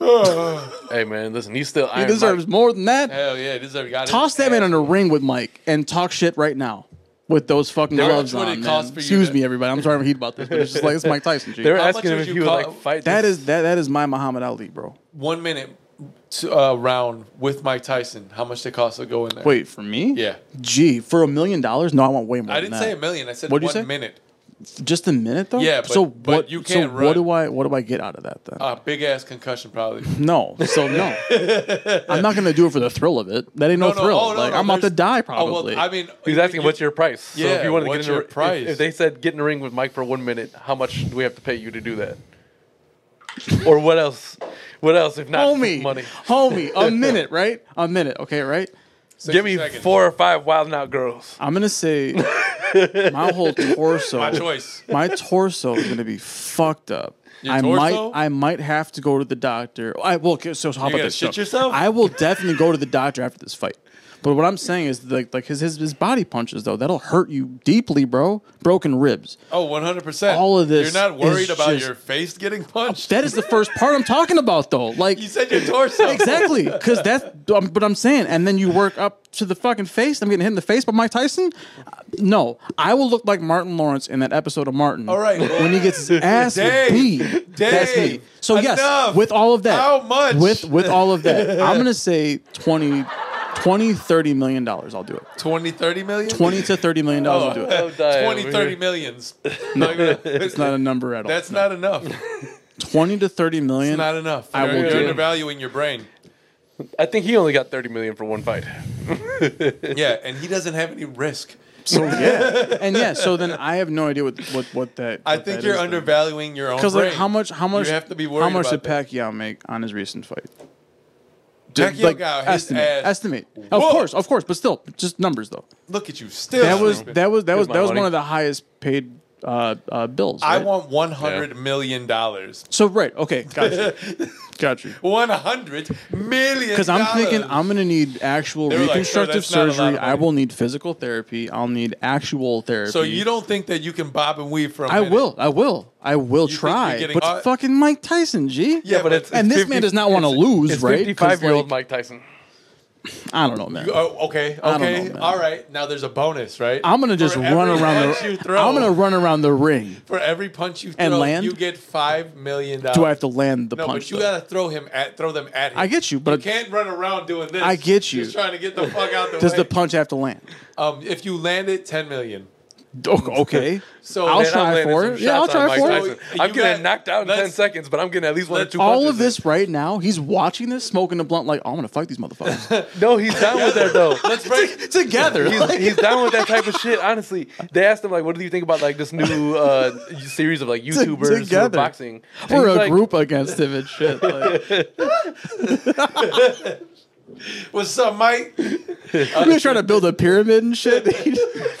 Speaker 2: "Ugh."
Speaker 1: Hey man, listen, he's still
Speaker 3: he
Speaker 1: Iron
Speaker 3: deserves
Speaker 1: Mike.
Speaker 3: more than that.
Speaker 2: hell yeah, this is got
Speaker 3: Toss that man in a ring with Mike and talk shit right now with those fucking
Speaker 2: How
Speaker 3: gloves
Speaker 2: much would it
Speaker 3: on.
Speaker 2: cost
Speaker 3: Man.
Speaker 2: for you
Speaker 3: Excuse
Speaker 2: to-
Speaker 3: me, everybody. I'm sorry I'm heat about this, but it's just like it's Mike Tyson. G.
Speaker 1: They were
Speaker 2: How much
Speaker 1: asking him
Speaker 2: would
Speaker 1: if
Speaker 2: you
Speaker 1: he would
Speaker 2: call-
Speaker 1: like fight.
Speaker 3: That
Speaker 1: this-
Speaker 3: is that that is my Muhammad Ali, bro.
Speaker 2: one minute to, uh, round with Mike Tyson. How much the cost to go in there?
Speaker 3: Wait for me?
Speaker 2: Yeah.
Speaker 3: Gee, for a million dollars? No, I want way more.
Speaker 2: I didn't
Speaker 3: than
Speaker 2: say
Speaker 3: that.
Speaker 2: a million. I said
Speaker 3: What'd you
Speaker 2: one
Speaker 3: say?
Speaker 2: minute.
Speaker 3: Just a minute though.
Speaker 2: Yeah, but-
Speaker 3: so
Speaker 2: but
Speaker 3: what?
Speaker 2: you
Speaker 3: so
Speaker 2: can't
Speaker 3: what
Speaker 2: run.
Speaker 3: do I? What do I get out of that then?
Speaker 2: A big ass concussion, probably.
Speaker 3: no. So no. I'm not gonna do it for the thrill of it. That
Speaker 2: Oh,
Speaker 3: ain't no, thrill. like I'm about to
Speaker 2: there's-
Speaker 3: die
Speaker 2: Oh, well,
Speaker 3: probably.
Speaker 2: I mean,
Speaker 1: He's asking, "What's your price?" So
Speaker 2: Yeah,
Speaker 1: if you wanted to
Speaker 2: what's
Speaker 1: get in a
Speaker 2: your
Speaker 1: ri- if-
Speaker 2: price?
Speaker 1: If, they said get in a ring with Mike for one minute, how much do we have to pay you to do that? or what else? What else if not
Speaker 3: homie,
Speaker 1: money?
Speaker 3: homie, a minute, right? A minute. Okay, right?
Speaker 1: Give me four or five wild and out girls.
Speaker 3: I'm gonna say my whole torso.
Speaker 2: My choice.
Speaker 3: my torso is gonna be fucked up.
Speaker 2: Your
Speaker 3: I
Speaker 2: torso?
Speaker 3: might, I might have to go to the doctor. I well, okay, so, so how about
Speaker 2: gonna
Speaker 3: this?
Speaker 2: shit
Speaker 3: So,
Speaker 2: yourself?
Speaker 3: I will definitely go to the doctor after this fight. But what I'm saying is, like, like his, his his body punches though that'll hurt you deeply, bro. Broken ribs.
Speaker 2: Oh, 100%.
Speaker 3: All of this
Speaker 2: You're not worried
Speaker 3: is
Speaker 2: about
Speaker 3: just-
Speaker 2: your face getting punched.
Speaker 3: That is the first part I'm talking about though. Like
Speaker 2: You said your torso.
Speaker 3: exactly because that's um, but i'm saying and then you work up to the fucking face i'm getting hit in the face by mike tyson Uh, no i will look like martin lawrence in that episode of martin
Speaker 2: All right, well-
Speaker 3: when he gets his ass
Speaker 2: Dave,
Speaker 3: beat that's me
Speaker 2: Dave,
Speaker 3: so yes
Speaker 2: enough.
Speaker 3: with all of that
Speaker 2: How much?
Speaker 3: with with all of that i'm gonna say 20 20 30 million dollars i'll do it
Speaker 2: 20, 30 million?
Speaker 3: 20 to 30 million dollars i'll do
Speaker 2: Oh.
Speaker 3: it
Speaker 1: I'll die
Speaker 2: 20,
Speaker 1: over
Speaker 2: 30
Speaker 1: here.
Speaker 2: millions. Like,
Speaker 3: it's not a number at all
Speaker 2: That's
Speaker 3: No.
Speaker 2: not enough.
Speaker 3: 20 to 30 million
Speaker 2: It's not enough.
Speaker 3: I
Speaker 2: you're
Speaker 3: will
Speaker 2: you're
Speaker 3: do it.
Speaker 2: undervaluing your brain.
Speaker 1: I think he only got thirty million for one fight.
Speaker 2: Yeah, and he doesn't have any risk.
Speaker 3: so yeah and yeah so then i have no idea what what what that
Speaker 2: I
Speaker 3: what
Speaker 2: think
Speaker 3: that
Speaker 2: you're
Speaker 3: is then.
Speaker 2: undervaluing your own
Speaker 3: Because like
Speaker 2: brain.
Speaker 3: how much how much
Speaker 2: You have to be
Speaker 3: how
Speaker 2: worried
Speaker 3: much
Speaker 2: about
Speaker 3: did Pacquiao make on his recent fight?
Speaker 2: Pacquiao
Speaker 3: like,
Speaker 2: got his
Speaker 3: estimate,
Speaker 2: ass-
Speaker 3: estimate. Of
Speaker 2: Whoa.
Speaker 3: course, of course, but still, just numbers though.
Speaker 2: Look at you still.
Speaker 3: That was
Speaker 2: stupid.
Speaker 3: that was that was
Speaker 1: my
Speaker 3: that was
Speaker 1: money.
Speaker 3: one of the highest paid uh, uh, bills.
Speaker 2: I
Speaker 3: right?
Speaker 2: want one hundred million dollars.
Speaker 3: so right. Okay, gotcha, gotcha.
Speaker 2: One hundred million.
Speaker 3: Because I'm thinking I'm gonna need actual
Speaker 2: They were like, "Sir,
Speaker 3: reconstructive
Speaker 2: that's not a lot of
Speaker 3: surgery. I
Speaker 2: money."
Speaker 3: will need physical therapy. I'll need actual therapy.
Speaker 2: So you don't think that you can bob and weave for? I
Speaker 3: I will. I will. I will
Speaker 2: think
Speaker 3: try.
Speaker 2: you're getting-
Speaker 3: but
Speaker 2: uh,
Speaker 3: fucking Mike Tyson, G.
Speaker 2: Yeah, but it's-
Speaker 3: and this man does not want to lose,
Speaker 1: It's
Speaker 3: right? 'Cause,
Speaker 1: Fifty-five year old
Speaker 3: like,
Speaker 1: Mike Tyson.
Speaker 3: I don't know, man.
Speaker 2: Oh, okay.
Speaker 3: I don't
Speaker 2: Okay.
Speaker 3: know, man.
Speaker 2: All right. Now there's a bonus, right?
Speaker 3: I'm gonna just
Speaker 2: For every
Speaker 3: run around
Speaker 2: punch you
Speaker 3: the.
Speaker 2: throw-
Speaker 3: I'm gonna run around the ring.
Speaker 2: for every punch you throw,
Speaker 3: And land?
Speaker 2: you get five million dollars.
Speaker 3: Do I have to land the
Speaker 2: No,
Speaker 3: punch?
Speaker 2: but you
Speaker 3: though?
Speaker 2: gotta throw him at throw them at him.
Speaker 3: I get you,
Speaker 2: You
Speaker 3: but
Speaker 2: can't run around doing this.
Speaker 3: I get you.
Speaker 2: Just trying to get the fuck out the
Speaker 3: does
Speaker 2: way.
Speaker 3: the punch have to land?
Speaker 2: um, if you land it, ten million.
Speaker 3: Okay.
Speaker 2: So
Speaker 3: I'll
Speaker 1: Man,
Speaker 2: then
Speaker 1: I'm
Speaker 3: try
Speaker 1: landing
Speaker 3: for
Speaker 1: some
Speaker 3: it. Yeah, I'll
Speaker 1: shots on
Speaker 3: try
Speaker 1: Mike
Speaker 3: for
Speaker 1: Tyson.
Speaker 3: it.
Speaker 2: You
Speaker 1: I'm getting
Speaker 2: got-
Speaker 1: knocked out in ten
Speaker 2: let's-
Speaker 1: seconds, but I'm getting at least one or
Speaker 2: let's-
Speaker 1: two.
Speaker 3: All
Speaker 1: punches
Speaker 3: of
Speaker 1: in.
Speaker 3: this right now, he's watching this, smoking a blunt, like, oh, I'm gonna fight these motherfuckers
Speaker 1: No, he's down with that though.
Speaker 2: Let's break.
Speaker 3: together.
Speaker 1: He's,
Speaker 3: like-
Speaker 1: he's down with that type of shit. Honestly, they asked him like, "What do you think about like this new uh, series of like YouTubers who are
Speaker 3: together.
Speaker 1: boxing?" And
Speaker 3: we're
Speaker 1: he's
Speaker 3: a
Speaker 1: like,
Speaker 3: group against him and shit. Like,
Speaker 2: What's up, Mike?
Speaker 3: we're trying to build a pyramid and shit.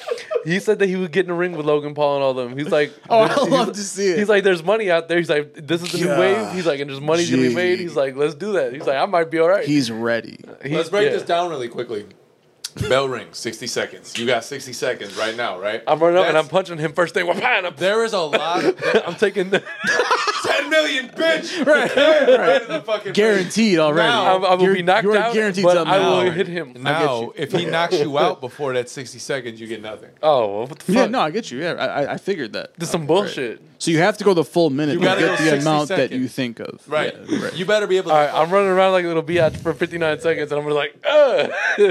Speaker 1: He said that he would get in the ring with Logan Paul and all them. He's like,
Speaker 3: oh, I
Speaker 1: there's- he's-
Speaker 3: love to see
Speaker 1: He's
Speaker 3: it.
Speaker 1: like, there's money out there. He's like, this is the new
Speaker 3: God.
Speaker 1: wave. He's like, and there's money to be
Speaker 3: Gee.
Speaker 1: made. He's like, let's do that. He's like, I might be all right.
Speaker 3: He's ready.
Speaker 1: He's-
Speaker 2: Let's break
Speaker 1: yeah.
Speaker 2: this down really quickly. Bell rings, 60 seconds. You got 60 seconds right now, right?
Speaker 1: I'm running up and I'm
Speaker 2: That's-
Speaker 1: punching him first thing. Wah, pah, and I'm,
Speaker 2: There is a lot of
Speaker 1: I'm taking. The,
Speaker 2: 10 million, bitch!
Speaker 3: Right.
Speaker 2: Right in the fucking
Speaker 3: Guaranteed already.
Speaker 2: Now-
Speaker 1: I'm, I will
Speaker 3: You're-
Speaker 1: be knocked
Speaker 3: you're
Speaker 1: out.
Speaker 3: guaranteed
Speaker 1: but
Speaker 3: something
Speaker 1: I will
Speaker 3: now.
Speaker 1: hit him.
Speaker 2: Now,
Speaker 3: I get
Speaker 2: if he knocks you out before that 60 seconds, you get nothing.
Speaker 1: Oh, what the fuck?
Speaker 3: Yeah, no, I get you. Yeah, I, I- I figured that.
Speaker 1: This is some bullshit.
Speaker 3: So you have to go the full minute
Speaker 2: You
Speaker 3: to
Speaker 2: gotta
Speaker 3: get
Speaker 2: go
Speaker 3: the
Speaker 2: 60
Speaker 3: amount that
Speaker 2: seconds.
Speaker 3: you think of.
Speaker 2: Right.
Speaker 3: Yeah, right.
Speaker 2: You better be able to.
Speaker 1: All right, I'm running around like a little biatch for 59 seconds, and I'm gonna like, uh,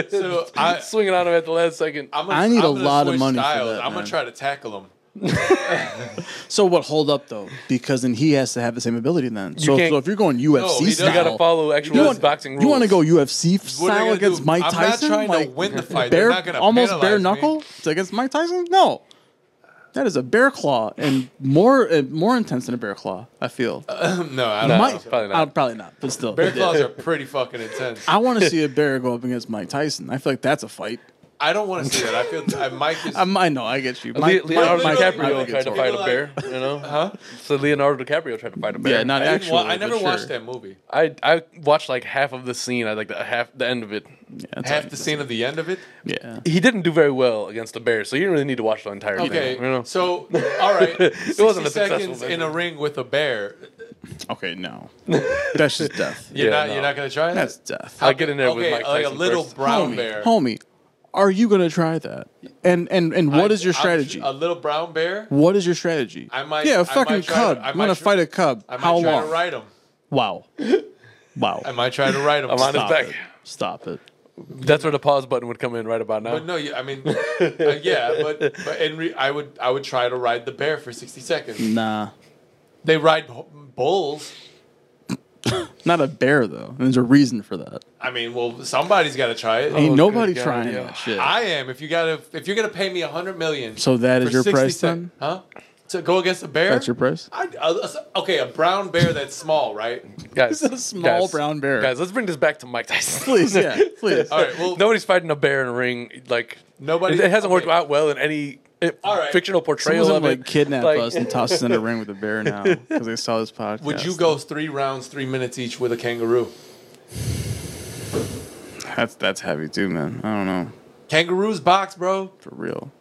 Speaker 2: So, I-
Speaker 1: swinging on him at the last second.
Speaker 2: I'm
Speaker 3: I need
Speaker 2: I'm
Speaker 3: a lot of
Speaker 2: switch
Speaker 3: money for
Speaker 2: styles.
Speaker 3: that,
Speaker 2: I'm going
Speaker 3: man.
Speaker 2: to try to tackle him.
Speaker 3: So what? Hold up though, because then he has to have the same ability then. So,
Speaker 1: can't-
Speaker 3: so if you're going UFC
Speaker 2: No, he does-
Speaker 1: you
Speaker 3: style,
Speaker 1: gotta follow actual
Speaker 3: you want,
Speaker 1: boxing rules.
Speaker 3: You want to go UFC
Speaker 2: What are they
Speaker 3: style
Speaker 2: gonna
Speaker 3: against
Speaker 2: do?
Speaker 3: Mike
Speaker 2: I'm
Speaker 3: Tyson?
Speaker 2: not trying
Speaker 3: like,
Speaker 2: to win the fight. They're
Speaker 3: bare,
Speaker 2: not gonna
Speaker 3: almost bare
Speaker 2: penalize me.
Speaker 3: knuckle It's against Mike Tyson? No, that is a bear claw and more uh, more intense than a bear claw. I feel.
Speaker 2: no, I don't
Speaker 1: No.
Speaker 2: know.
Speaker 3: Mike,
Speaker 1: probably not.
Speaker 3: uh, probably not, but still.
Speaker 2: Bear claws are pretty fucking intense.
Speaker 3: I want to see a bear go up against Mike Tyson. I feel like that's a fight. Um,
Speaker 2: I don't want to see that. I feel I, Mike is.
Speaker 3: I, I know. I get you.
Speaker 1: Le-
Speaker 3: Mike,
Speaker 1: Leonardo
Speaker 2: Mike- Mike-
Speaker 1: DiCaprio
Speaker 2: Mike-
Speaker 1: tried to
Speaker 2: Mike-
Speaker 1: fight a
Speaker 2: Mike-
Speaker 1: bear, you know? Huh? So Leonardo DiCaprio tried to fight a bear.
Speaker 3: Yeah, not
Speaker 2: I, didn't
Speaker 3: actually.
Speaker 2: wa- I never
Speaker 3: but sure.
Speaker 2: watched that movie.
Speaker 1: I I watched like half of the scene. I like the half the end of it.
Speaker 3: Yeah, it's
Speaker 2: Half
Speaker 3: like-
Speaker 2: the scene of the end of it.
Speaker 3: Yeah.
Speaker 1: He didn't do very well against the bear, so you didn't really need to watch the entire
Speaker 2: Okay,
Speaker 1: thing. You know?
Speaker 2: so all right, sixty
Speaker 1: wasn't a successful
Speaker 2: seconds in
Speaker 1: measure.
Speaker 2: a ring with a bear.
Speaker 3: Okay, no. That's just death.
Speaker 2: You're
Speaker 1: Yeah,
Speaker 2: not.
Speaker 1: no.
Speaker 2: You're not gonna try that.
Speaker 3: That's death.
Speaker 1: I'll get in there with Mike
Speaker 2: like a
Speaker 1: Tyson
Speaker 2: little
Speaker 1: first.
Speaker 2: brown
Speaker 3: homie,
Speaker 2: bear.
Speaker 3: homie, are you gonna try that? And and and what
Speaker 2: I-
Speaker 3: is your
Speaker 2: I'm-
Speaker 3: strategy?
Speaker 2: A little brown bear.
Speaker 3: what is your strategy?
Speaker 2: I might-
Speaker 3: Yeah,
Speaker 2: I
Speaker 3: a fucking
Speaker 2: might try to-
Speaker 3: cub.
Speaker 2: I
Speaker 3: I'm
Speaker 2: might
Speaker 3: gonna
Speaker 2: try-
Speaker 3: fight a cub.
Speaker 2: I might
Speaker 3: How
Speaker 2: try
Speaker 3: long?
Speaker 2: to ride him.
Speaker 3: wow. Wow.
Speaker 2: I might try to ride him.
Speaker 1: I'm on his
Speaker 3: Stop
Speaker 1: back.
Speaker 3: it. Stop it.
Speaker 1: That's where the pause button would come in right about now.
Speaker 2: But no, you- I mean, uh, yeah, but but in re- I would I would try to ride the bear for sixty seconds.
Speaker 3: Nah.
Speaker 2: They ride bu- bulls.
Speaker 3: Not a bear though. There's a reason for that.
Speaker 2: I mean, well, somebody's got to try it.
Speaker 3: Ain't
Speaker 1: Oh,
Speaker 3: nobody
Speaker 1: good God,
Speaker 3: trying
Speaker 1: yeah.
Speaker 3: that shit.
Speaker 2: I am. If you gotta, if you're gonna pay me a hundred million,
Speaker 3: So that is
Speaker 2: for
Speaker 3: your
Speaker 2: 60
Speaker 3: price,
Speaker 2: sec-
Speaker 3: then?
Speaker 2: huh? To go against a bear?
Speaker 3: That's your price.
Speaker 2: I, uh, okay, a brown bear that's small, right?
Speaker 1: guys,
Speaker 3: This is a small
Speaker 1: guys,
Speaker 3: brown bear.
Speaker 1: Guys, let's bring this back to Mike Tyson.
Speaker 3: Please, yeah, please.
Speaker 2: All right, well,
Speaker 1: Nobody's fighting a bear in a ring. Like
Speaker 2: Nobody-
Speaker 1: It, it hasn't worked
Speaker 2: okay.
Speaker 1: out well in any uh,
Speaker 2: All right.
Speaker 1: fictional portrayal
Speaker 3: Someone's gonna
Speaker 1: of
Speaker 3: like
Speaker 1: it.
Speaker 3: kidnap
Speaker 1: Like,
Speaker 3: us and toss us in a ring with a bear now because they saw this podcast.
Speaker 2: would you go three rounds, three minutes each with a kangaroo?
Speaker 3: That's that's heavy too, man. I don't know
Speaker 2: Kangaroos box, bro.
Speaker 3: for real.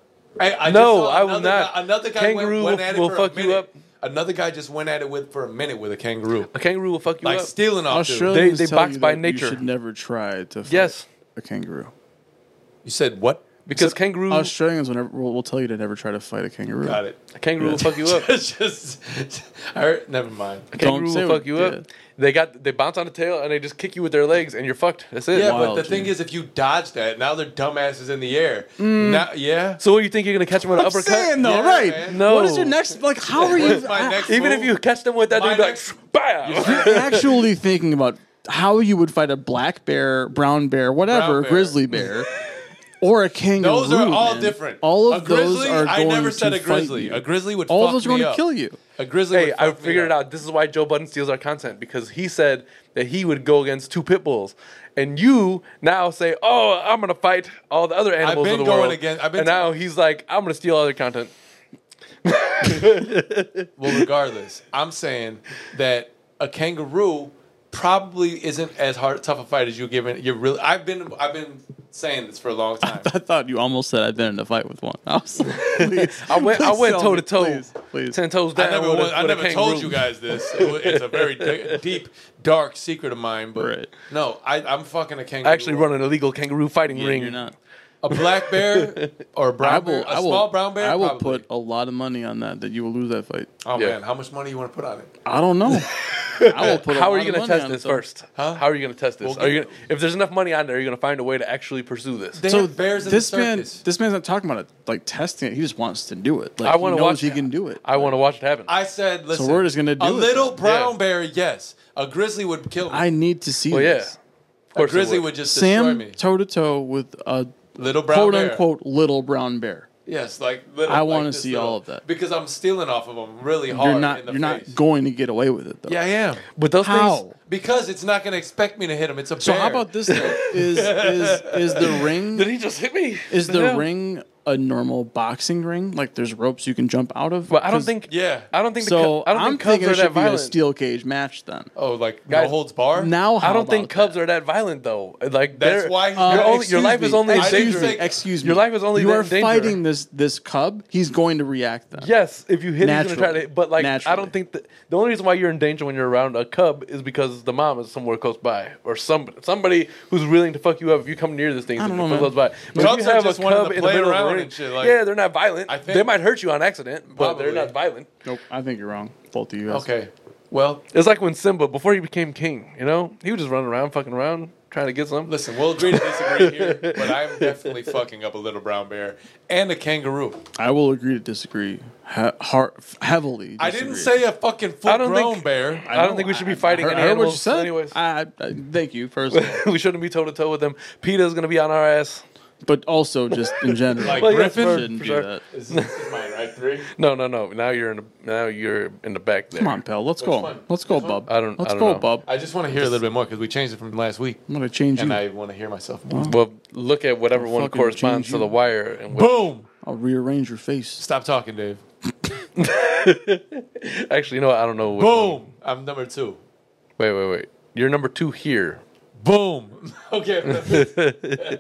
Speaker 2: I,
Speaker 1: No,
Speaker 2: I just saw
Speaker 1: I will
Speaker 2: another
Speaker 1: not.
Speaker 2: guy- another guy
Speaker 1: Kangaroo
Speaker 2: went, went
Speaker 1: will-
Speaker 2: at it
Speaker 1: will
Speaker 2: for
Speaker 1: fuck
Speaker 2: a
Speaker 1: you
Speaker 2: minute.
Speaker 1: up.
Speaker 2: Another guy just went at it with for a minute with a kangaroo,
Speaker 1: a kangaroo will fuck you
Speaker 2: like
Speaker 1: up.
Speaker 2: stealing off. dude.
Speaker 3: Australians
Speaker 1: They- they
Speaker 3: tell
Speaker 1: box
Speaker 3: you
Speaker 1: by
Speaker 3: that
Speaker 1: nature.
Speaker 3: You should never try to fight
Speaker 1: Yes.
Speaker 3: a kangaroo.
Speaker 2: You said what?
Speaker 1: because kangaroo
Speaker 3: Australians will, never, will, will tell you to never try to fight a kangaroo.
Speaker 2: Mm. Got it.
Speaker 1: a kangaroo will fuck you up.
Speaker 2: It's just, I heard, never mind.
Speaker 1: kangaroo
Speaker 3: say
Speaker 1: will
Speaker 3: what-
Speaker 1: fuck you up.
Speaker 3: yeah.
Speaker 1: They got they bounce on the tail and they just kick you with their legs and you're fucked. That's it.
Speaker 2: Yeah, but
Speaker 3: Wild,
Speaker 2: the thing
Speaker 3: dude. Mm.
Speaker 2: is, if you dodge that, now they're dumbasses in the air. Now, yeah.
Speaker 1: So what do you think you're gonna catch them with an
Speaker 3: I'm
Speaker 1: uppercut?
Speaker 3: saying though,
Speaker 2: Yeah,
Speaker 3: right?
Speaker 2: man.
Speaker 1: No.
Speaker 3: What is your next? Like, how are you?
Speaker 2: What's my
Speaker 3: I-
Speaker 2: next
Speaker 1: Even
Speaker 2: move?
Speaker 1: if you catch them with that,
Speaker 2: My
Speaker 1: dude, like
Speaker 2: next-
Speaker 1: bam.
Speaker 3: I'm actually thinking about how you would fight a black bear, brown bear, whatever,
Speaker 2: Brown bear.
Speaker 3: grizzly bear, or a kangaroo.
Speaker 2: Those are all
Speaker 3: man.
Speaker 2: different.
Speaker 3: All
Speaker 2: a
Speaker 3: of those
Speaker 2: grizzly,
Speaker 3: are
Speaker 2: I
Speaker 3: going
Speaker 2: never said
Speaker 3: to
Speaker 2: a grizzly.
Speaker 3: Fight you.
Speaker 2: A grizzly would
Speaker 3: all
Speaker 2: fuck
Speaker 3: those are
Speaker 2: me
Speaker 3: going to
Speaker 2: up.
Speaker 3: kill you.
Speaker 2: A grizzly
Speaker 1: Hey,
Speaker 2: would
Speaker 1: I
Speaker 2: fuck me
Speaker 1: figured it
Speaker 2: up.
Speaker 1: out. This is why Joe Budden steals our content because he said that he would go against two pit bulls, and you now say, "Oh, I'm gonna fight all the other animals
Speaker 2: been
Speaker 1: of the
Speaker 2: going
Speaker 1: world."
Speaker 2: against- I've been
Speaker 1: and
Speaker 2: t-
Speaker 1: now he's like, "I'm gonna steal all their content."
Speaker 2: Well, regardless, I'm saying that a kangaroo probably isn't as hard tough a fight as you're giving. You're really. I've been I've been saying this for a long time.
Speaker 3: I thought you almost said I've been in a fight with one. I was like, please,
Speaker 1: I went, I
Speaker 3: please
Speaker 1: went
Speaker 3: tell
Speaker 1: toe
Speaker 3: me,
Speaker 1: to toe,
Speaker 3: Please, please.
Speaker 1: ten toes down.
Speaker 2: I never,
Speaker 1: with a-
Speaker 2: was, I
Speaker 1: with a
Speaker 2: never told
Speaker 1: kangaroo.
Speaker 2: you guys this. It was, it's a very d- deep, dark secret of mine. But
Speaker 3: Right.
Speaker 2: no, I, I'm fucking a kangaroo.
Speaker 1: I actually run an illegal kangaroo fighting
Speaker 3: Yeah,
Speaker 1: ring.
Speaker 3: You're not.
Speaker 2: a black bear or a brown
Speaker 3: I will.
Speaker 2: bear, a
Speaker 3: I will.
Speaker 2: small brown bear.
Speaker 3: I will
Speaker 2: probably.
Speaker 3: put a lot of money on that. That you will lose that fight.
Speaker 2: Oh
Speaker 1: Yeah.
Speaker 2: man, how much money you want to put on it?
Speaker 3: I don't know. I will put a
Speaker 1: How are
Speaker 3: lot
Speaker 1: you going
Speaker 3: of
Speaker 1: to
Speaker 3: money
Speaker 1: test
Speaker 3: on
Speaker 1: this
Speaker 3: something.
Speaker 1: first? How are you going to test this?
Speaker 2: We'll
Speaker 1: are
Speaker 2: get-
Speaker 1: you gonna, if there's enough money on there, you're going to find a way to actually pursue this.
Speaker 2: They
Speaker 3: So
Speaker 2: have bears in
Speaker 3: this
Speaker 2: the
Speaker 3: man,
Speaker 2: circus.
Speaker 3: this man's not talking about it like testing it. He just wants to do it. Like,
Speaker 1: I want to watch.
Speaker 3: He can do it.
Speaker 1: I want to watch it happen.
Speaker 2: I said, listen.
Speaker 3: we're just gonna do
Speaker 2: a
Speaker 3: it
Speaker 2: little
Speaker 3: then.
Speaker 2: brown
Speaker 1: Yeah.
Speaker 2: bear. Yes, a grizzly would kill me.
Speaker 3: I need to see.
Speaker 1: well, yeah.
Speaker 3: this.
Speaker 1: Of course, it
Speaker 2: a grizzly
Speaker 1: would.
Speaker 2: would just destroy
Speaker 3: Sam
Speaker 2: me.
Speaker 3: toe to toe with a
Speaker 2: Little brown
Speaker 3: quote
Speaker 2: bear.
Speaker 3: unquote little brown bear.
Speaker 2: Yes, like little,
Speaker 3: I
Speaker 2: like
Speaker 3: wanna
Speaker 2: this
Speaker 3: see all of that.
Speaker 2: because I'm stealing off of them really hard.
Speaker 3: You're
Speaker 2: in
Speaker 3: not.
Speaker 2: the
Speaker 3: You're not
Speaker 2: face.
Speaker 3: going to get away with it though.
Speaker 2: Yeah, I am.
Speaker 1: But those
Speaker 3: How?
Speaker 1: things.
Speaker 2: Because it's not going to expect me to hit him. It's a
Speaker 3: So
Speaker 2: bear.
Speaker 3: how about this? Though? Is is is the ring?
Speaker 1: Did he just hit me?
Speaker 3: Is the
Speaker 1: hell?
Speaker 3: ring a normal boxing ring? Like there's ropes you can jump out of?
Speaker 1: But I don't
Speaker 3: 'Cause-
Speaker 1: think.
Speaker 2: Yeah.
Speaker 1: I don't think. The,
Speaker 3: so.
Speaker 1: Cub- I don't
Speaker 3: I'm
Speaker 1: think Cubs
Speaker 3: thinking
Speaker 1: are
Speaker 3: it
Speaker 1: that
Speaker 3: should be a
Speaker 1: violent.
Speaker 3: steel cage match then.
Speaker 2: Oh, like no
Speaker 1: Guys,
Speaker 2: holds bar.
Speaker 3: Now how
Speaker 1: I don't think
Speaker 3: about
Speaker 1: Cubs
Speaker 3: that?
Speaker 1: are that violent though. Like
Speaker 2: That's
Speaker 1: they're-
Speaker 2: why he-
Speaker 1: your,
Speaker 2: Uh,
Speaker 1: only, your
Speaker 3: excuse
Speaker 1: life is
Speaker 3: me,
Speaker 1: only in
Speaker 2: I do
Speaker 3: excuse
Speaker 1: danger.
Speaker 3: me.
Speaker 2: think-
Speaker 3: Excuse me.
Speaker 1: Your life is only
Speaker 3: you
Speaker 1: that
Speaker 3: are
Speaker 1: in danger.
Speaker 3: fighting this this cub. He's going to react then.
Speaker 1: Yes, if you hit, it, he's gonna try
Speaker 3: Naturally.
Speaker 1: to. hit- But like, I
Speaker 3: Naturally.
Speaker 1: don't think that the only reason why you're in danger when you're around a cub is because the mom is somewhere close by, or some somebody who's willing to fuck you up if you come near this thing.
Speaker 3: I don't
Speaker 1: somewhere
Speaker 3: know,
Speaker 1: close
Speaker 3: man.
Speaker 1: by. But
Speaker 2: Cubs
Speaker 1: if you
Speaker 2: are
Speaker 1: have a
Speaker 2: just wanting
Speaker 1: cub
Speaker 2: to
Speaker 1: in the
Speaker 2: play
Speaker 1: middle of
Speaker 2: around
Speaker 1: the ring,
Speaker 2: and shit, like-
Speaker 1: yeah, they're not violent.
Speaker 2: I think-
Speaker 1: they might hurt you on accident, but
Speaker 2: Probably.
Speaker 1: they're not violent.
Speaker 3: Nope. I think you're wrong. Both of you. Guys.
Speaker 2: Okay. Well,
Speaker 1: It's like when Simba, before he became king, you know, he was just running around, fucking around, trying to get some.
Speaker 2: listen, we'll agree to disagree here, but I'm definitely fucking up a little brown bear and a kangaroo.
Speaker 3: I will agree to disagree. Ha- har- heavily.
Speaker 2: I didn't
Speaker 3: disagree.
Speaker 2: say a fucking
Speaker 1: I
Speaker 2: full
Speaker 1: don't
Speaker 2: grown
Speaker 1: think-
Speaker 2: bear.
Speaker 1: I don't think we should be fighting
Speaker 3: I heard,
Speaker 1: any
Speaker 3: I heard what you
Speaker 1: animals.
Speaker 3: said.
Speaker 1: Anyways,
Speaker 3: I, I- thank you first, of all.
Speaker 1: we shouldn't be toe to toe with them. PETA's gonna be on our ass.
Speaker 3: but also just in general,
Speaker 2: Like
Speaker 1: Well, yeah,
Speaker 3: Griffin
Speaker 1: for-
Speaker 3: shouldn't
Speaker 1: for
Speaker 3: do
Speaker 1: sure.
Speaker 3: that.
Speaker 2: Is this is mine, right? Three.
Speaker 1: No, no, no. Now you're in the now you're in the back there.
Speaker 3: Come on, pal. Let's
Speaker 2: Which
Speaker 3: go.
Speaker 2: one?
Speaker 3: Let's go,
Speaker 2: Which one?
Speaker 3: bub.
Speaker 1: I don't-
Speaker 3: Let's
Speaker 1: I don't
Speaker 3: go,
Speaker 1: know.
Speaker 3: bub.
Speaker 2: I just want to hear a little bit more because we changed it from last week,
Speaker 3: I'm gonna change
Speaker 2: and
Speaker 3: you.
Speaker 2: I want to hear myself. More.
Speaker 1: Well, look at whatever one
Speaker 3: fucking
Speaker 1: corresponds
Speaker 3: change
Speaker 1: to
Speaker 3: you.
Speaker 1: the wire, and what,
Speaker 2: Boom!
Speaker 3: I'll rearrange your face.
Speaker 2: Stop talking, Dave.
Speaker 1: actually, you know, what? I don't know. Which one.
Speaker 2: Boom! I'm number two.
Speaker 1: Wait, wait, wait. You're number two here.
Speaker 2: Boom! okay.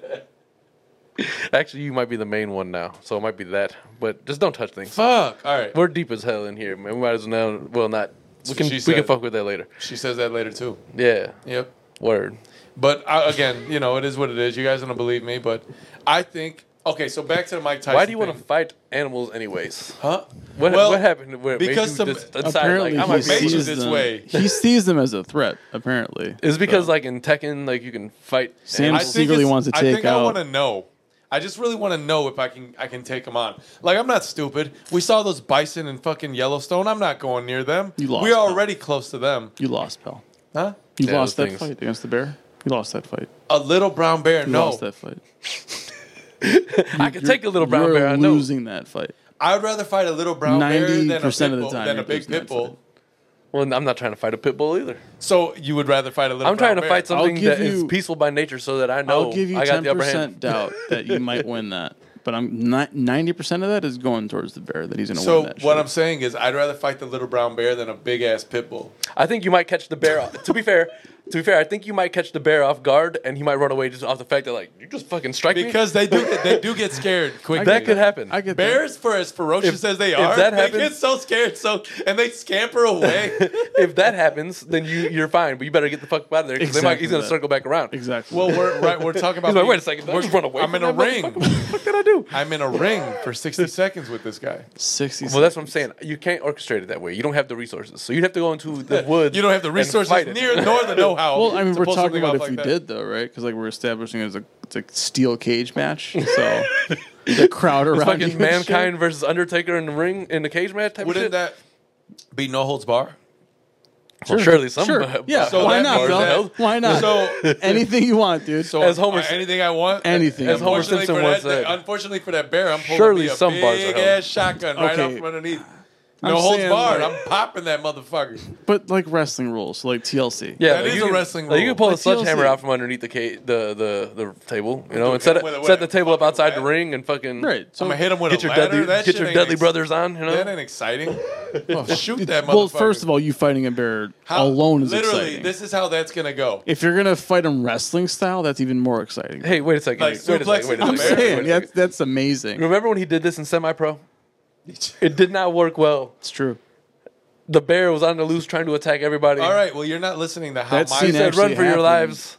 Speaker 1: Actually, you might be the main one now, so it might be that. But just don't touch things.
Speaker 2: Fuck. All right.
Speaker 1: We're deep as hell in here, man. We might as well. Well, not. We
Speaker 2: what
Speaker 1: can
Speaker 2: she
Speaker 1: we can
Speaker 2: said.
Speaker 1: fuck with that later.
Speaker 2: She says that later too.
Speaker 1: Yeah.
Speaker 2: Yep.
Speaker 1: Word.
Speaker 2: But I, again, you know, it is what it is. You guys don't believe me, but I think okay. So back to the Mike Tyson.
Speaker 1: Why do you want to
Speaker 2: thing.
Speaker 1: fight animals, anyways?
Speaker 2: Huh?
Speaker 1: What,
Speaker 2: Well,
Speaker 1: what happened? Where it made
Speaker 2: because
Speaker 1: you
Speaker 2: some-
Speaker 1: just decide,
Speaker 3: Apparently,
Speaker 1: like, I'm
Speaker 3: he
Speaker 1: a
Speaker 2: make you
Speaker 3: sees
Speaker 1: racist?
Speaker 2: this
Speaker 3: them.
Speaker 2: way.
Speaker 3: He sees them as a threat. Apparently,
Speaker 1: It's because, like in Tekken, like you can fight.
Speaker 3: Sam
Speaker 1: animals.
Speaker 2: think
Speaker 3: secretly
Speaker 2: it's-
Speaker 3: wants to
Speaker 2: I
Speaker 3: take
Speaker 2: think I
Speaker 3: out-
Speaker 2: want to know. I just really want to know if I can I can take him on. Like I'm not stupid. We saw those bison in fucking Yellowstone. I'm not going near them.
Speaker 3: You lost
Speaker 2: We're
Speaker 3: them.
Speaker 2: already close to them.
Speaker 3: you lost, pal.
Speaker 2: Huh?
Speaker 3: You
Speaker 1: Yeah,
Speaker 3: lost that
Speaker 1: those things.
Speaker 3: fight against the bear. You lost that fight.
Speaker 2: A little brown bear.
Speaker 3: You
Speaker 2: no.
Speaker 3: lost that fight.
Speaker 1: I could take a little brown
Speaker 3: You're
Speaker 1: bear. I know.
Speaker 3: losing that fight.
Speaker 2: I would rather fight a little brown bear than a,
Speaker 3: 90%
Speaker 2: pit
Speaker 3: of the
Speaker 2: bull-
Speaker 3: time
Speaker 2: than a
Speaker 3: you're
Speaker 2: big
Speaker 3: losing that
Speaker 2: pit bull.
Speaker 1: Well, I'm not trying to fight a pit bull either.
Speaker 2: So you would rather fight a little
Speaker 1: I'm
Speaker 2: brown
Speaker 1: trying to
Speaker 2: bear.
Speaker 1: fight something
Speaker 3: give
Speaker 1: that is
Speaker 3: you-
Speaker 1: peaceful by nature, so that I know
Speaker 3: I'll give you
Speaker 1: I got
Speaker 3: ten
Speaker 1: the upper hand.
Speaker 3: percent doubt that you might win that, but I'm not ninety percent of that is going towards the bear that he's going to
Speaker 2: So
Speaker 3: win that.
Speaker 2: what
Speaker 3: shit.
Speaker 2: I'm saying is, I'd rather fight the little brown bear than a big ass pit bull.
Speaker 1: I think you might catch the bear. off- to be fair, to be fair, I think you might catch the bear off guard, and he might run away just off the fact that like you just fucking strike
Speaker 2: Because they do, they do get scared quickly.
Speaker 1: me. That could happen.
Speaker 3: I get that.
Speaker 2: Bears, for as
Speaker 1: If-
Speaker 2: ferocious as they
Speaker 1: if
Speaker 2: are,
Speaker 1: that
Speaker 2: they get
Speaker 1: happens-
Speaker 2: so scared, so and they scamper away.
Speaker 1: if that happens, then you you're fine. But you better get the fuck out of there because
Speaker 3: Exactly
Speaker 1: he's gonna
Speaker 3: that.
Speaker 1: circle back around.
Speaker 3: exactly.
Speaker 2: well, we're right. We're talking about.
Speaker 1: He's like,
Speaker 2: being-
Speaker 1: wait a second, did I
Speaker 2: we're-
Speaker 1: just run away.
Speaker 2: I'm in a
Speaker 1: from that
Speaker 2: ring.
Speaker 1: motherfucker? What the fuck did I do?
Speaker 2: I'm in a ring for 60 seconds with this guy.
Speaker 3: sixty.
Speaker 1: Well, that's what I'm saying. You can't orchestrate it that way. You don't have the resources, so you'd have to go into the woods.
Speaker 2: You don't have the
Speaker 1: and
Speaker 2: resources
Speaker 1: fight it.
Speaker 2: near nor the know-how.
Speaker 3: Well, I mean,
Speaker 2: to
Speaker 3: we're
Speaker 2: pull
Speaker 3: talking
Speaker 2: something
Speaker 3: about
Speaker 2: off
Speaker 3: if
Speaker 2: like
Speaker 3: you
Speaker 2: that.
Speaker 3: did though, right? Because like we're establishing it as a it's a steel cage match, so the crowd around you
Speaker 1: Fucking
Speaker 3: and shit.
Speaker 1: mankind versus Undertaker in the ring in the cage match type of shit.
Speaker 2: Wouldn't that be no holds bar?
Speaker 1: Well, surely some.
Speaker 3: Sure. Yeah.
Speaker 2: So
Speaker 3: Why
Speaker 2: that
Speaker 3: not,
Speaker 2: means
Speaker 3: Bill?
Speaker 2: that-
Speaker 3: Why not?
Speaker 2: So
Speaker 3: anything you want, dude.
Speaker 2: So
Speaker 1: As Homer-
Speaker 2: anything I want,
Speaker 3: Anything.
Speaker 1: As Homer
Speaker 2: Unfortunately
Speaker 1: Simpson
Speaker 2: for
Speaker 1: once
Speaker 2: that,
Speaker 1: said.
Speaker 2: Unfortunately for that bear, I'm pulling
Speaker 1: Surely
Speaker 2: me a
Speaker 1: some
Speaker 2: big
Speaker 1: bars are held.
Speaker 2: ass shotgun right
Speaker 3: Okay.
Speaker 2: off from underneath.
Speaker 3: I'm
Speaker 2: No holds
Speaker 3: saying,
Speaker 2: barred.
Speaker 3: like-
Speaker 2: I'm popping that motherfucker.
Speaker 3: but like wrestling rules, so like TLC.
Speaker 1: Yeah,
Speaker 2: That
Speaker 1: like,
Speaker 2: is
Speaker 1: you
Speaker 2: a
Speaker 1: can-
Speaker 2: wrestling
Speaker 1: like, you
Speaker 2: rule.
Speaker 1: can pull a
Speaker 3: But TLC
Speaker 1: sledgehammer out from underneath the ca- the the, the table, you know, and set, it,
Speaker 2: with a- with
Speaker 1: set the
Speaker 2: a
Speaker 1: table up
Speaker 2: fucking
Speaker 1: outside the
Speaker 2: ladder.
Speaker 1: ring and fucking
Speaker 3: Right. So
Speaker 2: I'm gonna hit him with
Speaker 1: get
Speaker 2: a
Speaker 1: your
Speaker 2: ladder.
Speaker 1: Dudley
Speaker 2: that
Speaker 1: get
Speaker 2: shit
Speaker 1: your
Speaker 2: ain't
Speaker 1: Dudley
Speaker 2: ex-
Speaker 1: brothers on, you
Speaker 2: That
Speaker 1: know.
Speaker 2: ain't exciting. Shoot that motherfucker.
Speaker 3: Well, first of all, you fighting a bear
Speaker 2: How-
Speaker 3: alone is
Speaker 2: literally.
Speaker 3: exciting.
Speaker 2: This is how that's gonna go.
Speaker 3: if you're gonna fight him wrestling style, that's even more exciting.
Speaker 1: Hey, wait a second.
Speaker 2: Like
Speaker 1: wait, wait a second. Wait a
Speaker 2: suplexing
Speaker 3: I'm
Speaker 1: second.
Speaker 2: the bear?
Speaker 1: wait a second.
Speaker 3: saying that's that's amazing.
Speaker 1: Remember when he did this in semi-pro? It did not work well.
Speaker 3: It's true.
Speaker 1: The bear was on the loose trying to attack everybody.
Speaker 2: all right. Well, you're not listening to how
Speaker 3: That
Speaker 2: my
Speaker 3: scene
Speaker 1: He said, "Run
Speaker 3: actually
Speaker 1: for your
Speaker 3: happened.
Speaker 1: lives."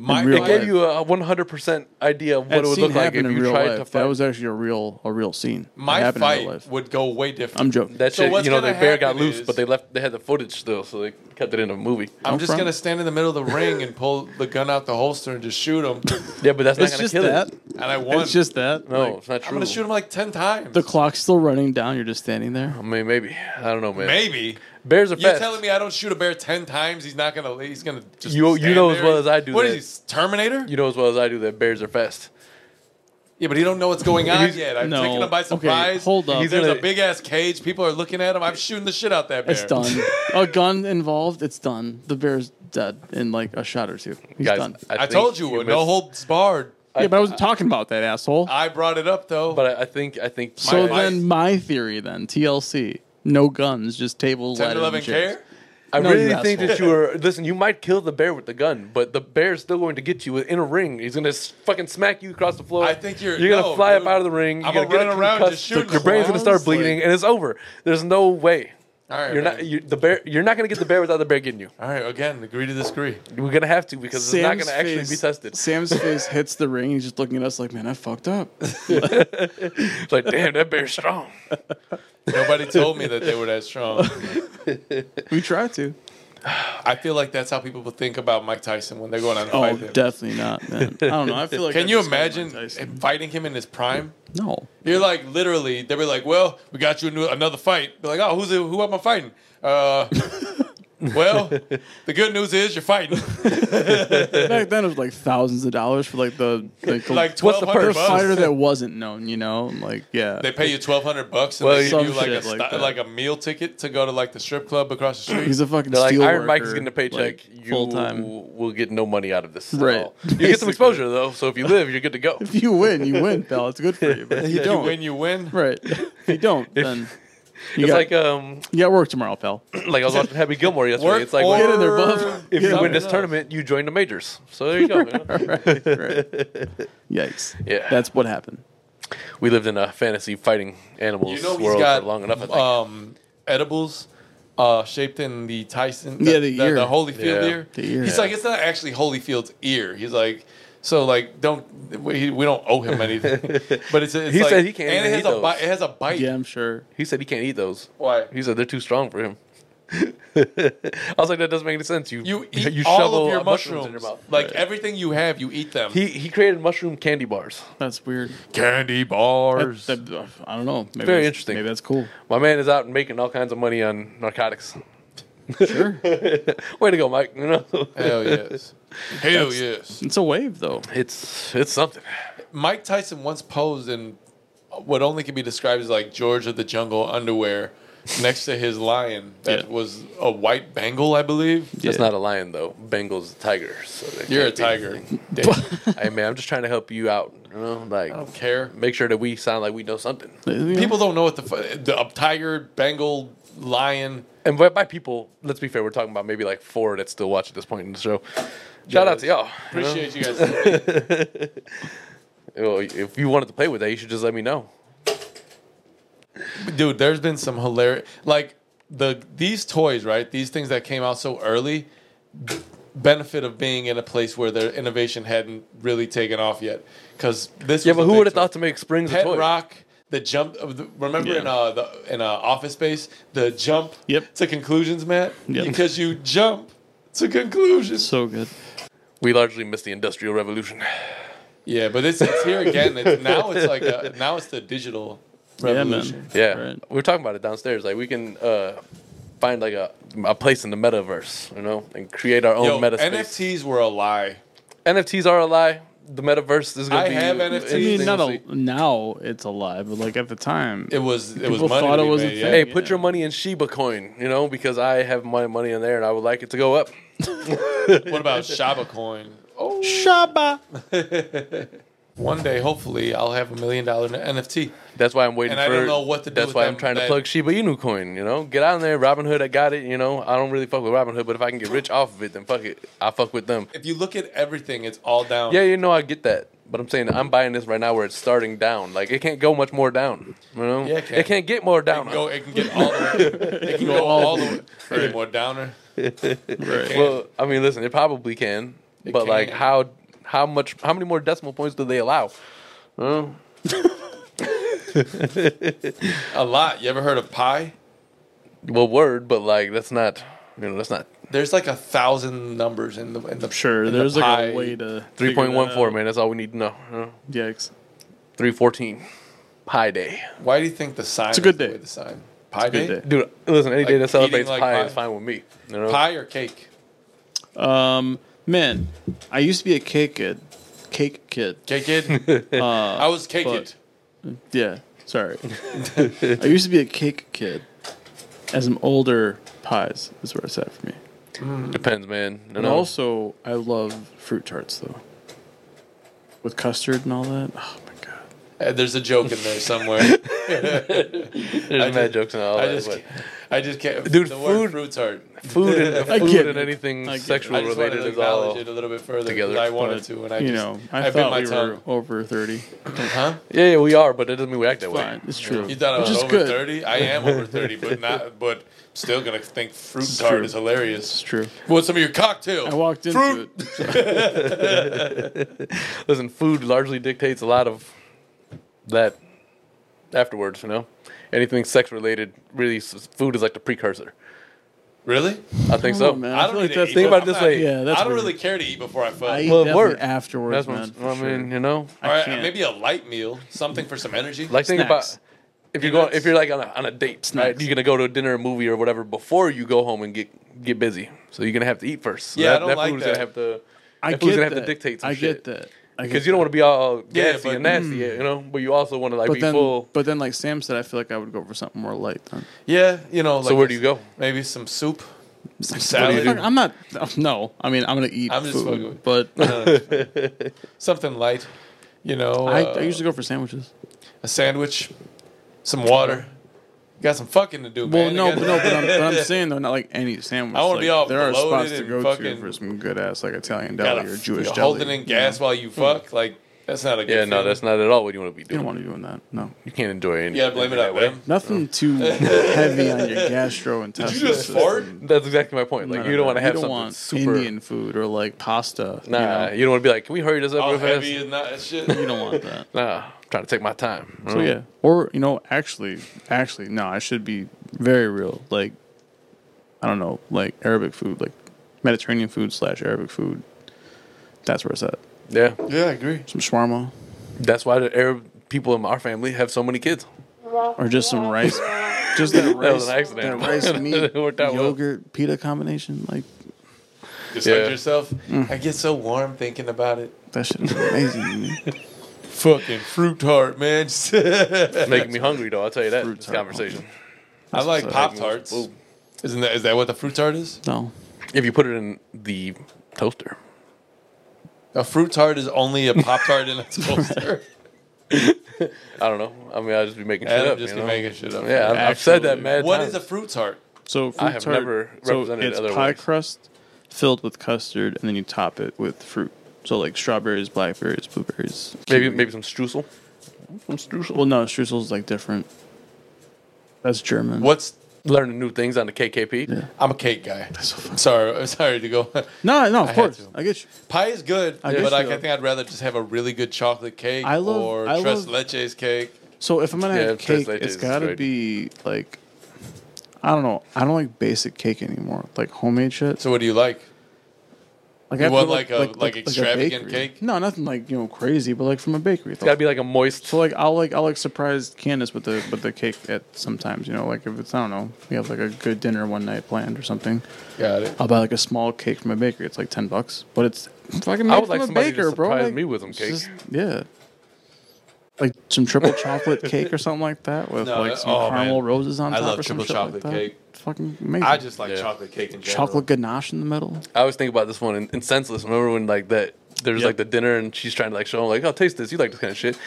Speaker 2: my
Speaker 3: in real
Speaker 1: It gave
Speaker 3: life.
Speaker 1: you a 100% idea of what
Speaker 3: That
Speaker 1: it would
Speaker 3: scene
Speaker 1: look like if
Speaker 3: happened in
Speaker 1: you
Speaker 3: real
Speaker 1: tried
Speaker 3: life.
Speaker 1: to fight.
Speaker 3: That was actually a real a real scene. It
Speaker 2: my
Speaker 3: happened in real
Speaker 2: fight
Speaker 3: life.
Speaker 2: would go way different.
Speaker 3: I'm joking.
Speaker 1: That
Speaker 2: So
Speaker 1: shit,
Speaker 2: what's
Speaker 1: you know, the
Speaker 2: gonna
Speaker 1: bear got
Speaker 2: happen
Speaker 1: loose,
Speaker 2: is-
Speaker 1: but they left. They had the footage still, so they kept it in a movie.
Speaker 2: I'm just
Speaker 4: front.
Speaker 2: gonna stand in the middle of the ring and pull the gun out the holster and just shoot him,
Speaker 1: Yeah, but that's not
Speaker 3: It's
Speaker 1: gonna
Speaker 3: just
Speaker 1: kill
Speaker 3: that.
Speaker 1: it.
Speaker 2: and I won.
Speaker 3: It's just that.
Speaker 1: No,
Speaker 3: Like,
Speaker 1: it's not true.
Speaker 2: I'm gonna shoot him like ten times.
Speaker 3: the clock's still running down. You're just standing there.
Speaker 1: I mean, maybe I don't know, man.
Speaker 2: Maybe
Speaker 1: bears are
Speaker 2: you're
Speaker 1: fast.
Speaker 2: telling me I don't shoot a bear ten times. He's not gonna. He's gonna. Just
Speaker 1: You- you
Speaker 2: stand
Speaker 1: know as
Speaker 2: there?
Speaker 1: well as I do
Speaker 2: What
Speaker 1: that-
Speaker 2: is he? Terminator?
Speaker 1: you know as well as I do that bears are fast.
Speaker 2: Yeah, but he don't know what's going on
Speaker 1: He's-
Speaker 2: yet. I'm
Speaker 3: No.
Speaker 2: taking him by
Speaker 3: Okay,
Speaker 2: surprise.
Speaker 3: hold up.
Speaker 1: He's
Speaker 2: There's
Speaker 1: gonna-
Speaker 2: a big ass cage. People are looking at him. I'm shooting the shit out that bear.
Speaker 3: It's done. a gun involved. It's done. The bear's dead in like a shot or two. He's
Speaker 1: Guys,
Speaker 3: done.
Speaker 1: I
Speaker 2: I,
Speaker 1: think
Speaker 2: told you,
Speaker 1: you
Speaker 2: no
Speaker 1: missed-
Speaker 2: holds barred.
Speaker 3: yeah, but I wasn't talking about that asshole.
Speaker 2: I brought it up though.
Speaker 1: But I, I think I think
Speaker 3: so
Speaker 1: my-
Speaker 3: then, my theory then TLC, no guns, just table
Speaker 2: tender
Speaker 3: ladders,
Speaker 2: loving
Speaker 3: and chairs.
Speaker 2: care.
Speaker 1: I
Speaker 3: No,
Speaker 1: really
Speaker 3: you
Speaker 1: think
Speaker 3: asshole.
Speaker 1: that you are. Listen, you might kill the bear with the gun, but the bear is still going to get you in a ring. He's going to fucking smack you across the floor.
Speaker 2: I think you're-
Speaker 1: You're
Speaker 2: no,
Speaker 1: to fly
Speaker 2: dude.
Speaker 1: up out of the ring.
Speaker 2: I'm
Speaker 1: you're
Speaker 2: gonna
Speaker 1: get
Speaker 2: run
Speaker 1: a
Speaker 2: around
Speaker 1: concussed,
Speaker 2: just shooting
Speaker 1: Your brain's going to start
Speaker 2: clowns, like-
Speaker 1: bleeding, and it's over. There's no way.
Speaker 2: All right,
Speaker 1: You're not.
Speaker 2: man.
Speaker 1: You, the bear. You're not going to get the bear without the bear getting you.
Speaker 2: All right, again, agree to disagree.
Speaker 1: We're going to have to because it's not going to actually be
Speaker 3: face-
Speaker 1: tested.
Speaker 3: Sam's face hits the ring. He's just looking at us like, man, I fucked up.
Speaker 1: It's like, damn, that bear's strong.
Speaker 2: Nobody told me that they were that strong.
Speaker 4: We tried to.
Speaker 2: I feel like that's how people think about Mike Tyson when they're going on a
Speaker 3: Oh,
Speaker 2: fight. with him.
Speaker 3: definitely not, man. I don't know. I feel like
Speaker 2: Can
Speaker 3: I'd
Speaker 2: you
Speaker 3: just go Mike
Speaker 2: imagine
Speaker 3: Tyson.
Speaker 2: fighting him in his prime?
Speaker 3: No.
Speaker 2: You're like literally. They were like, "Well, we got you a new, another fight." Be like, "Oh, who's it, who am I fighting?" Uh, well, the good news is you're fighting
Speaker 3: Back then, it was like thousands of dollars for like the like, the-
Speaker 2: like
Speaker 1: What's
Speaker 2: twelve
Speaker 1: the
Speaker 2: hundred
Speaker 1: purse?
Speaker 2: bucks.
Speaker 3: fighter that wasn't known. You know, like yeah,
Speaker 2: They pay you twelve hundred bucks and
Speaker 1: Well,
Speaker 2: they give
Speaker 3: some
Speaker 2: you like a
Speaker 3: shit
Speaker 2: sti-
Speaker 3: like
Speaker 2: like,
Speaker 3: that.
Speaker 2: a meal ticket to go to like the strip club across the street.
Speaker 3: he's a fucking
Speaker 1: They're like,
Speaker 3: steel
Speaker 1: Iron
Speaker 3: worker,
Speaker 1: Mike's getting a paycheck.
Speaker 3: like,
Speaker 1: you
Speaker 3: full time.
Speaker 1: will get no money out of this. at
Speaker 3: Right.
Speaker 1: all. You get some
Speaker 3: Basically.
Speaker 1: exposure though, so if you live, you're good to go.
Speaker 3: If you win, you win, pal. It's good for you. But if you
Speaker 2: If you
Speaker 3: don't,
Speaker 2: win, you win.
Speaker 3: right? If you don't, then you
Speaker 1: It's
Speaker 3: got,
Speaker 1: like um,
Speaker 3: you got work tomorrow, pal.
Speaker 1: like I was watching Happy Gilmore yesterday.
Speaker 2: Work
Speaker 1: It's like
Speaker 2: or
Speaker 3: Get in there, bub.
Speaker 1: If
Speaker 3: Yeah.
Speaker 1: you win this
Speaker 2: Yeah.
Speaker 1: tournament, you join the majors. So there you go. man.
Speaker 3: Yikes!
Speaker 1: Yeah.
Speaker 3: that's what happened.
Speaker 1: We lived in a fantasy fighting animals
Speaker 2: You know he's
Speaker 1: world
Speaker 2: got
Speaker 1: for long enough. I think.
Speaker 2: um, edibles uh, shaped in the Tyson,
Speaker 3: Yeah, the ear.
Speaker 2: the Holyfield
Speaker 1: Yeah.
Speaker 2: ear.
Speaker 3: The ear.
Speaker 2: He's
Speaker 3: Yeah.
Speaker 2: like, it's not actually Holyfield's ear. He's like, so like, don't we, we don't owe him anything. but it's, it's
Speaker 1: He
Speaker 2: like-
Speaker 1: said he can't
Speaker 2: and
Speaker 1: even
Speaker 2: it has
Speaker 1: eat
Speaker 2: a bite.
Speaker 1: those.
Speaker 2: It has a bite.
Speaker 3: Yeah, I'm sure.
Speaker 1: he said he can't eat those.
Speaker 2: Why?
Speaker 1: He said they're too strong for him. I was like, that doesn't make any sense. You
Speaker 2: You eat all of your
Speaker 1: uh,
Speaker 2: mushrooms.
Speaker 1: in your mouth.
Speaker 2: Like everything you have, you eat them.
Speaker 1: He he created mushroom candy bars.
Speaker 3: That's weird.
Speaker 2: Candy bars.
Speaker 3: That- that- I don't know.
Speaker 1: Very
Speaker 3: Maybe that's-
Speaker 1: interesting.
Speaker 3: Maybe that's cool.
Speaker 1: My man is out and making all kinds of money on narcotics.
Speaker 3: Sure,
Speaker 1: Way to go, Mike. You know,
Speaker 2: Hell yes. Hell yes.
Speaker 3: it's a wave though.
Speaker 1: it's it's something.
Speaker 2: Mike Tyson once posed in what only can be described as like George of the Jungle underwear next to his lion that
Speaker 3: Yeah.
Speaker 2: was a white Bengal, I believe.
Speaker 1: That's
Speaker 3: Yeah.
Speaker 1: not a lion though. Bengal's a tiger. So they
Speaker 2: You're a
Speaker 1: can't be
Speaker 2: tiger.
Speaker 1: anything.
Speaker 2: Dave.
Speaker 1: hey man, I'm just trying to help you out. You know, like
Speaker 2: I don't care.
Speaker 1: make sure that we sound like we know something.
Speaker 3: People,
Speaker 2: People don't know what the fu- the a tiger, Bengal, lion.
Speaker 1: And by, by people, let's be fair, we're talking about maybe like four that still watch at this point in the show. Shout out to y'all. you know?
Speaker 2: Appreciate you guys.
Speaker 1: Well, If you wanted to play with that, you should just let me know.
Speaker 2: Dude, there's been some hilarious like the these toys, right? These things that came out so early benefit of being in a place where their innovation hadn't really taken off yet. Cuz this
Speaker 1: Yeah,
Speaker 2: was
Speaker 1: but
Speaker 2: a
Speaker 1: who
Speaker 2: big
Speaker 1: would have
Speaker 2: toy.
Speaker 1: thought to make springs a
Speaker 2: Pet
Speaker 1: toy?
Speaker 2: Rock, the jump. Of the, remember in
Speaker 3: Yeah.
Speaker 2: uh, the, in uh, Office Space, the jump
Speaker 3: Yep.
Speaker 2: to conclusions, Matt.
Speaker 3: Yep.
Speaker 2: Because you jump to conclusions.
Speaker 3: so good.
Speaker 1: We largely missed the Industrial Revolution.
Speaker 2: Yeah, but it's, it's here again. It's, now it's like a, now it's the digital revolution.
Speaker 3: Yeah, man.
Speaker 1: Yeah,
Speaker 3: Right.
Speaker 1: we were talking about it downstairs. Like we can uh, find like a, a place in the metaverse, you know, and create our own
Speaker 2: Yo,
Speaker 1: meta space.
Speaker 2: NFTs were a lie.
Speaker 1: NFTs are a lie. The metaverse is going
Speaker 2: I
Speaker 1: to be.
Speaker 2: have
Speaker 3: I
Speaker 2: NFTs.
Speaker 3: mean,
Speaker 1: interesting
Speaker 3: not
Speaker 1: to
Speaker 3: a,
Speaker 1: see.
Speaker 3: now it's alive, but like at the time,
Speaker 2: It was it was
Speaker 3: People
Speaker 2: money.
Speaker 3: thought
Speaker 2: to
Speaker 3: it
Speaker 2: be
Speaker 3: was a
Speaker 2: made,
Speaker 3: thing.
Speaker 2: yeah.
Speaker 1: Hey, put
Speaker 3: Yeah.
Speaker 1: your money in Shiba coin, you know, because I have my money in there and I would like it to go up.
Speaker 2: What about Shaba Coin? Oh,
Speaker 3: Shaba.
Speaker 2: one day, hopefully, I'll have a million dollar NFT.
Speaker 1: That's why I'm waiting
Speaker 2: And I
Speaker 1: for.
Speaker 2: don't know what to do
Speaker 1: That's
Speaker 2: with
Speaker 1: why
Speaker 2: them
Speaker 1: I'm trying to
Speaker 2: that-
Speaker 1: plug Shiba Inu coin. You know, get on there, Robinhood. I got it. You know, I don't really fuck with Robinhood, but if I can get rich off of it, then fuck it. I fuck with them.
Speaker 2: If you look at everything, it's all down.
Speaker 1: Yeah, you know, I get that, but I'm saying I'm buying this right now where it's starting down. Like it can't go much more down. You know,
Speaker 2: Yeah, it
Speaker 1: it,
Speaker 2: can.
Speaker 1: can't. get more
Speaker 2: It
Speaker 1: down.
Speaker 2: can go. It can get all the way. It can go all the way. Any more downer?
Speaker 3: Right.
Speaker 1: well, I mean, listen, it probably can, but
Speaker 2: can.
Speaker 1: like how how much how many more decimal points do they allow? Huh?
Speaker 2: A lot. You ever heard of pie?
Speaker 1: well, word, but like that's not you know that's not
Speaker 2: There's like a thousand numbers in the in the
Speaker 3: Sure,
Speaker 2: in
Speaker 3: there's
Speaker 2: the
Speaker 3: like
Speaker 2: pie.
Speaker 3: a way to
Speaker 1: Three point one four,
Speaker 3: figure
Speaker 1: man. That's all we need to know. Uh,
Speaker 3: that out. Yikes!
Speaker 1: Three fourteen, Pi Day,
Speaker 2: Why do you think the sign?
Speaker 3: a good
Speaker 2: is the
Speaker 3: day.
Speaker 2: way The sign pie
Speaker 5: good
Speaker 2: day?
Speaker 5: day.
Speaker 1: dude. Listen, any
Speaker 2: Like
Speaker 1: day that celebrates
Speaker 2: eating like
Speaker 1: pie,
Speaker 2: pie.
Speaker 1: is fine with me. You know?
Speaker 2: Pie or cake?
Speaker 3: Um, man, I used to be a cake kid. Cake kid.
Speaker 2: Cake kid. I was cake
Speaker 3: but-
Speaker 2: kid.
Speaker 3: Yeah, sorry. I used to be a cake kid. As I'm older, pies is where it's at for me.
Speaker 1: Depends, man. You
Speaker 3: And
Speaker 1: know?
Speaker 3: also, I love fruit tarts though, with custard and all that. Oh my god!
Speaker 2: Uh, There's a joke in there somewhere.
Speaker 1: There's
Speaker 2: I
Speaker 1: mad
Speaker 2: just-
Speaker 1: jokes and all
Speaker 2: I
Speaker 1: that.
Speaker 2: just,
Speaker 1: but
Speaker 2: can't, I just can't.
Speaker 1: Dude,
Speaker 2: the
Speaker 1: food-
Speaker 2: word fruits hard.
Speaker 1: food and
Speaker 3: I
Speaker 1: food
Speaker 3: get
Speaker 1: and
Speaker 3: it.
Speaker 1: anything
Speaker 3: I get it.
Speaker 1: sexual
Speaker 2: I just wanted
Speaker 1: related
Speaker 2: to
Speaker 1: is all.
Speaker 2: acknowledge it a little bit further
Speaker 1: together.
Speaker 2: because I wanted
Speaker 3: But,
Speaker 2: to, and I
Speaker 3: you
Speaker 2: just,
Speaker 3: know, I,
Speaker 2: I bit
Speaker 3: thought
Speaker 2: my
Speaker 3: we were
Speaker 2: tongue.
Speaker 3: over thirty.
Speaker 2: Huh?
Speaker 1: Yeah, yeah, we are, but it doesn't mean we act that way.
Speaker 3: Fine, it's true.
Speaker 2: You thought I
Speaker 3: Which
Speaker 2: was
Speaker 3: is
Speaker 2: over
Speaker 3: good.
Speaker 2: thirty? I am over thirty, but not. But still gonna think fruit tart
Speaker 3: true.
Speaker 2: is hilarious.
Speaker 3: It's true.
Speaker 2: What's some of your cocktail?
Speaker 3: I walked into
Speaker 2: fruit.
Speaker 3: it.
Speaker 1: Listen, food largely dictates a lot of that afterwards. You know, anything sex related really s- food is like the precursor.
Speaker 2: Really?
Speaker 1: I think
Speaker 3: I
Speaker 1: so.
Speaker 3: don't know, Oh, man.
Speaker 2: I
Speaker 3: feel
Speaker 2: don't
Speaker 3: like
Speaker 2: need to
Speaker 3: that's-
Speaker 2: eat
Speaker 1: think about
Speaker 2: before-
Speaker 1: it
Speaker 2: I'm
Speaker 1: this
Speaker 2: not-
Speaker 1: way.
Speaker 3: Yeah, that's
Speaker 2: I don't
Speaker 3: weird.
Speaker 2: really care to eat before I fuck.
Speaker 3: I eat
Speaker 1: Well, it
Speaker 3: definitely
Speaker 1: worked.
Speaker 3: afterwards,
Speaker 1: That's
Speaker 3: man.
Speaker 1: what
Speaker 3: for
Speaker 1: I
Speaker 3: sure.
Speaker 1: mean. You know,
Speaker 2: All right,
Speaker 3: can't.
Speaker 2: maybe a light meal, something for some energy.
Speaker 1: like think about
Speaker 3: Snacks.
Speaker 1: if you're going
Speaker 2: Peanuts.
Speaker 1: if you're like on a, on a date right
Speaker 3: Snacks.
Speaker 1: you're gonna go to a dinner or movie or whatever before you go home and get get busy so you're gonna have to eat first so
Speaker 2: Yeah, I don't like
Speaker 1: food's
Speaker 2: that.
Speaker 1: gonna have to
Speaker 3: I
Speaker 1: that food's
Speaker 3: get
Speaker 1: gonna have
Speaker 3: that.
Speaker 1: to dictate some
Speaker 3: I
Speaker 1: shit
Speaker 3: get that. I get
Speaker 1: because you don't
Speaker 3: that. mm.
Speaker 1: want to be all
Speaker 2: Yeah,
Speaker 1: gassy
Speaker 2: but-
Speaker 1: and nasty you know but you also want to like
Speaker 3: But
Speaker 1: be
Speaker 3: then,
Speaker 1: full
Speaker 3: but then, like Sam said, I feel like I would go for something more light. Then.
Speaker 2: yeah, you know. Like
Speaker 1: where do you go?
Speaker 2: Maybe some soup, some
Speaker 1: do you
Speaker 2: salad,
Speaker 3: I'm not. No, I mean I'm gonna eat.
Speaker 2: I'm just
Speaker 3: food,
Speaker 2: fucking with-
Speaker 3: But
Speaker 2: something light. You know,
Speaker 3: I,
Speaker 2: uh,
Speaker 3: I usually go for sandwiches.
Speaker 2: a sandwich, some water. Got some fucking to do,
Speaker 3: Well,
Speaker 2: man.
Speaker 3: no,
Speaker 2: You got-
Speaker 3: but no, but I'm, but I'm saying though, not like any sandwich.
Speaker 2: I wanna
Speaker 3: like,
Speaker 2: be all
Speaker 3: There are
Speaker 2: bloated
Speaker 3: spots to
Speaker 2: and
Speaker 3: go to
Speaker 2: fucking-
Speaker 5: for some good ass like Italian
Speaker 2: gotta
Speaker 5: deli or
Speaker 2: f-
Speaker 5: Jewish
Speaker 2: you're
Speaker 5: deli.
Speaker 2: holding in gas while you fuck. Like that's not a good.
Speaker 1: yeah no
Speaker 2: feeling.
Speaker 1: that's not at all what you want to be doing
Speaker 3: You don't want to be doing that. No,
Speaker 1: you can't enjoy anything
Speaker 2: Yeah, blame it
Speaker 1: that
Speaker 2: on
Speaker 1: way.
Speaker 2: them.
Speaker 3: nothing too heavy on your gastrointestinal. Did
Speaker 2: You just fart.
Speaker 1: that's exactly my point like you don't want to have something
Speaker 3: want
Speaker 1: super
Speaker 3: Indian food or like pasta.
Speaker 1: nah
Speaker 3: you, know?
Speaker 1: you don't want to be like can we hurry this up
Speaker 2: All
Speaker 1: real
Speaker 2: heavy
Speaker 1: fast
Speaker 2: and not that shit.
Speaker 3: you don't want that.
Speaker 1: nah I'm trying to take my time
Speaker 3: So yeah, or you know, actually, actually, no, I should be very real. Like, I don't know, like Arabic food, like Mediterranean food slash Arabic food. That's where it's at.
Speaker 1: Mm-hmm. yeah
Speaker 2: Yeah, I agree.
Speaker 3: Some shawarma
Speaker 1: that's why the Arab people in our family have so many kids
Speaker 3: or just some rice, just that
Speaker 1: That was
Speaker 3: rice,
Speaker 1: an
Speaker 3: that,
Speaker 1: accident.
Speaker 3: rice meat,
Speaker 1: It worked out well.
Speaker 3: yogurt, pita combination. Like
Speaker 2: Just
Speaker 1: Yeah.
Speaker 2: like yourself.
Speaker 3: Mm.
Speaker 2: I get so warm thinking about it.
Speaker 3: that shit is amazing. to me.
Speaker 2: Fucking fruit tart, man.
Speaker 1: making me hungry though. I'll tell you that.
Speaker 3: Fruit
Speaker 1: This
Speaker 3: tart.
Speaker 1: conversation.
Speaker 2: I like
Speaker 3: what's
Speaker 2: pop tarts.
Speaker 1: Ooh.
Speaker 2: Isn't that is that what the fruit tart is?
Speaker 3: No,
Speaker 1: If you put it in the toaster,
Speaker 2: A fruit tart is only a pop tart in a toaster.
Speaker 1: I don't know. I mean, I'll just be making shit
Speaker 2: Adam
Speaker 1: up.
Speaker 2: just
Speaker 1: you
Speaker 2: be
Speaker 1: know?
Speaker 2: making shit up.
Speaker 1: yeah, I've, I've said that
Speaker 3: Actually,
Speaker 1: mad
Speaker 2: What
Speaker 1: times.
Speaker 2: is a fruit tart?
Speaker 3: so fruit
Speaker 1: I have
Speaker 3: tart-
Speaker 1: never
Speaker 3: so
Speaker 1: represented
Speaker 3: it's
Speaker 1: otherwise.
Speaker 3: pie crust filled with custard, and then you top it with fruit. So like strawberries, blackberries, blueberries.
Speaker 1: maybe
Speaker 3: kiwi.
Speaker 1: maybe some streusel? Some streusel.
Speaker 3: Well, no, strussel's like different. That's German.
Speaker 2: What's
Speaker 1: Learning new things on the KKP.
Speaker 3: Yeah.
Speaker 2: I'm a cake guy. Sorry, sorry to go.
Speaker 3: No, no, of
Speaker 2: I had
Speaker 3: course.
Speaker 2: to.
Speaker 3: I get you.
Speaker 2: Pie is good,
Speaker 3: I
Speaker 2: but
Speaker 3: guess
Speaker 2: like,
Speaker 3: so.
Speaker 2: I think I'd rather just have a really good chocolate cake
Speaker 3: I love-
Speaker 2: or
Speaker 3: I
Speaker 2: tres
Speaker 3: love-
Speaker 2: leches cake.
Speaker 3: So if I'm gonna
Speaker 1: Yeah,
Speaker 3: have
Speaker 1: tres
Speaker 3: cake,
Speaker 1: leches
Speaker 3: it's
Speaker 1: is
Speaker 3: gotta
Speaker 1: great.
Speaker 3: be like I don't know. I don't like basic cake anymore. Like homemade shit.
Speaker 2: So what do you like?
Speaker 3: like
Speaker 2: you
Speaker 3: I
Speaker 2: want
Speaker 3: put,
Speaker 2: like a- like extravagant
Speaker 3: bakery.
Speaker 2: cake?
Speaker 3: No, nothing like you know crazy, but like from a bakery.
Speaker 1: It's got to be like a moist.
Speaker 3: so like I'll like I'll like surprise Candace with the with the cake at sometimes you know like if it's I don't know we have like a good dinner one night planned or something
Speaker 2: Got it.
Speaker 3: I'll buy like a small cake from a bakery it's like ten bucks but it's fucking made
Speaker 1: I would
Speaker 3: from
Speaker 1: like
Speaker 3: a
Speaker 1: somebody
Speaker 3: baker
Speaker 1: to
Speaker 3: bro
Speaker 1: surprise
Speaker 3: Like,
Speaker 1: me with some
Speaker 3: It's
Speaker 1: cake.
Speaker 3: just- yeah. Like some triple chocolate cake or something like that with
Speaker 2: No,
Speaker 3: like
Speaker 2: that-
Speaker 3: some
Speaker 2: oh,
Speaker 3: caramel
Speaker 2: man.
Speaker 3: roses on
Speaker 2: I
Speaker 3: top
Speaker 2: love
Speaker 3: or some
Speaker 2: triple
Speaker 3: shit
Speaker 2: chocolate
Speaker 3: like that.
Speaker 2: cake.
Speaker 3: It's fucking amazing.
Speaker 2: I just like
Speaker 1: Yeah.
Speaker 2: chocolate cake in general.
Speaker 3: chocolate ganache in the middle.
Speaker 1: I always think about this one in, in Senseless. Remember when like that there's
Speaker 3: Yep.
Speaker 1: like the dinner and she's trying to like show him like, oh, taste this. You like this kind of shit.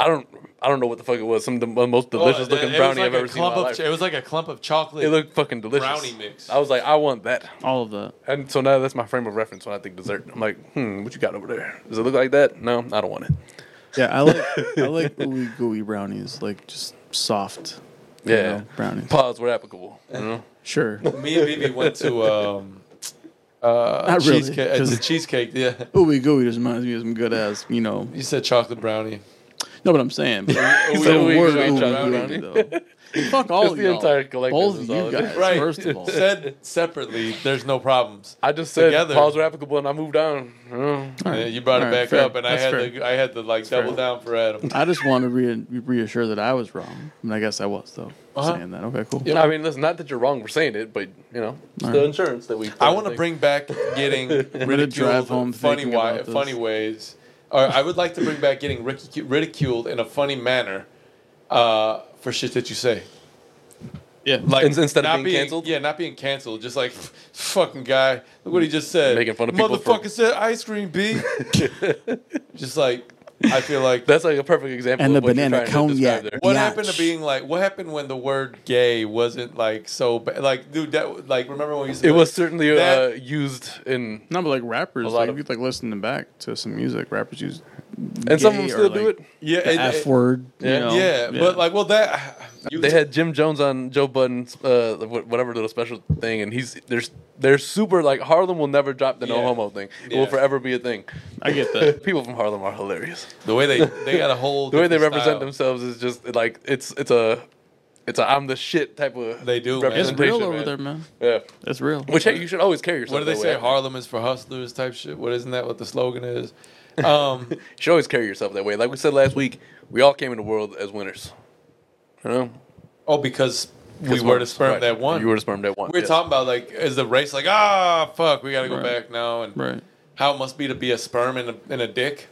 Speaker 1: I don't. I don't know what the fuck it was. Some of the most
Speaker 2: Oh,
Speaker 1: delicious
Speaker 2: it
Speaker 1: looking
Speaker 2: was
Speaker 1: brownie
Speaker 2: like
Speaker 1: I've
Speaker 2: a
Speaker 1: ever seen. In
Speaker 2: clump
Speaker 1: my
Speaker 2: of
Speaker 1: life.
Speaker 2: ch- It was like a clump of chocolate.
Speaker 1: It looked fucking delicious.
Speaker 2: Brownie mix.
Speaker 1: I was like, I want that.
Speaker 3: All of that.
Speaker 1: And so now that's my frame of reference when I think dessert. I'm like, hmm, what you got over there? Does it look like that? No, I don't want it.
Speaker 3: Yeah, I like I like ooey gooey brownies, like just soft. you
Speaker 1: Yeah.
Speaker 3: know, brownies.
Speaker 1: Paws were applicable. You know?
Speaker 3: Sure.
Speaker 2: Me and Bibi went to um, uh,
Speaker 3: Not really,
Speaker 2: cheesecake. uh,
Speaker 3: 'cause-
Speaker 2: the cheesecake. Yeah,
Speaker 3: ooey gooey just reminds me of some good ass, you know.
Speaker 2: you said chocolate brownie.
Speaker 3: No, but I'm saying. But
Speaker 1: we-
Speaker 3: the
Speaker 1: we-
Speaker 3: word
Speaker 1: we-
Speaker 3: Uberloonie, though. Fuck all
Speaker 1: Just
Speaker 3: of
Speaker 1: the
Speaker 3: y'all.
Speaker 1: entire collective
Speaker 3: Both
Speaker 1: is
Speaker 3: of
Speaker 1: all
Speaker 3: you
Speaker 1: it is.
Speaker 3: guys,
Speaker 2: Right.
Speaker 3: first of all.
Speaker 2: Said separately, there's no problems.
Speaker 1: I just said
Speaker 2: Together.
Speaker 1: pause are applicable, and I moved on. Mm.
Speaker 2: And then you brought
Speaker 3: All
Speaker 2: it
Speaker 3: right,
Speaker 2: back
Speaker 3: fair.
Speaker 2: up, and
Speaker 3: That's
Speaker 2: I had
Speaker 3: fair.
Speaker 2: to, I had to like double down for Adam.
Speaker 3: I just want to re- reassure that I was wrong. I mean, I guess I was, though, for
Speaker 2: Uh-huh.
Speaker 3: saying that. Okay, cool.
Speaker 1: I mean, listen, not that you're wrong for saying it, but you know, it's
Speaker 3: All
Speaker 1: the
Speaker 3: right.
Speaker 1: insurance that we.
Speaker 2: I want to bring back getting ridiculed
Speaker 3: drive
Speaker 2: in
Speaker 3: home
Speaker 2: funny
Speaker 3: thinking
Speaker 2: wi-
Speaker 3: about this.
Speaker 2: funny ways. Or I would like to bring back getting ridicu- ridiculed in a funny manner uh, for shit that you say.
Speaker 3: Yeah.
Speaker 2: Like
Speaker 1: In- instead of
Speaker 2: not
Speaker 1: being canceled?
Speaker 2: yeah, not being canceled. Just like fucking guy, look what he just said.
Speaker 1: Making fun of people for-
Speaker 2: Motherfucker said ice cream, b. just like I feel like
Speaker 1: That's like a perfect example.
Speaker 6: And
Speaker 1: of
Speaker 6: the
Speaker 1: what you're
Speaker 6: banana
Speaker 1: trying to describe
Speaker 6: cognac.
Speaker 1: there.
Speaker 2: What
Speaker 6: Biatch.
Speaker 2: happened to being like? What happened when the word "gay" wasn't like so bad? Like, dude, that like remember when we used to
Speaker 1: It
Speaker 2: like,
Speaker 1: was certainly uh,
Speaker 2: That-
Speaker 1: used in,
Speaker 3: No, but like rappers,
Speaker 1: A lot
Speaker 3: like,
Speaker 1: of-
Speaker 3: if you like listening back to some music, rappers use
Speaker 1: and some of them
Speaker 3: gay or,
Speaker 1: still do
Speaker 3: like,
Speaker 1: it.
Speaker 2: yeah,
Speaker 6: The
Speaker 2: it-
Speaker 6: F
Speaker 2: it-
Speaker 6: word.
Speaker 3: you
Speaker 1: Yeah.
Speaker 3: know?
Speaker 2: yeah, but like, well, that you-
Speaker 1: They had Jim Jones on Joe Budden's uh, wh- whatever little special thing, and he's there's they're super like Harlem will never drop the no
Speaker 2: Yeah.
Speaker 1: homo thing. It
Speaker 2: Yeah.
Speaker 1: will forever be a thing.
Speaker 3: I get that.
Speaker 1: People from Harlem are hilarious.
Speaker 2: the way they they got a whole
Speaker 1: The way they
Speaker 2: different
Speaker 1: represent
Speaker 2: style.
Speaker 1: themselves is just like it's it's a it's a I'm the shit type of
Speaker 2: They do, man.
Speaker 3: It's
Speaker 1: representation.
Speaker 3: real over
Speaker 1: man.
Speaker 3: there, man.
Speaker 1: Yeah.
Speaker 3: It's real.
Speaker 1: Which hey, you should always carry yourself.
Speaker 2: What do they
Speaker 1: that
Speaker 2: say?
Speaker 1: way.
Speaker 2: Harlem is for hustlers, type shit. What isn't that what the slogan is? Um,
Speaker 1: You should always carry yourself that way. Like we said last week, we all came in the world as winners. You know?
Speaker 2: oh, because we
Speaker 1: 'Cause
Speaker 2: were the
Speaker 1: winners,
Speaker 2: sperm
Speaker 1: right.
Speaker 2: that won.
Speaker 1: You were the sperm that won.
Speaker 2: we were
Speaker 1: yes.
Speaker 2: talking about like, is the race like ah fuck? We got to go
Speaker 3: Right.
Speaker 2: back now and
Speaker 3: Right.
Speaker 2: how it must be to be a sperm and a, and a dick.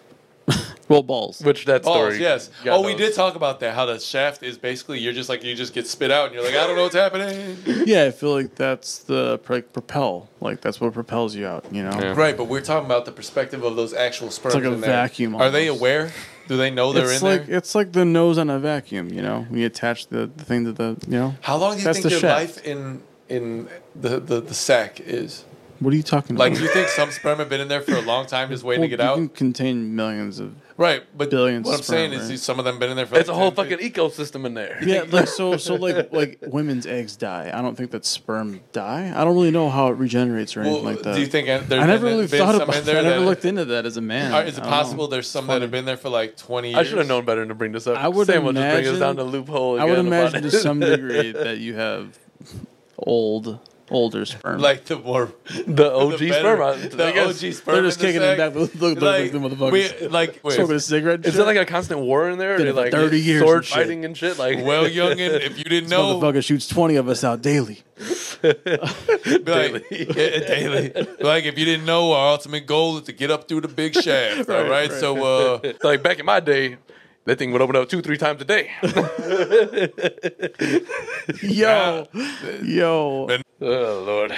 Speaker 3: Well, balls.
Speaker 1: which that
Speaker 2: Oh
Speaker 1: story.
Speaker 2: yes.
Speaker 1: God
Speaker 2: oh, we
Speaker 1: knows.
Speaker 2: did talk about that. How the shaft is basically you're just like you just get spit out and you're like I don't know what's happening.
Speaker 3: Yeah, I feel like that's the like propel. Like that's what propels you out. You know,
Speaker 1: Yeah.
Speaker 2: right, but we're talking about the perspective of those actual sperms.
Speaker 3: like a
Speaker 2: in there.
Speaker 3: vacuum
Speaker 2: Are they
Speaker 3: almost.
Speaker 2: aware? Do they know they're
Speaker 3: it's
Speaker 2: in
Speaker 3: like
Speaker 2: there?
Speaker 3: it's like the nose on a vacuum. You know, when you attach the, the thing to the you know.
Speaker 2: How long do you
Speaker 3: That's
Speaker 2: think
Speaker 3: the
Speaker 2: your
Speaker 3: shaft.
Speaker 2: life in in the, the the sack is?
Speaker 3: What are you talking
Speaker 2: Like,
Speaker 3: about?
Speaker 2: do you think some sperm have been in there for a long time, just waiting
Speaker 3: Well,
Speaker 2: to get
Speaker 3: you
Speaker 2: out?
Speaker 3: can contain millions of
Speaker 2: right, but
Speaker 3: billions
Speaker 2: What I'm
Speaker 3: sperm,
Speaker 2: saying is,
Speaker 3: right?
Speaker 2: these- some of them been in there for.
Speaker 1: It's a
Speaker 2: like
Speaker 1: whole
Speaker 2: 10,
Speaker 1: fucking ecosystem in there.
Speaker 3: yeah, like so so like like women's eggs die. I don't think that sperm die. I don't really know how it regenerates or anything
Speaker 2: Well,
Speaker 3: like that.
Speaker 2: do you think there's
Speaker 3: I never
Speaker 2: been,
Speaker 3: really
Speaker 2: been
Speaker 3: thought
Speaker 2: some
Speaker 3: about
Speaker 2: in
Speaker 3: that.
Speaker 2: there?
Speaker 3: I never
Speaker 2: that-
Speaker 3: looked into that as a man.
Speaker 2: are- is it
Speaker 3: I don't know.
Speaker 2: possible there's some that have been there for like 20 years?
Speaker 1: I should have known better than to bring this up.
Speaker 3: I would
Speaker 1: Sam would just bring us
Speaker 3: imagine-
Speaker 1: down the loophole.
Speaker 3: I would
Speaker 1: again about
Speaker 3: imagine to
Speaker 1: it.
Speaker 3: some degree that you have old older sperm.
Speaker 2: Like the more
Speaker 1: the OG
Speaker 2: the
Speaker 1: sperm. I-
Speaker 2: better-
Speaker 1: I
Speaker 2: The
Speaker 1: guess-
Speaker 2: OG sperm.
Speaker 3: they're just
Speaker 2: in the
Speaker 3: kicking it
Speaker 2: sack.
Speaker 3: back. Look, look,
Speaker 2: Like,
Speaker 3: look, the motherfuckers.
Speaker 2: we- like, wait,
Speaker 3: smoking a cigarette. and
Speaker 1: Is
Speaker 3: shit.
Speaker 1: it like a constant war in there? Or
Speaker 3: Did it for
Speaker 1: like
Speaker 3: 30 years
Speaker 1: sword
Speaker 3: and shit.
Speaker 1: fighting and shit. Like
Speaker 2: well, youngin, if you
Speaker 3: This
Speaker 2: didn't know,
Speaker 3: motherfucker shoots twenty of us out daily.
Speaker 2: be like, Yeah, daily, Be like if you didn't know, our ultimate goal is to get up through the big shaft. all right, so uh,
Speaker 1: like back in my day, that thing would open up two, three times a day.
Speaker 3: Yo, yo.
Speaker 2: Man,
Speaker 1: oh Lord,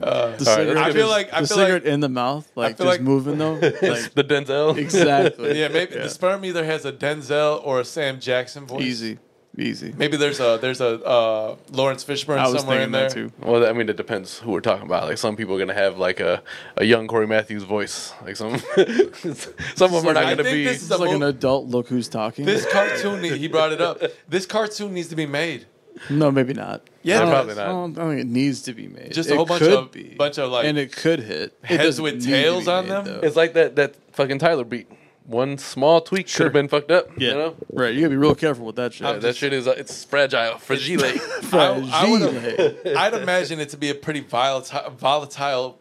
Speaker 3: The
Speaker 1: all right,
Speaker 3: cigarette,
Speaker 1: I
Speaker 2: feel
Speaker 3: is-
Speaker 2: like- I
Speaker 3: the
Speaker 2: feel
Speaker 3: cigarette
Speaker 2: like-
Speaker 3: in the mouth, like
Speaker 2: feel
Speaker 3: just
Speaker 2: like-
Speaker 3: moving though. Like,
Speaker 1: the Denzel.
Speaker 3: exactly.
Speaker 2: yeah, maybe the sperm either has a Denzel or a Sam Jackson voice.
Speaker 3: Easy, easy.
Speaker 2: Maybe there's a there's a uh, Lawrence Fishburne
Speaker 3: I was
Speaker 2: somewhere
Speaker 3: thinking
Speaker 2: in there.
Speaker 3: that too.
Speaker 1: Well, I mean, it depends who we're talking about. Like, some people are gonna have like a, a young Corey Matthews voice. Like some, some of them are
Speaker 2: I
Speaker 1: not gonna
Speaker 2: think
Speaker 1: be.
Speaker 2: this is
Speaker 3: It's like
Speaker 2: mo-
Speaker 3: an adult. Look who's talking.
Speaker 2: This cartoon, need- he brought it up. This cartoon needs to be made.
Speaker 3: no, maybe not.
Speaker 2: Yeah,
Speaker 3: I don't-
Speaker 1: probably not.
Speaker 3: I don't, I don't think it needs to be made.
Speaker 2: Just a
Speaker 3: it
Speaker 2: whole bunch
Speaker 3: could
Speaker 2: of-
Speaker 3: be.
Speaker 2: bunch of, like,
Speaker 3: and it could hit It
Speaker 2: heads
Speaker 3: doesn't
Speaker 2: with
Speaker 3: need to be
Speaker 2: tails on
Speaker 3: made,
Speaker 2: them?
Speaker 3: though.
Speaker 1: It's like that that fucking Tyler beat. One small tweak could
Speaker 3: Sure.
Speaker 1: have been fucked up.
Speaker 3: yeah,
Speaker 1: You know?
Speaker 3: right. You gotta be real careful with that shit.
Speaker 1: Yeah, that shit is uh, it's fragile, fragile.
Speaker 2: I- I would've-
Speaker 3: Fragile.
Speaker 2: I'd imagine it to be a pretty volatile, volatile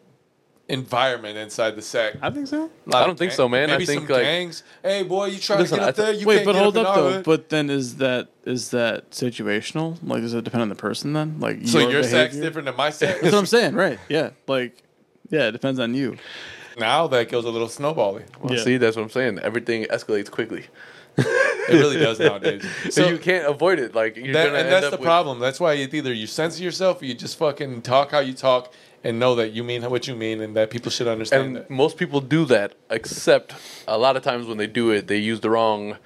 Speaker 2: environment inside the sack.
Speaker 3: I think so.
Speaker 1: I don't think so, man. I
Speaker 2: Maybe
Speaker 1: think,
Speaker 2: some
Speaker 1: like-
Speaker 2: gangs. Hey, boy, you trying
Speaker 1: Listen,
Speaker 2: to get
Speaker 1: I
Speaker 2: up
Speaker 1: th-
Speaker 2: there? You
Speaker 3: Wait,
Speaker 2: can't
Speaker 3: but
Speaker 2: get
Speaker 3: hold
Speaker 2: up,
Speaker 3: up
Speaker 2: in our
Speaker 3: though.
Speaker 2: hood.
Speaker 3: But then is that is that situational? Like, does it depend on the person then? Like,
Speaker 2: so your sack's
Speaker 3: behavior?
Speaker 2: different than my sack.
Speaker 3: That's what I'm saying, right? Yeah, like, yeah, it depends on you.
Speaker 2: now that goes a little snowballing.
Speaker 1: Well,
Speaker 3: Yeah.
Speaker 1: See, that's what I'm saying. Everything escalates quickly,
Speaker 2: It really does nowadays.
Speaker 1: so
Speaker 2: So
Speaker 1: you can't avoid it. Like you're
Speaker 2: that,
Speaker 1: gonna
Speaker 2: and
Speaker 1: end
Speaker 2: that's
Speaker 1: up
Speaker 2: the
Speaker 1: with-
Speaker 2: problem. That's why it's either you censor yourself or you just fucking talk how you talk and know that you mean what you mean and that people should understand
Speaker 1: And
Speaker 2: that.
Speaker 1: most people do that, except a lot of times when they do it, they use the wrong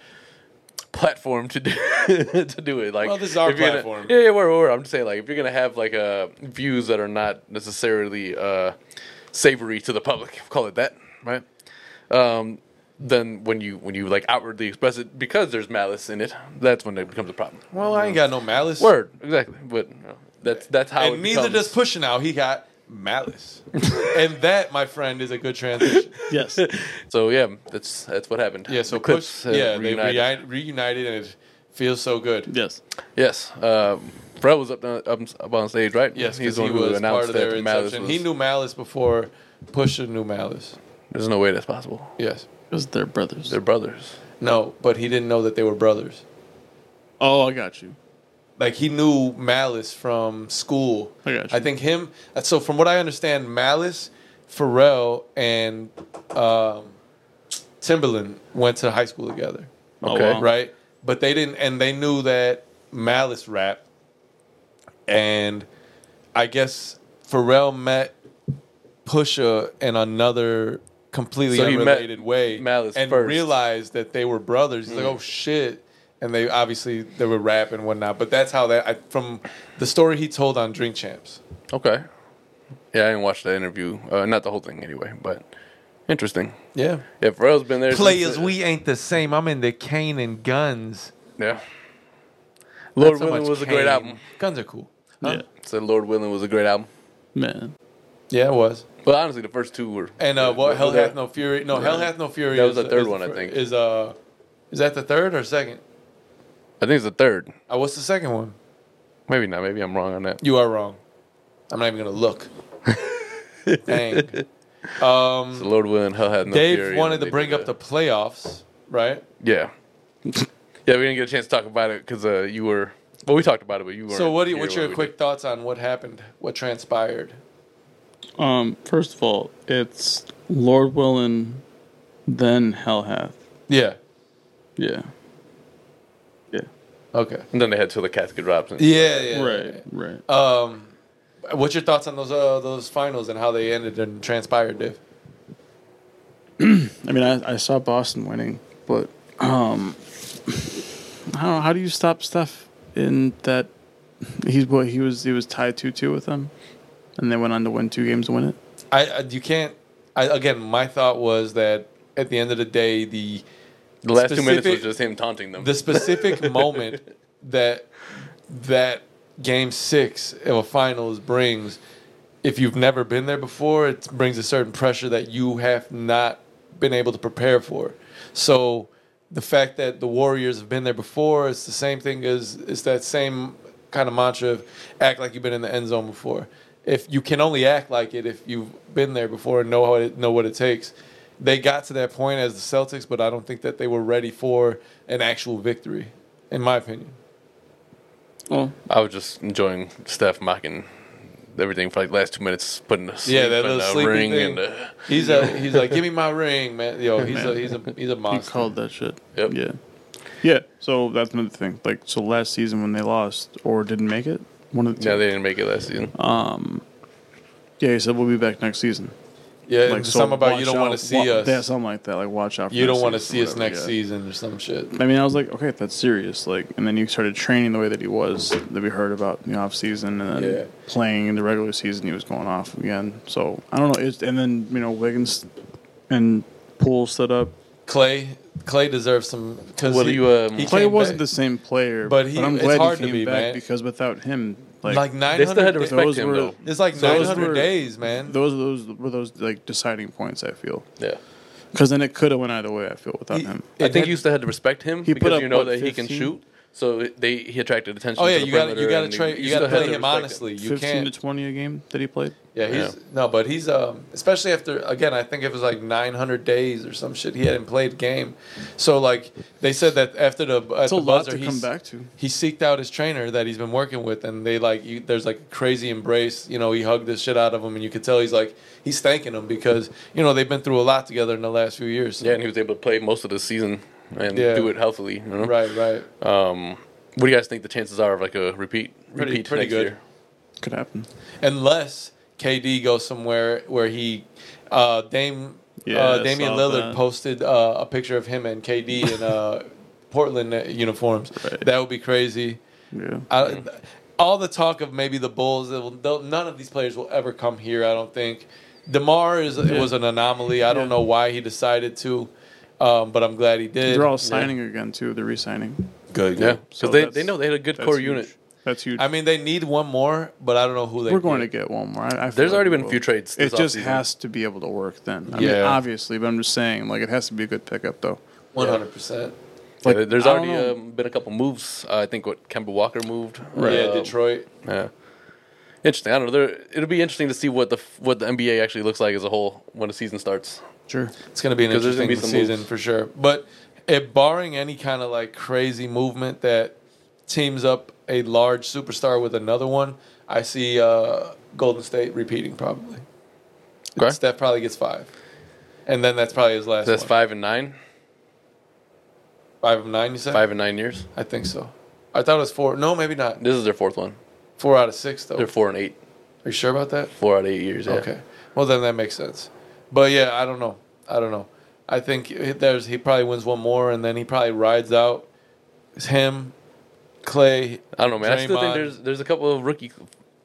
Speaker 1: platform to do to do it. Like,
Speaker 2: Well, this is our
Speaker 1: if you're gonna-
Speaker 2: platform.
Speaker 1: yeah, yeah, we're, we're. I'm just saying, like, if you're gonna have like uh, views that are not necessarily uh, savory to the public, call it that, right? Um, then when you when you like outwardly express it because there's malice in it, that's when it becomes a problem.
Speaker 2: Well, I ain't got no malice.
Speaker 1: Word, exactly. But you know, that's that's how.
Speaker 2: And
Speaker 1: it
Speaker 2: neither
Speaker 1: becomes.
Speaker 2: does Pusha now. He got malice. and that, my friend, is a good transition.
Speaker 3: Yes.
Speaker 1: So yeah, that's that's what happened.
Speaker 2: Yeah, so
Speaker 1: The Clips
Speaker 2: push.
Speaker 1: have
Speaker 2: Yeah,
Speaker 1: reunited.
Speaker 2: they reuni- reunited and it feels so good.
Speaker 3: yes.
Speaker 1: yes. Uh, Fred was up, up up on stage, right?
Speaker 2: Yes,
Speaker 1: he's
Speaker 2: because
Speaker 1: the
Speaker 2: he
Speaker 1: one who
Speaker 2: was part
Speaker 1: announced
Speaker 2: of their
Speaker 1: that Malice
Speaker 2: inception.
Speaker 1: was.
Speaker 2: He knew Malice before Pusha knew Malice.
Speaker 1: There's no way that's possible.
Speaker 2: Yes.
Speaker 3: Because they're brothers.
Speaker 1: They're brothers.
Speaker 2: No, but he didn't know that they were brothers.
Speaker 3: oh, I got you.
Speaker 2: Like he knew Malice from school.
Speaker 3: I got you.
Speaker 2: I think him. uh, So from what I understand, Malice, Pharrell, and um, Timberland went to high school together,
Speaker 1: Okay.
Speaker 3: Oh, wow.
Speaker 2: right? But they didn't, and they knew that Malice rap, and I guess Pharrell met Pusha in another completely
Speaker 1: So he met
Speaker 2: unrelated way,
Speaker 1: Malice
Speaker 2: and
Speaker 1: first.
Speaker 2: realized that they were brothers. He's like, oh shit. And they obviously they were rap and whatnot, but that's how that I, from the story he told on Drink Champs.
Speaker 1: Okay. Yeah, I didn't watch that interview. Uh, not the whole thing, anyway. But interesting.
Speaker 2: Yeah,
Speaker 1: Yeah, Pharrell's been there. since
Speaker 2: players,
Speaker 1: the-
Speaker 2: we ain't the same. I'm into Kane and Guns.
Speaker 1: Yeah. Lord
Speaker 2: Not so
Speaker 1: Willing
Speaker 2: much
Speaker 1: was a great
Speaker 2: Kane.
Speaker 1: album.
Speaker 2: Guns are cool.
Speaker 3: Yeah.
Speaker 1: Said Lord Willing was a great album.
Speaker 3: Man.
Speaker 2: Yeah, it was.
Speaker 1: But honestly, the first two were.
Speaker 2: And uh,
Speaker 1: were-
Speaker 2: what? Hell
Speaker 1: were-
Speaker 2: hath no fury. No, Hell hath no fury.
Speaker 1: That was
Speaker 2: is-
Speaker 1: the third
Speaker 2: is-
Speaker 1: one, I think.
Speaker 2: Is uh, is that the third or second?
Speaker 1: I think it's the third.
Speaker 2: Uh, what's the second one?
Speaker 1: Maybe not. Maybe I'm wrong on that.
Speaker 2: You are wrong. I'm not even gonna look. Dang. Um,
Speaker 1: So Lord Willing, Hell Hath No
Speaker 2: Dave
Speaker 1: Fury, and
Speaker 2: wanted
Speaker 1: then
Speaker 2: to
Speaker 1: they
Speaker 2: bring
Speaker 1: did
Speaker 2: up the playoffs, right?
Speaker 1: Yeah. yeah, we didn't get a chance to talk about it because uh, you were. Well, we talked about it, but you were.
Speaker 2: So what? Do you, what's your quick thoughts on what happened? What transpired?
Speaker 3: Um, first of all, it's Lord Willin, then Hell Hath.
Speaker 2: Yeah.
Speaker 3: Yeah. Yeah.
Speaker 2: Okay.
Speaker 1: And then they had till the casket drops. And,
Speaker 2: Yeah. Yeah.
Speaker 3: Right. Right.
Speaker 2: Um, what's your thoughts on those uh, those finals and how they ended and transpired, Dave?
Speaker 3: I mean, I, I saw Boston winning, but um, I don't know. How do you stop Steph in that? He's what he was. He was tied two two with them, and they went on to win two games to win it.
Speaker 2: I, I you can't. I, again, my thought was that at the end of the day, the
Speaker 1: the last two minutes was
Speaker 2: Specific-
Speaker 1: just him taunting them.
Speaker 2: the specific moment that that game six of a finals brings, if you've never been there before, it brings a certain pressure that you have not been able to prepare for. So the fact that the Warriors have been there before, it's the same thing as it's that same kind of mantra of act like you've been in the end zone before. If you can only act like it if you've been there before and know how it, know what it takes they got to that point as the Celtics, but I don't think that they were ready for an actual victory, in my opinion. Oh,
Speaker 3: Well,
Speaker 1: I was just enjoying Steph mocking everything for like the last two minutes, putting the sleep
Speaker 2: Yeah, that
Speaker 1: and
Speaker 2: little
Speaker 1: the
Speaker 2: sleeping
Speaker 1: ring
Speaker 2: thing.
Speaker 1: and uh, the.
Speaker 2: He's a he's like, give me my ring, man. Yo, he's a he's a he's a
Speaker 3: he
Speaker 2: monster.
Speaker 3: called that shit.
Speaker 1: Yep.
Speaker 3: Yeah. Yeah. So that's another thing. Like so, last season when they lost or didn't make it, one of the two,
Speaker 1: Yeah, they didn't make it last season.
Speaker 2: Uh,
Speaker 3: yeah, he said we'll be back next season.
Speaker 2: yeah,
Speaker 3: Like
Speaker 2: like something about
Speaker 3: watch
Speaker 2: you don't want to
Speaker 3: out-
Speaker 2: see
Speaker 3: wa-
Speaker 2: us.
Speaker 3: Yeah, something like that. Like watch out. For
Speaker 2: you don't
Speaker 3: next
Speaker 2: want to
Speaker 3: season
Speaker 2: see
Speaker 3: or
Speaker 2: us
Speaker 3: whatever,
Speaker 2: next
Speaker 3: yeah.
Speaker 2: season or some shit.
Speaker 3: I mean, I was like, okay, if that's serious, like, and then you started training the way that he was that we heard about in the off season, and then
Speaker 2: Yeah.
Speaker 3: playing in the regular season, he was going off again. So I don't know. It's, and then you know Wiggins and Poole set up.
Speaker 2: Clay Clay deserves some. Cause
Speaker 1: What do
Speaker 2: he-
Speaker 1: you, um,
Speaker 2: he
Speaker 3: Clay
Speaker 2: came
Speaker 3: wasn't
Speaker 2: back.
Speaker 3: the same player,
Speaker 2: But
Speaker 3: but,
Speaker 2: he-
Speaker 3: I'm
Speaker 2: it's
Speaker 3: glad
Speaker 2: hard to
Speaker 3: he came
Speaker 2: be,
Speaker 3: back
Speaker 2: man.
Speaker 3: because without him, like,
Speaker 2: like
Speaker 1: They
Speaker 2: nine
Speaker 1: still had to
Speaker 2: hundred.
Speaker 1: respect
Speaker 3: those
Speaker 1: him,
Speaker 3: were-
Speaker 1: though.
Speaker 2: It's like
Speaker 3: those
Speaker 2: nine hundred
Speaker 3: were-
Speaker 2: days, man.
Speaker 3: those those were those like deciding points. I feel
Speaker 1: Yeah.
Speaker 3: because then it could have went either way. I feel without
Speaker 2: He-
Speaker 3: him.
Speaker 1: I think
Speaker 2: had-
Speaker 1: you still had to respect him
Speaker 3: He put
Speaker 1: because
Speaker 3: up,
Speaker 1: you know
Speaker 3: what,
Speaker 1: that he can
Speaker 3: 15?
Speaker 1: shoot. So it- they he attracted attention.
Speaker 2: Oh yeah,
Speaker 1: to the
Speaker 2: you got you
Speaker 1: perimeter
Speaker 2: got to
Speaker 1: and
Speaker 2: trade. You got
Speaker 1: still
Speaker 2: to
Speaker 1: had
Speaker 2: play him
Speaker 1: respect
Speaker 2: honestly. You
Speaker 3: Fifteen
Speaker 2: can't.
Speaker 3: to twenty a game that he played.
Speaker 2: Yeah, he's no, but he's um, especially after again. I think it was like 900 days or some shit. He hadn't played game, so like they said that after the at
Speaker 3: It's a
Speaker 2: the
Speaker 3: lot
Speaker 2: buzzer,
Speaker 3: to
Speaker 2: he
Speaker 3: come
Speaker 2: s-
Speaker 3: back to.
Speaker 2: He seeked out his trainer that he's been working with, and they like you, there's like a crazy embrace. You know, he hugged the shit out of him, and you could tell he's like he's thanking him because you know they've been through a lot together in the last few years.
Speaker 1: Yeah, and he was able to play most of the season and
Speaker 2: Yeah.
Speaker 1: do it healthily. You know?
Speaker 2: right, right.
Speaker 1: Um, what do you guys think the chances are of like a repeat?
Speaker 2: Pretty-
Speaker 1: repeat
Speaker 2: pretty
Speaker 1: next
Speaker 2: good.
Speaker 1: year?
Speaker 3: Could happen.
Speaker 2: unless KD goes somewhere where he uh, Dame
Speaker 3: Yeah,
Speaker 2: uh,
Speaker 3: I
Speaker 2: Damian
Speaker 3: saw
Speaker 2: Lillard
Speaker 3: that.
Speaker 2: posted uh, a picture of him and KD in uh, Portland uh, uniforms.
Speaker 3: Right.
Speaker 2: That would be crazy.
Speaker 3: Yeah.
Speaker 2: I, All the talk of maybe the Bulls, they'll- they'll- none of these players will ever come here. I don't think. Demar is was an anomaly. I don't
Speaker 3: Yeah.
Speaker 2: know why he decided to, um, but I'm glad he did.
Speaker 3: They're
Speaker 2: Yeah.
Speaker 3: all signing again too. They're re-signing.
Speaker 2: good.
Speaker 1: Yeah,
Speaker 2: Yeah.
Speaker 1: because
Speaker 3: So
Speaker 1: they,
Speaker 3: that's-
Speaker 1: they know they had a good
Speaker 3: that's
Speaker 1: core
Speaker 3: huge.
Speaker 1: unit.
Speaker 3: That's huge.
Speaker 2: I mean, they need one more, but I don't know who they.
Speaker 3: We're going to
Speaker 2: get.
Speaker 3: get one more. I, I feel
Speaker 1: There's
Speaker 3: like
Speaker 1: already
Speaker 3: we
Speaker 1: been a
Speaker 3: will.
Speaker 1: few trades
Speaker 3: It
Speaker 1: this
Speaker 3: just
Speaker 1: offseason.
Speaker 3: has to be able to work then. I mean,
Speaker 2: Yeah.
Speaker 3: obviously, but I'm just saying, like, it has to be a good pickup though.
Speaker 2: one hundred percent.
Speaker 1: Yeah, there's
Speaker 3: I don't
Speaker 1: already
Speaker 3: know.
Speaker 1: um, been a couple moves. Uh, I think what Kemba Walker moved.
Speaker 2: Right. Yeah,
Speaker 1: Uh,
Speaker 2: Detroit.
Speaker 1: Yeah. Interesting. I don't know. There, it'll be interesting to see what the f- what the NBA actually looks like as a whole when the season starts.
Speaker 3: Sure.
Speaker 2: It's going to be an
Speaker 1: 'Cause there's
Speaker 2: interesting
Speaker 1: gonna be some
Speaker 2: season
Speaker 1: moves.
Speaker 2: for sure. But if barring any kind of like crazy movement that teams up a large superstar with another one, I see uh, Golden State repeating probably.
Speaker 1: Okay.
Speaker 2: Steph probably gets five, and then that's probably his last.
Speaker 1: That's
Speaker 2: one.
Speaker 1: five and nine,
Speaker 2: Five of nine. You said
Speaker 1: five and nine years.
Speaker 2: I think so. I thought it was four. No, maybe not.
Speaker 1: This is their fourth one.
Speaker 2: Four out of six though.
Speaker 1: They're four and eight,
Speaker 2: Are you sure about that?
Speaker 1: four out of eight years. yeah.
Speaker 2: Okay. Well, then that makes sense. But yeah, I don't know. I don't know. I think there's he probably wins one more, and then he probably rides out. It's him, Clay.
Speaker 1: I don't know, man. I still
Speaker 2: Draymond.
Speaker 1: think there's there's a couple of rookie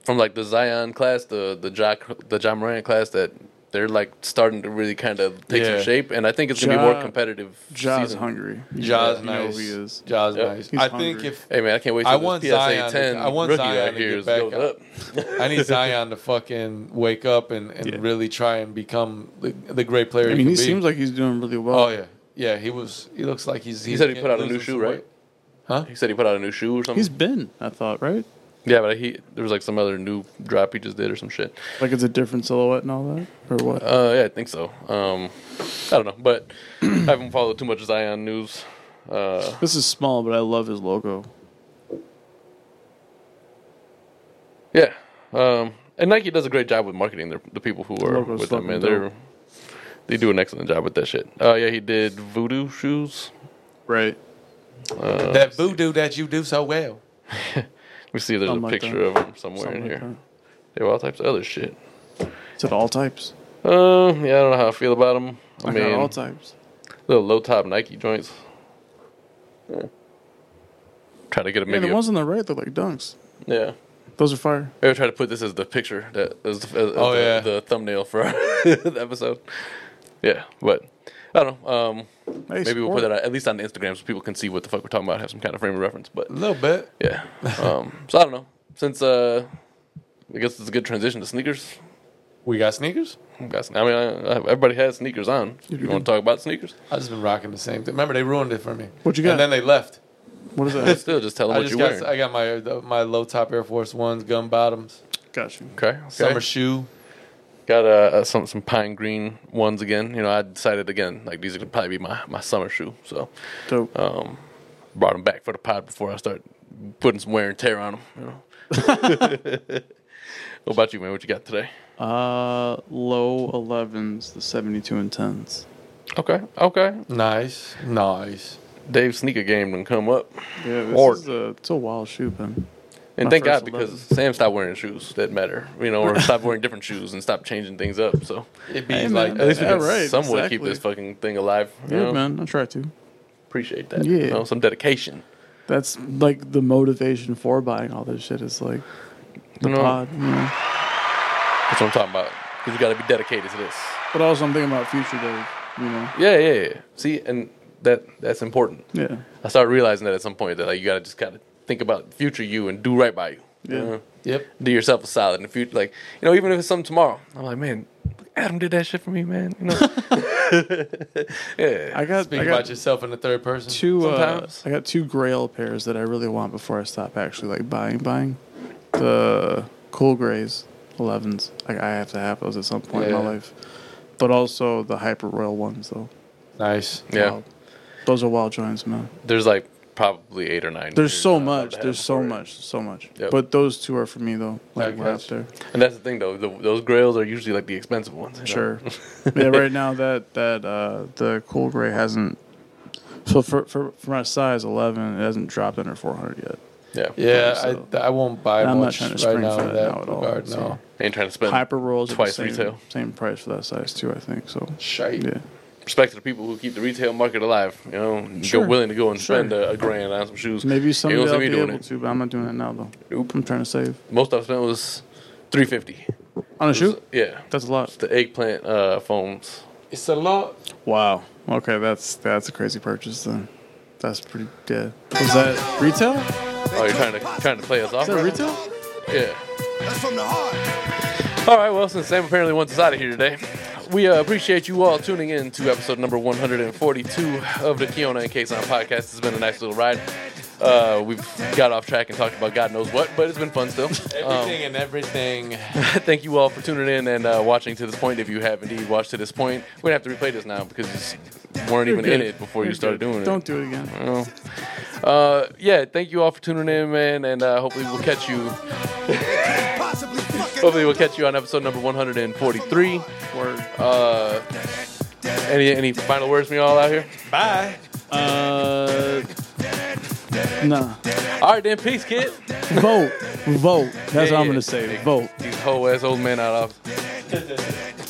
Speaker 1: from like the Zion class, the the Jock, the John Moran class that they're like starting to really kind of take
Speaker 2: Yeah.
Speaker 1: some shape, and I think it's gonna be more
Speaker 3: Ja-
Speaker 1: competitive.
Speaker 3: Ja's
Speaker 1: season.
Speaker 3: hungry. You
Speaker 2: Ja's
Speaker 3: know- you know
Speaker 2: nice.
Speaker 3: who he is.
Speaker 2: Ja's
Speaker 1: Yep.
Speaker 2: nice.
Speaker 3: He's
Speaker 2: I
Speaker 3: hungry.
Speaker 2: think if
Speaker 1: Hey man, I can't wait.
Speaker 2: I
Speaker 1: Till this
Speaker 2: want
Speaker 1: PSA
Speaker 2: Zion to-
Speaker 1: 10
Speaker 2: I want
Speaker 1: rookie
Speaker 2: Zion
Speaker 1: right
Speaker 2: to
Speaker 1: here
Speaker 2: get
Speaker 1: is
Speaker 2: back
Speaker 1: goes
Speaker 2: up.
Speaker 1: up.
Speaker 2: I need Zion to fucking wake up and, and
Speaker 3: Yeah.
Speaker 2: really try and become the, the great player.
Speaker 3: I mean,
Speaker 2: can
Speaker 3: he
Speaker 2: be.
Speaker 3: seems like he's doing really well.
Speaker 2: Oh yeah, yeah. He was. He looks like he's.
Speaker 1: He said he put out a new
Speaker 2: losing
Speaker 1: shoe,
Speaker 2: some
Speaker 1: right?
Speaker 2: weight. Huh?
Speaker 1: He said he put out a new shoe or something.
Speaker 3: He's been, I thought, right?
Speaker 1: yeah, but he there was like some other new drop he just did or some shit.
Speaker 3: Like it's a different silhouette and all that, or what?
Speaker 1: Uh, yeah, I think so. Um, I don't know, but I haven't followed too much Zion news. Uh,
Speaker 3: this is small, but I love his logo.
Speaker 1: yeah, um, and Nike does a great job with marketing their, the people who are
Speaker 3: logo's
Speaker 1: with them,
Speaker 3: fucking
Speaker 1: and they're they do an excellent job with that shit. Uh, yeah, he did Voodoo shoes.
Speaker 3: Right.
Speaker 2: that voodoo that you do so well.
Speaker 1: Let me see if there's
Speaker 3: Something
Speaker 1: a
Speaker 3: like
Speaker 1: picture
Speaker 3: that.
Speaker 1: of them somewhere in
Speaker 3: Something like
Speaker 1: here.
Speaker 3: that.
Speaker 1: They were all types of other shit.
Speaker 3: Is it all types?
Speaker 1: Uh, yeah, I don't know how I feel about them. I,
Speaker 3: I,
Speaker 1: mean,
Speaker 3: got all types.
Speaker 1: little low top Nike joints. Yeah. Try to get a
Speaker 3: And
Speaker 1: maybe.
Speaker 3: the
Speaker 1: a-
Speaker 3: ones on the right look like dunks.
Speaker 1: yeah.
Speaker 3: Those are fire.
Speaker 1: Maybe try to put this as the picture that as, as, as
Speaker 2: Oh,
Speaker 1: the,
Speaker 2: yeah.
Speaker 1: the thumbnail for our the episode. Yeah, but I don't know. Um,
Speaker 3: Hey,
Speaker 1: maybe we'll put
Speaker 3: sport.
Speaker 1: that out, at least on Instagram so people can see what the fuck we're talking about, have some kind of frame of reference. But
Speaker 2: A little bit.
Speaker 1: yeah, um, so I don't know. Since uh, I guess it's a good transition to sneakers.
Speaker 2: We got sneakers.
Speaker 1: I guess- I mean, I, I, everybody has sneakers on. You want to talk about sneakers?
Speaker 2: I just been rocking the same thing. Remember, they ruined it for me.
Speaker 3: What you got?
Speaker 2: And then they left.
Speaker 3: What is
Speaker 1: But
Speaker 3: that?
Speaker 1: still, just tell them
Speaker 2: I
Speaker 1: what
Speaker 2: just
Speaker 1: you're
Speaker 2: got.
Speaker 1: wearing.
Speaker 2: I got my the, my low top Air Force Ones, gum bottoms,
Speaker 3: Got you.
Speaker 1: okay, okay.
Speaker 2: summer shoe.
Speaker 1: Got uh, uh, some some pine green ones again. You know, I decided again like these could probably be my my summer shoe. So um,
Speaker 3: Dope.
Speaker 1: brought them back for the pod before I start putting some wear and tear on them. You know. what about you, man? What you got today?
Speaker 3: Uh, low 11s, the 72 and 10s.
Speaker 1: Okay, okay.
Speaker 2: Nice, nice.
Speaker 1: Dave's sneaker game done come up,
Speaker 3: Yeah, this
Speaker 1: Or-
Speaker 3: is a, it's a wild shoe, man.
Speaker 1: and
Speaker 3: My
Speaker 1: thank God
Speaker 3: first
Speaker 1: because
Speaker 3: 11.
Speaker 1: Sam stopped wearing shoes that matter. You know, or stopped wearing different shoes and stopped changing things up. So
Speaker 2: It be
Speaker 3: Hey,
Speaker 2: like uh,
Speaker 3: man.
Speaker 1: at least we
Speaker 3: Yeah,
Speaker 1: can
Speaker 3: right,
Speaker 1: somewhat keep
Speaker 3: exactly.
Speaker 1: this fucking thing alive. You
Speaker 3: Yeah,
Speaker 1: know?
Speaker 3: man, I try to.
Speaker 1: Appreciate that.
Speaker 3: Yeah.
Speaker 1: You know, some dedication.
Speaker 3: That's like the motivation for buying all this shit is like the
Speaker 1: You know,
Speaker 3: pod. You know?
Speaker 1: That's what I'm talking about. Because you got to be dedicated to this.
Speaker 3: But also, I'm thinking about future days, you know?
Speaker 1: Yeah, yeah, yeah. See, and that that's important.
Speaker 3: Yeah.
Speaker 1: I started realizing that at some point that like you gotta just kind of think about future you and do right by you.
Speaker 3: Yeah.
Speaker 1: Uh,
Speaker 2: yep.
Speaker 1: do yourself a solid in the future, like you know, even if it's something tomorrow. I'm like, man, Adam did that shit for me, man. You know, yeah.
Speaker 3: I got,
Speaker 2: Speak
Speaker 3: I
Speaker 2: about
Speaker 3: got
Speaker 2: yourself in the third person.
Speaker 3: two, uh,
Speaker 1: sometimes.
Speaker 3: I got two grail pairs that I really want before I stop actually like buying, buying the cool grays, 11s. Like, I have to have those at some point in
Speaker 2: Yeah.
Speaker 3: my life. But also the hyper royal ones, though.
Speaker 2: Nice.
Speaker 1: yeah.
Speaker 3: Wild. Those are wild joints, man.
Speaker 1: There's like probably eight or nine.
Speaker 3: There's
Speaker 1: years
Speaker 3: so
Speaker 1: I'd love
Speaker 3: much.
Speaker 1: to have
Speaker 3: There's so
Speaker 1: before it.
Speaker 3: much. So much.
Speaker 1: Yep.
Speaker 3: But those two are for me though. Like
Speaker 2: I
Speaker 3: right up
Speaker 2: gotcha.
Speaker 3: there.
Speaker 1: And that's the thing though. The, those grails are usually like the expensive ones. you know?
Speaker 3: Sure. yeah. Right now that that uh, the cool gray hasn't. So for for for my size 11, it hasn't dropped under 400 yet.
Speaker 1: Yeah.
Speaker 2: Yeah, I,
Speaker 3: So-
Speaker 2: I won't buy
Speaker 3: And I'm not
Speaker 2: much
Speaker 3: trying to
Speaker 2: right
Speaker 3: spring
Speaker 2: now
Speaker 3: for
Speaker 2: in
Speaker 3: that
Speaker 2: that
Speaker 3: now at all,
Speaker 2: regard.
Speaker 3: so-
Speaker 2: No.
Speaker 1: Ain't trying to spend.
Speaker 3: Hyper rolls
Speaker 1: twice
Speaker 3: same,
Speaker 1: retail.
Speaker 3: Same price for that size too, I think. So
Speaker 2: Shite.
Speaker 3: yeah.
Speaker 1: Respect to the people who keep the retail market alive. You know,
Speaker 3: Sure.
Speaker 1: go willing to go and
Speaker 3: Sure.
Speaker 1: spend a, a grand on some shoes.
Speaker 3: Maybe
Speaker 1: some
Speaker 3: someday I'll be able to, but I'm not doing it now though.
Speaker 1: Nope.
Speaker 3: I'm trying to save
Speaker 1: Most I've spent was three fifty.
Speaker 3: on a shoe.
Speaker 1: Yeah.
Speaker 3: That's a lot.
Speaker 1: the eggplant uh, foams.
Speaker 2: It's a lot.
Speaker 3: Wow. Okay, that's that's a crazy purchase then. That's pretty dead. Was that retail?
Speaker 1: Oh, you're trying to trying to play us off?
Speaker 7: that
Speaker 1: right
Speaker 7: retail?
Speaker 1: now? Yeah.
Speaker 8: That's from the heart.
Speaker 1: All right, well, since Sam apparently wants us out of here today, we uh, appreciate you all tuning in to episode number 142 of the Kiona and Kason podcast. It's been a nice little ride. Uh, we've got off track and talked about God knows what, but it's been fun still.
Speaker 2: Everything and everything.
Speaker 1: Thank you all for tuning in and uh, watching to this point. If you have indeed watched to this point, we're going to have to replay this now because you weren't even in it before you started doing it.
Speaker 7: Don't do it again.
Speaker 1: Well, uh, yeah, thank you all for tuning in, man, and uh, hopefully we'll catch you.
Speaker 8: Possibly fucking
Speaker 1: Hopefully we'll catch you on episode number 143.
Speaker 7: Word.
Speaker 1: Uh, any any final words from y'all out here?
Speaker 2: Bye.
Speaker 7: Uh, nah.
Speaker 1: All right, then, peace, kid.
Speaker 7: Vote. Vote. That's what I'm
Speaker 1: yeah.
Speaker 7: going to say. Vote.
Speaker 1: These whole ass old men out of.